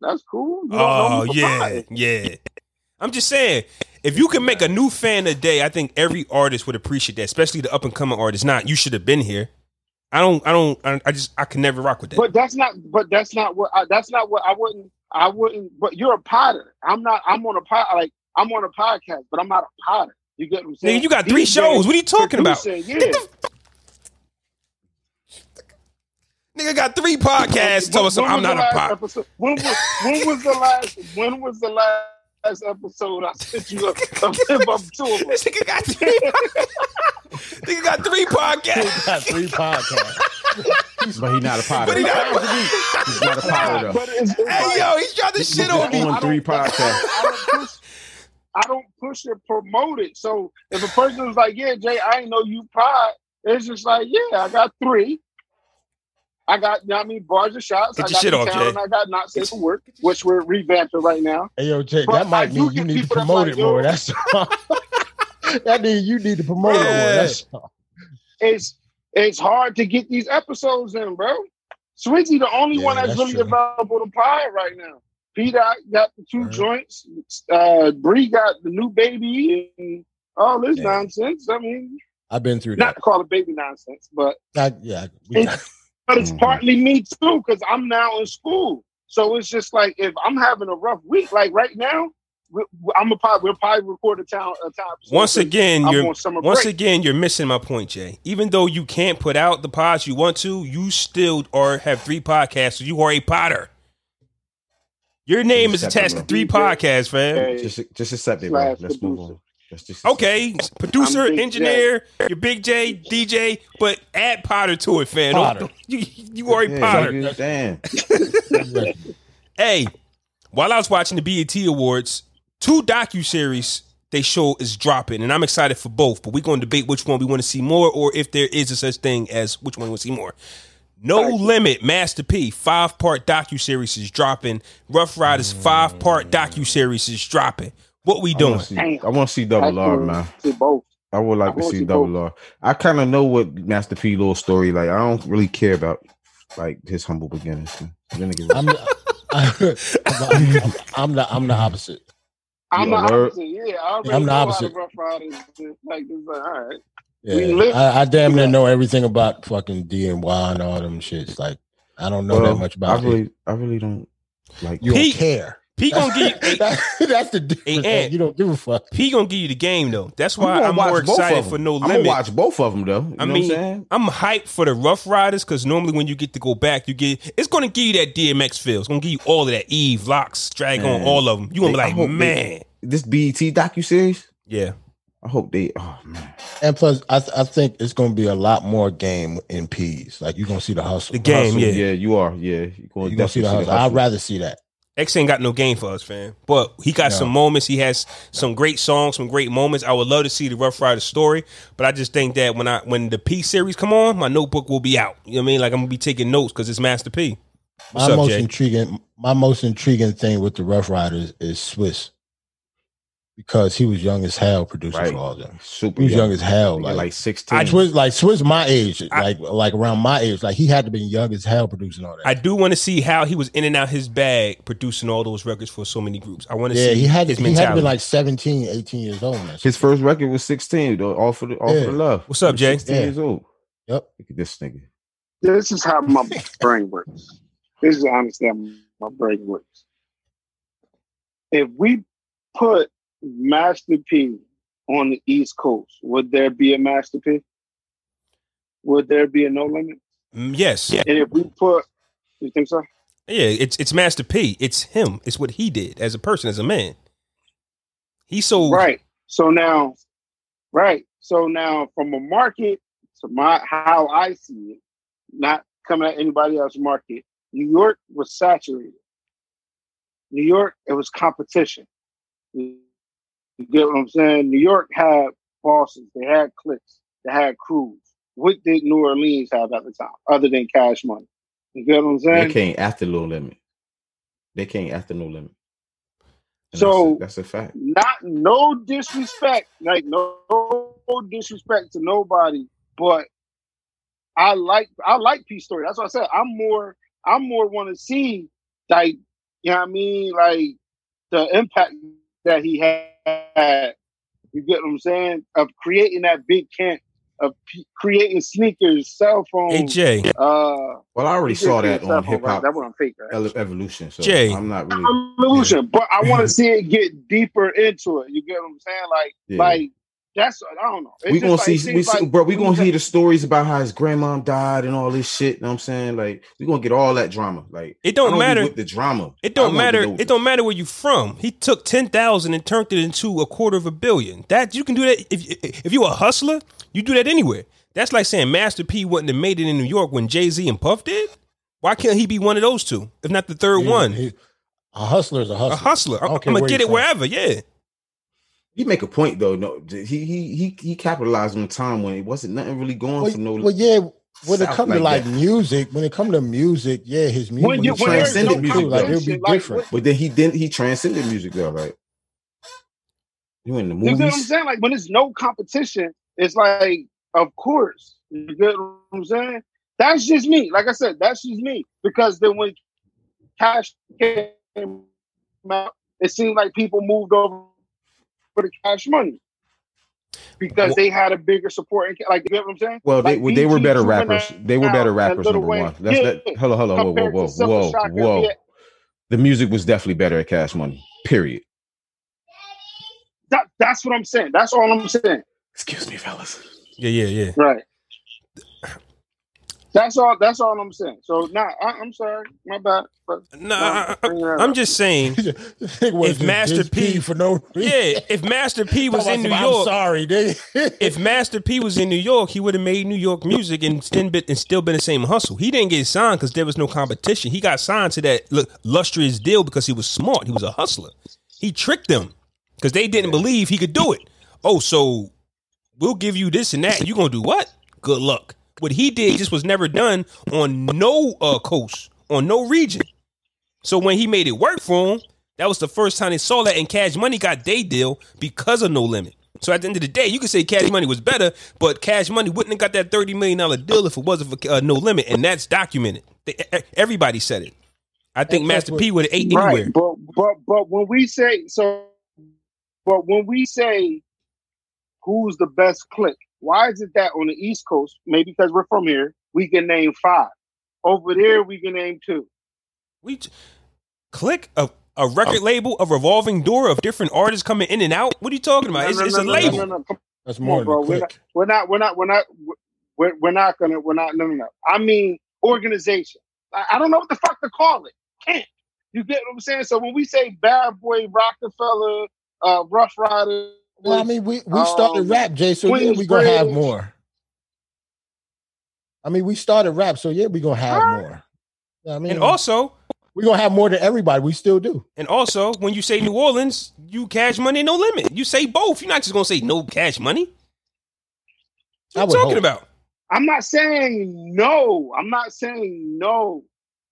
that's cool. You don't know
Oh
me for
yeah,
five.
yeah. I'm just saying, if you can make a new fan a day, I think every artist would appreciate that, especially the up and coming artists. Not you should have been here. I don't, I don't, I I just, I can never rock with that.
But that's not. But that's not what. I, that's not what I wouldn't. I wouldn't. But you're a potter. I'm not. I'm on a pot. Like I'm on a podcast, but I'm not a potter. You get what I'm saying?
Nigga, you got three shows. What are you talking about?
Yeah.
Nigga got three podcasts.
When-
Tell us
when
I'm *laughs*
was
not
the
a
last
pop.
episode- When was when was the last? When was the last last episode, I sent you
*laughs*
a, a clip of two of them.
This nigga got three. nigga got
*laughs*
three
*laughs*
podcasts.
Got three podcasts.
But he not a potter.
But he not a-
He's not a potter though.
But it's, it's
Hey
like,
yo, he's trying to shit on me.
on three podcasts.
*laughs* I don't push. I don't push or promote it. So if a person is like, "Yeah, Jay, I ain't know you pod," it's just like, "Yeah, I got three. I got, you know what I mean, bars and shots.
Get
I
your
got
shit
the
off,
town,
Jay.
I got not safe for work, which we're revamping right now.
Hey, yo, Jay,
Bro,
that
I
might
do
mean you
get
need to
people that's
promote
like,
it more.
yo. *laughs*
That's all. *laughs* that mean you need to promote it more.
Yeah.
That's all.
It's it's hard to get these episodes in, bro. Swizzy, the only
Yeah,
one that's,
that's
really
true.
available to pod right now. P Dot got the two
Right.
joints. Uh, Bree got the new baby and all this
Yeah.
nonsense. I mean,
I've been through
not
that.
to call it baby nonsense, but Mm-hmm.
I- yeah, we,
It's- but it's
Mhm.
partly me too because I'm now in school. So it's just like if I'm having a rough week, like right now, we- I'm a probably we'll probably record a town a time.
Once again,
I'm
you're
on summer
once
break.
again you're missing my point, Jay. Even though you can't put out the pods you want to, you still are have three podcasts. So you are a Potter. Your name is attached to three podcasts, fam.
Hey,
Just just accept it, bro. Let's move on. Let's just
Okay, producer,
I'm Big
engineer, your Big J, DJ, but add Potter to it, fam. Don't-
Potter.
don't- You, you are a
Yeah,
Potter.
nigga, Damn.
Hey, while I was watching the BET Awards, two docu series they show is dropping, and I'm excited for both. But we're going to debate which one we want to see more, or if there is a such thing as which one we want to see more. No Limit, Master P, five part docu series is dropping. Rough Riders,
Mm.
five part docu series is dropping. What we
I
doing?
want to see,
Damn.
I wanna see double R,
Actually,
man.
to both.
I would like
I
to
want
see
you
double R. I kind of know what Master P little story like. I don't really care about like his humble beginnings. man. Them niggas-
*laughs* I'm, I, I'm, I'm, I'm the I'm the opposite.
I'm
You
the
alert?
opposite. Yeah, I already
I'm the
know how
opposite.
Rough Riders is. Like, it's like, all right. We
Yeah,
live-
I, I damn near know everything about fucking D and Y and all them shits. Like I don't know
Well,
that much about
I
it.
really, I really don't like.
You
Pete-
don't care.
P gonna
*laughs*
give you,
That- that's the difference.
Hey,
like, you don't give a fuck.
P gonna give you the game though. That's
I'm
why
gonna
I'm,
watch
more
both of
excited
them.
for No
I'm gonna
Limit.
watch both of them though. You
I
know
mean,
what I'm saying?
I'm hyped for the Rough Riders because normally when you get to go back, you get it's gonna give you that DMX feel. It's gonna give you all of that Eve, Locks, Drag on,
Man.
all of them. You gonna
They- I
be
hope
like,
they-
man,
This BET docu series.
yeah,
I hope they. Oh man,
And plus, I, th- I think it's gonna be a lot more game in P's. Like you're gonna see the hustle.
The game,
Hustle,
yeah.
you are. Yeah, you
You're
going
gonna see the hustle. I'd rather see that.
X ain't got no game for us, fam. But he got
No.
some moments. He has some great songs, some great moments. I would love to see the Rough Riders story, but I just think that when I when the P series come on, my notebook will be out. You know what I mean? Like I'm gonna be taking notes because it's Master P. What's
my
up,
most
Jay?
intriguing my most intriguing thing with the Rough Riders is Swiss. Because he was young as hell producing
Right.
for all of them.
Super
He was young
young.
as hell.
Like,
Like,
like
I
sixteen.
Swiss like Swiss my age,
I-
like like around my age. Like he had to be young as hell producing all that.
I do want to see how he was in and out his bag producing all those records for so many groups. I want to
yeah,
see
he had
his
he had to
mentality.
be like 17, 18 years old. Man.
His first record was sixteen. Though, all for the all
Yeah.
for the love.
What's up, Jay?
16
Yeah.
years old.
Yep.
Look at this nigga.
This is how my brain works. This is honestly how my brain works. If we put Master P on the East Coast, would there be a Master P? Would there be a No Limit?
Mm, Yes, yeah.
And if we put, you think so?
Yeah, it's it's Master P. It's him. It's what he did as a person, as a man. He so
Right. So now, right. So now, from a market to my how I see it, not coming at anybody else's market. New York was saturated. New York, it was competition. You get what I'm saying? New York had bosses. They had cliques. They had crews. What did New Orleans have at the time, other than Cash Money? You get what I'm saying?
They came after No Limit. They came after No Limit. And
So-
that's a, that's a fact.
not no disrespect, like no, no disrespect to nobody, but I like I like P story. That's what I said. I'm more I'm more want to see like you know what I mean, like the impact that he had. You get what I'm saying? Of creating that big camp, of p- creating sneakers, cell phones.
Hey Jay,
uh,
Well, I already saw that on hip hop
That one Um, I'm fake. Right?
Ele- evolution. So
Jay.
I'm not really.
Illusion, but I want to see it get deeper into it. You get what I'm saying? Like
Yeah.
like That's I don't know. It's
we
just
gonna
like- it
see, we
seems
see
like-
bro. We gonna hear the stories about how his grandmom died and all this shit. You know what I'm saying? Like, we gonna get all that drama. Like,
It don't
I be
matter.
with the drama.
It
I
don't
wanna
matter.
be with
It don't matter where you from. He took ten thousand and turned it into a quarter of a billion. That you can do that if if you a hustler, you do that anywhere. That's like saying Master P wouldn't have made it in New York when Jay Z and Puff did. Why can't he be one of those two, if not the third
He-
one?
he- a hustler is a hustler.
a hustler.
I
I'm,
don't care
gonna
where
get it
you from.
wherever. Yeah,
He make a point though. No, he he he he capitalized on a time when it wasn't nothing really going
Well,
for no.
well, yeah. When it
Sound
comes to
like
like
that.
music, when it comes to music, yeah, his music
When you-
he
when there's
transcended
no
music, like it'll be
competition,
*laughs*
like,
different.
But then he didn't. He transcended music though. Like, you in the
You get what I'm
movies?
saying? Like when there's no competition, it's like, of course. You get what I'm saying? That's just me. Like I said, that's just me. Because then when cash came out, it seemed like people moved over for the cash money. Because they had a bigger support, and like you get what I'm saying.
Well, they
Like, E
well, they were
BG
better
Two and
rappers.
Nine
They were better
and
rappers.
Lil
Number
Wayne.
one. That's that.
Yeah.
Hello, hello, whoa, whoa,
Compared to
whoa,
Silver
whoa,
Shocker,
whoa.
yeah.
The music was definitely better at Cash Money. Period.
That, that's what I'm saying. That's all I'm saying.
Excuse me, fellas.
yeah, yeah, yeah.
Right.
*sighs*
That's all. That's all I'm saying. So now nah, I- I'm sorry, my bad. But
No,
nah,
I, I,
bring it up.
I'm just
*laughs*
saying.
This nigga was
If
just
Master
diss
P-
P for no reason.
Yeah, if Master P was in New
I'm
York,
sorry, dude.
*laughs*
*laughs*
if Master P was in New York, he would have made New York music and still been, and still been the same hustle. He didn't get signed because there was no competition. He got signed to that lu- lustrous deal because he was smart. He was a hustler. He tricked them because they didn't believe he could do it. Oh, so we'll give you this and that. You gonna do what? Good luck. What he did just was never done on no uh, coast, on no region. So when he made it work for him, that was the first time they saw that. And Cash Money got they deal because of No Limit. So at the end of the day, you could say Cash Money was better, but Cash Money wouldn't have got that thirty million dollar deal if it wasn't for uh, No Limit, and that's documented. They, e- e- everybody said it. I think
And that's
Master P would have ate anywhere.
right. But but but when we say so, but when we say who's the best click, why is it that on the East Coast, maybe because we're from here, we can name five. Over there, we can name two.
We j- click a, a record label, a revolving door of different artists coming in and out. What are you talking about?
No,
it's
no,
it's
no,
a
no,
label.
no, no, no. Come
That's
on,
more than
bro.
a
We're
click.
not, we're not, we're not, we're not, we're, we're not gonna, we're not, no, no, no. I mean, organization. I, I don't know what the fuck to call it. Can't. You get what I'm saying? So when we say bad boy, Rockefeller, uh, Rough Rider,
Well, I mean, we we
Um,
started rap, Jay. So yeah, we gonna have
Queensbridge.
more. I mean, we started rap, so yeah, we gonna have
Huh?
more. You know what I mean,
And also,
we gonna have more than everybody. We still do.
And also, when you say New Orleans, you cash money, no limit. You say both. You're not just gonna say no cash money.
I
What
would
you talking
hope.
about?
I'm not saying no. I'm not saying no,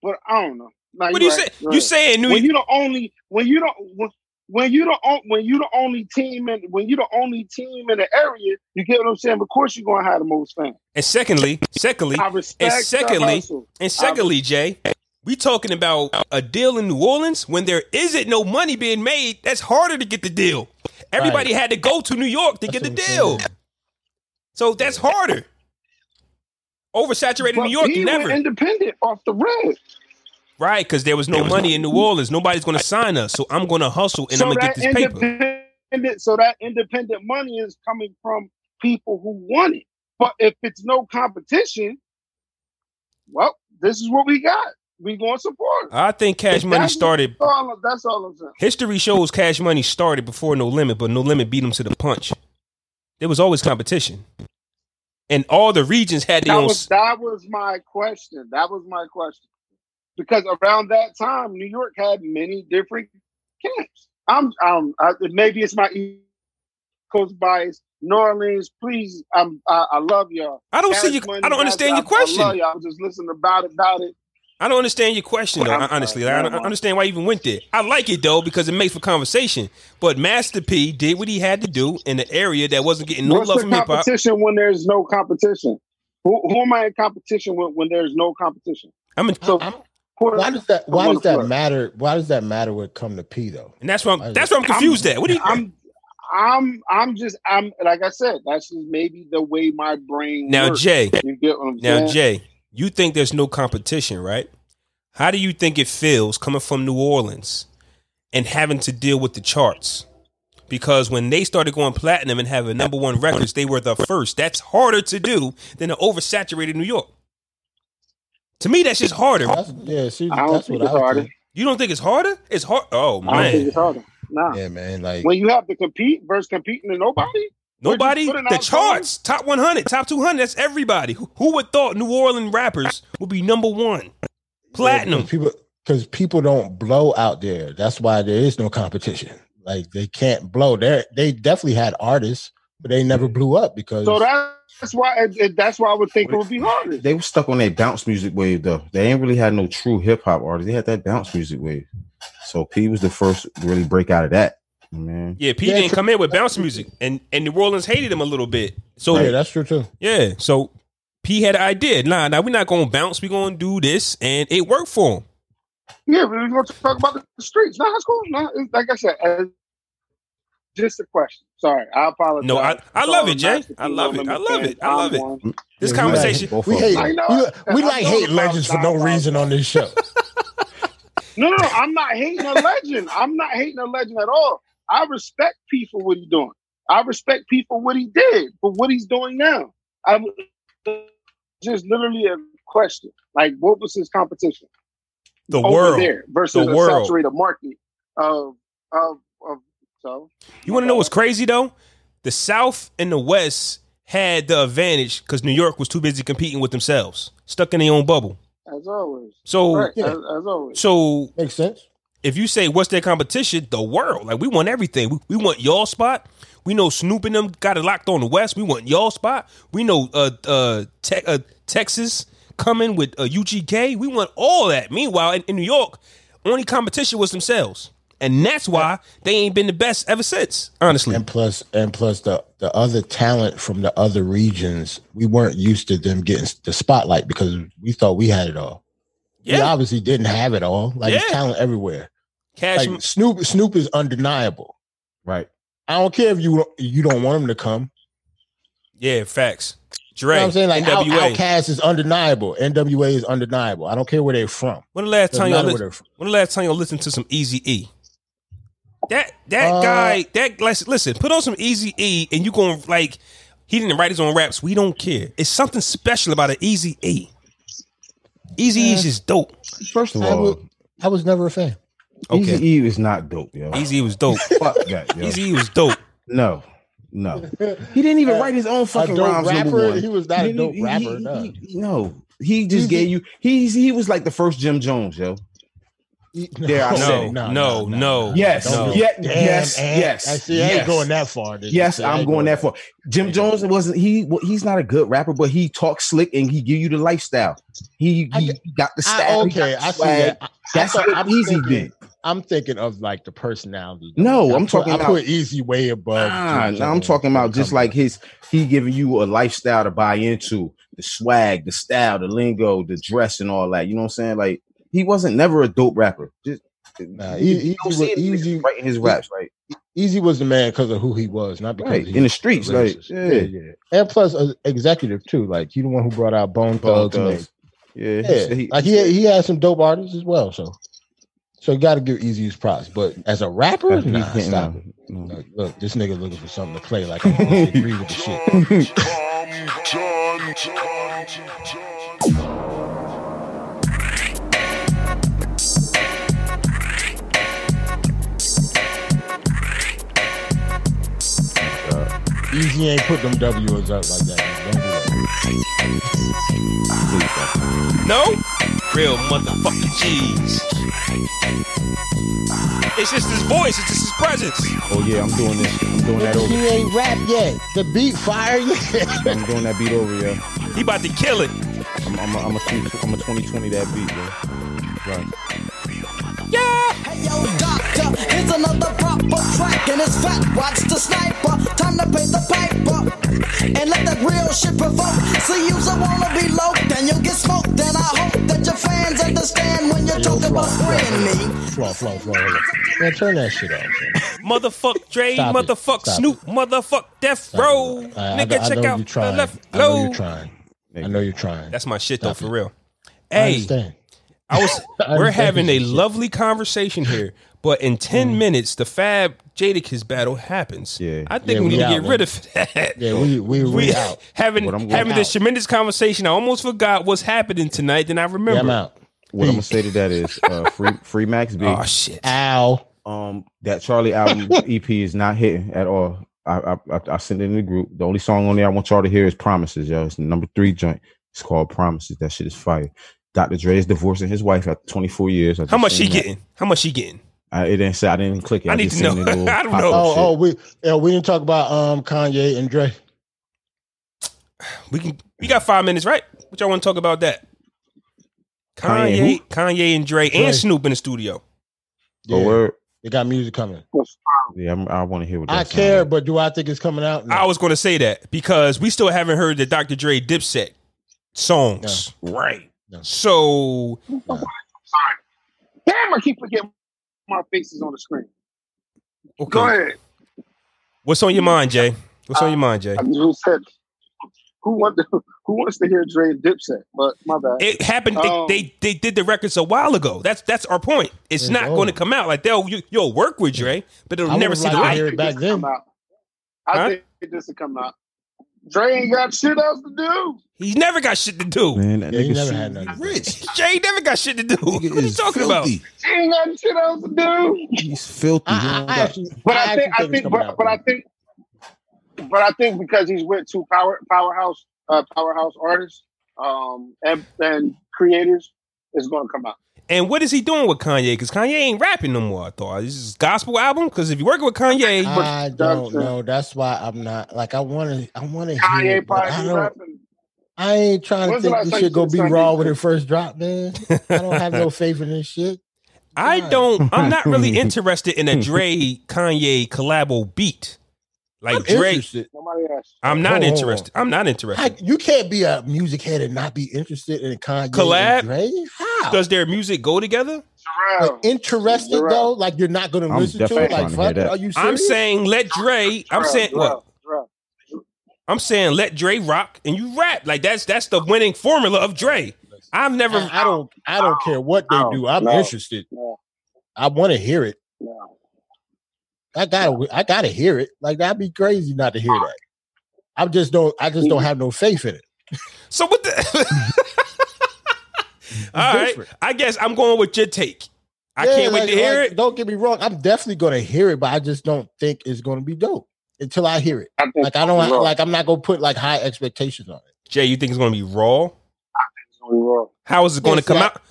but I don't know. Like,
What do you
right,
say?
right.
You saying New
when you the only when you don't when, when you the on- when you the only team and when you the only team in the area, you get what I'm saying. Of course, you're gonna have the most fans.
and secondly, secondly,
I respect.
And
the
secondly-
hustle.
and secondly, Jay, we talking about a deal in New Orleans when there isn't no money being made. That's harder to get the deal. Everybody had to go to New York to get the
That's what I'm
deal,
saying.
so that's harder. Oversaturated
But
New York,
he went
never
independent off the red.
right because there was no money in New Orleans. Nobody's gonna sign us, so I'm gonna hustle and
so
I'm gonna
that
get this paper.
independent, so that independent money is coming from people who want it. But if it's no competition, well, this is what we got. We going to support. it.
I think Cash Money
That's-
started
That's all, that's all I'm saying.
History shows Cash Money started before No Limit, but No Limit beat him to the punch. There was always competition, and all the regions had their
That
own.
was that was my question. That was my question. Because around that time, New York had many different camps. I'm, I'm I, maybe it's my East Coast bias. New Orleans, please, I'm, I, I love y'all.
I don't see
Cash
Oh, you.
Money,
I don't understand
I-
your question.
I, love y'all. I was just listening about it, about it.
I don't understand your question though.
I'm sorry.
honestly, Like, I don't I
Never mind.
understand why you even went there. I like it though because it makes for conversation. But Master P did what he had to do in an area that wasn't getting no
What's
love
the
from hip hop.
competition when there's no competition? Who, who am I in competition with when there's no competition?
I mean,
So,
I'm-
quarter-
Why does that? Why
I'm on
does
the
that
floor.
matter? Why does that matter? What come to P though?
and that's why I'm. That's why I'm
I'm-
confused. at. what do you?
I'm I'm I'm just I'm like I said, that's just maybe the way my brain
now,
works.
Jay.
you get what I'm
Now,
saying?
Jay, you think there's no competition, right? How do you think it feels coming from New Orleans and having to deal with the charts? because when they started going platinum and having number one records, they were the first. That's harder to do than the oversaturated New York. To me, that's just harder.
That's, yeah, see,
I don't
that's
think
what I
it's harder.
would think.
You don't think it's harder? It's hard. Oh
I don't think
man,
it's harder. Nah.
Yeah, man. Like,
When you have to compete versus competing to nobody,
nobody.
We're just putting
The
out
charts, top 100, top 200. That's everybody. Who, who would thought New Orleans rappers would be number one, platinum?
people because people don't blow out there. That's why there is no competition. Like they can't blow. They they definitely had artists, but they never blew up because
Mm-hmm. so that's why it, it- that's why I would think it would be harder.
They were stuck on that bounce music wave though. They ain't really had no true hip hop artists. They had that bounce music wave. So P was the first to really break out of that. Man.
Yeah, P
Yeah,
didn't
true.
come in with bounce music, and and New Orleans hated him a little bit. So
yeah, that's true too.
Yeah. So P had an idea. Nah, nah, we're not gonna bounce. We're gonna do this, and it worked for him.
Yeah, we're going to talk about the streets. Nah, it's cool. Nah, it's, like I said, uh, just a question. Sorry, I apologize.
No, I- I love it, Jay.
Sorry,
I love it. I love it. I love it.
I'm one.
This
Yeah,
conversation.
We hate,
I
we,
know.
we,
I
like
know
hate
about
legends for no
Bow Wow.
reason on this show.
No, no, no, I'm not hating a legend. I'm not hating a legend at all. I respect P for what he's doing. I respect P for what he did, for what he's doing now. I w- just literally a question. Like, what was his competition
The
over
world.
there versus
The
a
world.
saturated market of of of so
You want to know what's crazy though? The South and the West had the advantage because New York was too busy competing with themselves, stuck in their own bubble.
as always.
So,
Right,
yeah.
as, as always.
so
*laughs* Makes sense.
if you say what's their competition, the world. Like we want everything. We, we want y'all spot. We know Snoop and them got it locked on the West. We want y'all spot. We know uh uh, te- uh Texas coming with uh, UGK. We want all that. Meanwhile, in, in New York, only competition was themselves, and that's why they ain't been the best ever since. Honestly,
And plus, and plus, the the other talent from the other regions, we weren't used to them getting the spotlight because we thought we had it all. We
yeah,
obviously didn't have it all. Like it's
Yeah.
talent everywhere.
cash.
Like Snoop, Snoop is undeniable.
Right.
I don't care if you you don't want him to come.
yeah, facts.
You
Dre,
know what I'm saying? Like Out,
NWA.
Outcast is undeniable. NWA is undeniable. I don't care where they're from.
when the last
Doesn't
time y'all
matter where
listened?
they're from.
When the last time you listened to some Easy E? That that
Uh,
guy that listen, listen put on some Easy E and you going to like he didn't write his own raps. We don't care. It's something special about an Easy E. Easy E is just dope.
First of
I,
all,
would- I was never a fan.
Okay.
Easy E was not dope, yo.
Easy was dope.
Fuck that, yo.
Easy was dope.
No. No. He didn't even write his own
Uh, A
fucking
dope
rhymes. number
rapper.
one.
He was not a
didn't
dope
even- he-
rapper.
he-
no.
he- he- no. He just
He-
gave you he's he was like the first Jim Jones, yo. *laughs* Dare
*laughs*
I
No,
say.
no, no,
Yes,
No.
yeah,
Damn,
yes,
Ant.
yes,
I see. I ain't
yes.
going that far. dude.
Yes,
See, I
I'm
ain't
going that far. Jim
ain't going
Jones
that
wasn't he? well, He's not a good rapper, but he talks slick and he give you the lifestyle. He,
I
he
get-
got the
I-
style. he got
okay,
the
I see
swag.
that. I- I
That's
thought-
what
I'm
Easy
thinking-
did.
I'm thinking of like the personality.
No,
I
I'm
put-
talking
I
about-
put Easy way above.
Nah,
Jim
nah, I'm
Jones
talking
when it
about just
comes
like
to-
his. He giving you a lifestyle to buy into, the swag, the style, the lingo, the dress, and all that. You know what I'm saying? Like he wasn't never a dope rapper. Just
Nah, he- he
don't
was
see it in
easy- e-,
niggas writing his raps, right?
Easy was the man because of who he was, not because
Right
he
in the
was
streets,
a
like
racist.
yeah,
yeah, yeah. And plus, uh, executive too. Like he the one who brought out Bone
Bone
Thugs. and
Thugs. yeah.
Yeah,
He- *laughs*
like he he had some dope artists as well. So, so you got to give Easy his props. But as a rapper,
he
nah,
can't-
stop it.
no.
Like, look, this nigga looking for something to play. Like I don't agree with the shit. Easy ain't put them W's up like that. Don't do that.
No? Real motherfucking G's. It's just his voice, it's just his presence.
*laughs* Oh yeah, I'm doing this. I'm doing that
He
over.
ain't rap yet. The beat fire yet.
I'm doing that beat over. Yeah,
He about to kill it.
I'm I'm a, I'm a, 20, I'm a 2020 that beat. Yeah.
Yo, doctor, here's another proper track, and it's fat. Watch the sniper. Time to pay the piper, and let that real shit provoke. See, you's a wanna be low, then you'll get smoked. And I hope that your fans understand when you're talking about spraying me.
*laughs* Flow, flow, flow. hold on. Man, turn that shit off. man. *laughs*
Motherfuck Dre,
Stop it.
motherfuck
Stop
Snoop, motherfuck Death Row.
I, I-
Nigga,
I
check
know
out
you're
the
trying.
left
I know
low.
you're trying. I know you're trying.
That's my shit though,
Stop
for
it.
real.
I
Hey,
understand.
I was
*laughs* I
we're
understand
having
this
a
shit. Mm.
lovely conversation here, But
*laughs*
in 10 minutes, the Fab Jadakiss battle happens. Yeah. I think
Yeah,
we,
we
need to
out,
get
man.
rid of that. *laughs*
Yeah, we- we- we out.
Having,
What I'm- we
having this
out.
tremendous conversation, I almost forgot what's happening tonight, then I remember.
I'm out.
What I'm gonna say to that is uh, free free
*laughs*
Max B.
Oh, shit.
Ow.
Um, that Charlie
*laughs*
album EP is not hitting at all. I I, I I sent it in the group. The only song on there I want y'all to hear is Promises, y'all. It's the number three joint. It's called Promises. That shit is fire. Dr. Dre is divorcing his wife after 24 years. I
How
just
much
seen
she
that.
getting? How much she getting?
I, it didn't say. I didn't click it.
I need
just
to
seen
know.
the little
*laughs* I don't
pop-up
know.
shit.
Oh, oh, we yeah, we didn't talk about um Kanye and
Oh,
Dre.
We can. We got five minutes, right? What y'all want to talk about that?
Kanye
Kanye, Kanye, and Dre,
Dre.
and Snoop in the studio.
Oh,
Yeah,
word.
they got music coming.
Yeah, I'm, I want to hear what that
I
sound
care,
like.
but do I think it's coming out? No.
I was going to say that because we still haven't heard the Dr. Dre Dipset songs, right?
No.
So
Sorry. Damn, I keep forgetting my face is on the screen.
okay,
Go ahead.
what's on your mind, Jay? What's on your mind, Jay?
I mean, who said who want to, *laughs* who wants to hear Dre and Dipset? But my bad.
It happened. they-
Um,
they, they did the records a while ago. That's that's our point. It's
It's
not
old.
going to come out like they'll you, you'll work with Dre, but
I
it'll
would
never
have
see the
liked to
light.
hear it back
This will
then.
come out. I
Huh?
think this will come out. Dre ain't got shit else to do.
He never got shit
*laughs*
to do.
Man, that
Yeah, he
nigga
never
Snoop-
had nothing.
Rich.
Jay never got shit to do. What are you talking about?
She ain't got shit else to do.
He's filthy. He
I,
don't
I, I
got-
actually,
But
I
I think I
actually
think
think,
but, but I think but I think because he's with two power powerhouse uh, powerhouse artists um and, and creators, it's gonna come out.
And what is he doing with Kanye? Because Kanye ain't rapping no more. I thought this is gospel album. Because if you're working with Kanye,
I-
I don't know. That's why I'm not like I want to. I want to hear.
Kanye
It, but I
probably be
don't.
rapping.
I ain't trying to
When's the
think
last
this
time
shit
you
gonna
seen
be
Kanye?
raw when it first dropped, man. I don't have
*laughs*
no faith in this shit.
I don't. I'm
*laughs*
not really interested in a Dre Kanye collabo beat. Like
I'm
Dre,
interested.
Nobody else.
I'm not
Hold on, hold on.
interested. I'm not interested.
How- you can't be a music head and not be interested in Kanye
Collab?
and Dre. How?
Does their music go together?
Pharrell.
like, interested
Oh, You're right.
though? Like you're not gonna
I'm
listen to
definitely
it?
trying
Like
to hear
fuck?
that.
Are you serious?
I'm saying let Dre. I'm
Pharrell,
saying what?
Pharrell, Pharrell.
I'm saying let Dre rock and you rap. Like that's that's the winning formula of Dre. I've never.
I, I don't. I don't care what they
No,
do. I'm
Oh, no,
interested.
no.
I want to hear it.
No.
I gotta. I gotta hear it. Like that'd be crazy not to hear that. I just don't. I just
Mm-hmm.
don't have no faith in it.
So what
*laughs*
the? All right.
different.
I guess I'm going with your take. I
Yeah,
can't wait
like-
to hear
like,
it.
Don't get me wrong. I'm definitely gonna hear it, but I just don't think it's gonna be dope until I hear it.
I think
Like I don't.
Pharrell
Like I'm not gonna put like high expectations on it.
Jay, you think it's going to be raw?
is gonna be wrong.
How is it going
Yes,
to come
yeah.
out?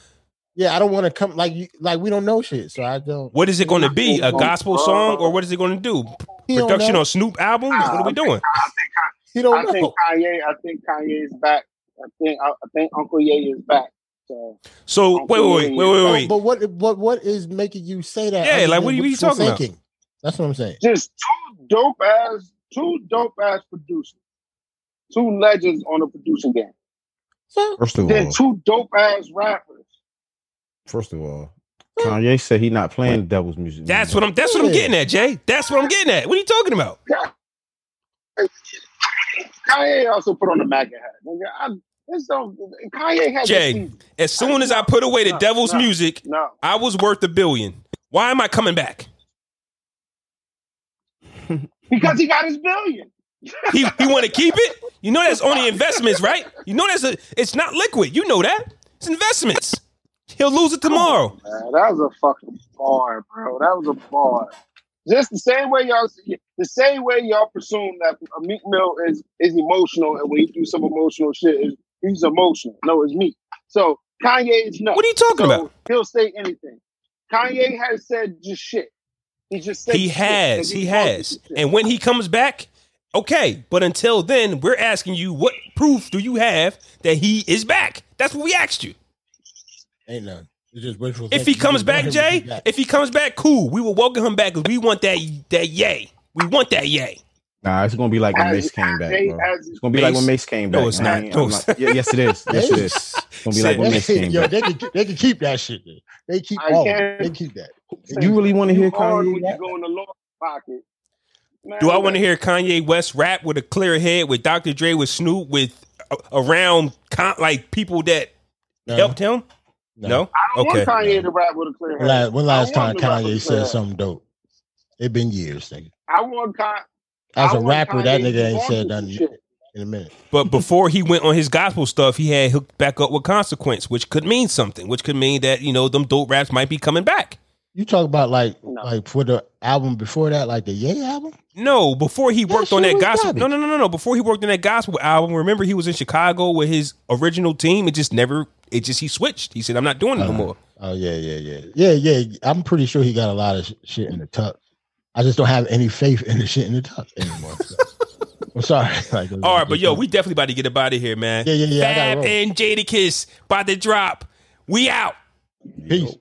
Yeah, I don't want to come like you. Like we don't know shit, so I don't.
What is it going to be? A gospel
Raw.
song, or what is it going to do?
He don't
Production
know.
on Snoop album? What are we doing?
I think
He don't
I
know.
think Kanye. I think Kanye is back. I think I, I think Uncle Ye is back. So
So wait, wait, wait,
No,
wait, wait,
Oh, but
wait.
what what what is making you say that?
Yeah,
other
like,
than
what are you- what are you
wishful
talking about?
That's what I'm saying.
just two dope ass, two dope ass producers, two legends on the producing game.
So
First of
Then
all,
two dope ass rappers.
first of all, Kanye said he not playing the devil's music.
That's what I'm. That's what I'm
Yeah.
getting at, Jay. That's what I'm getting at. What are you talking about?
Kanye also put on the MAGA hat. Nigga, I, this don't, Kanye has
Jay.
a season.
As soon as I put away the
No,
devil's
no.
music,
No,
I was worth a billion. Why am I coming back?
because he got his billion.
He he want to keep it. You know that's only investments, right? You know that's a. It's not liquid. You know that. It's investments. He'll lose it tomorrow.
Man, that was a fucking bar, bro. That was a bar. Just the same way y'all, the same way y'all presume that Meek Mill is is emotional, and when he do some emotional shit, is he's emotional. No, it's Meek. So Kanye is not.
What are you talking
so
about?
He'll say anything. Kanye has said just shit. He just said
He
shit,
has.
and
He
talking
has.
shit.
And when he comes back, okay. But until then, we're asking you what proof do you have that he is back? That's what we asked you.
ain't none. It's just wishful.
If he
thinking. You
comes
just don't
back,
hear what
Jay,
you got.
if he comes back, cool. We will welcome him back 'cause we want that that yay. We want that yay.
Nah, it's gonna be like when
As-
Mace came back,
Jay
bro.
has-
It's gonna be like when Mace came back.
No, it's
man.
not.
I'm
No, it's-
Yeah, yes, it is. Yes, it
*laughs*
is. It's gonna be
*laughs*
like when Mace
They,
came
yo,
back.
they can they can keep that shit. Then. They keep
I
all. of it.
can't-
They keep that.
You really want to
You
hear
hard
Kanye?
when you
rap?
go in the Lord's pocket. Man,
Do I want to hear Kanye West rap with a clear head with Dr. Dre with Snoop with a- around con- like people that
No,
helped him? No.
I don't
Okay.
want Kanye to rap with a clear
When
head.
last, when
I
last time
want him to rap
Kanye
with a clear
said
head.
something dope? It been years, nigga.
I want Kanye.
As
I
a
want
rapper, that
Kanye to
nigga ain't
go
said
through some
nothing
shit.
in a minute.
But before he went on his gospel stuff, he had hooked back up with Consequence, which could mean something, which could mean that, you know, them dope raps might be coming back.
You talk about like
No.
like for the album before that, like the Yay album.
No, before he worked on
shit
that
was
gospel.
garbage.
No, no, no, no, no. Before he worked on that gospel album, remember he was in Chicago with his original team. It just never. It just he switched. He said, "I'm not doing it no more."
Oh yeah, yeah, yeah, yeah, yeah. I'm pretty sure he got a lot of sh- shit in the tuck. I just don't have any faith in the shit in the tuck anymore. so. I'm sorry. *laughs* Like,
All right, but yo, we definitely about to get up out of here, man.
Yeah, yeah, yeah, I gotta
Fab
roll.
and Jadakiss about to drop. We out.
peace.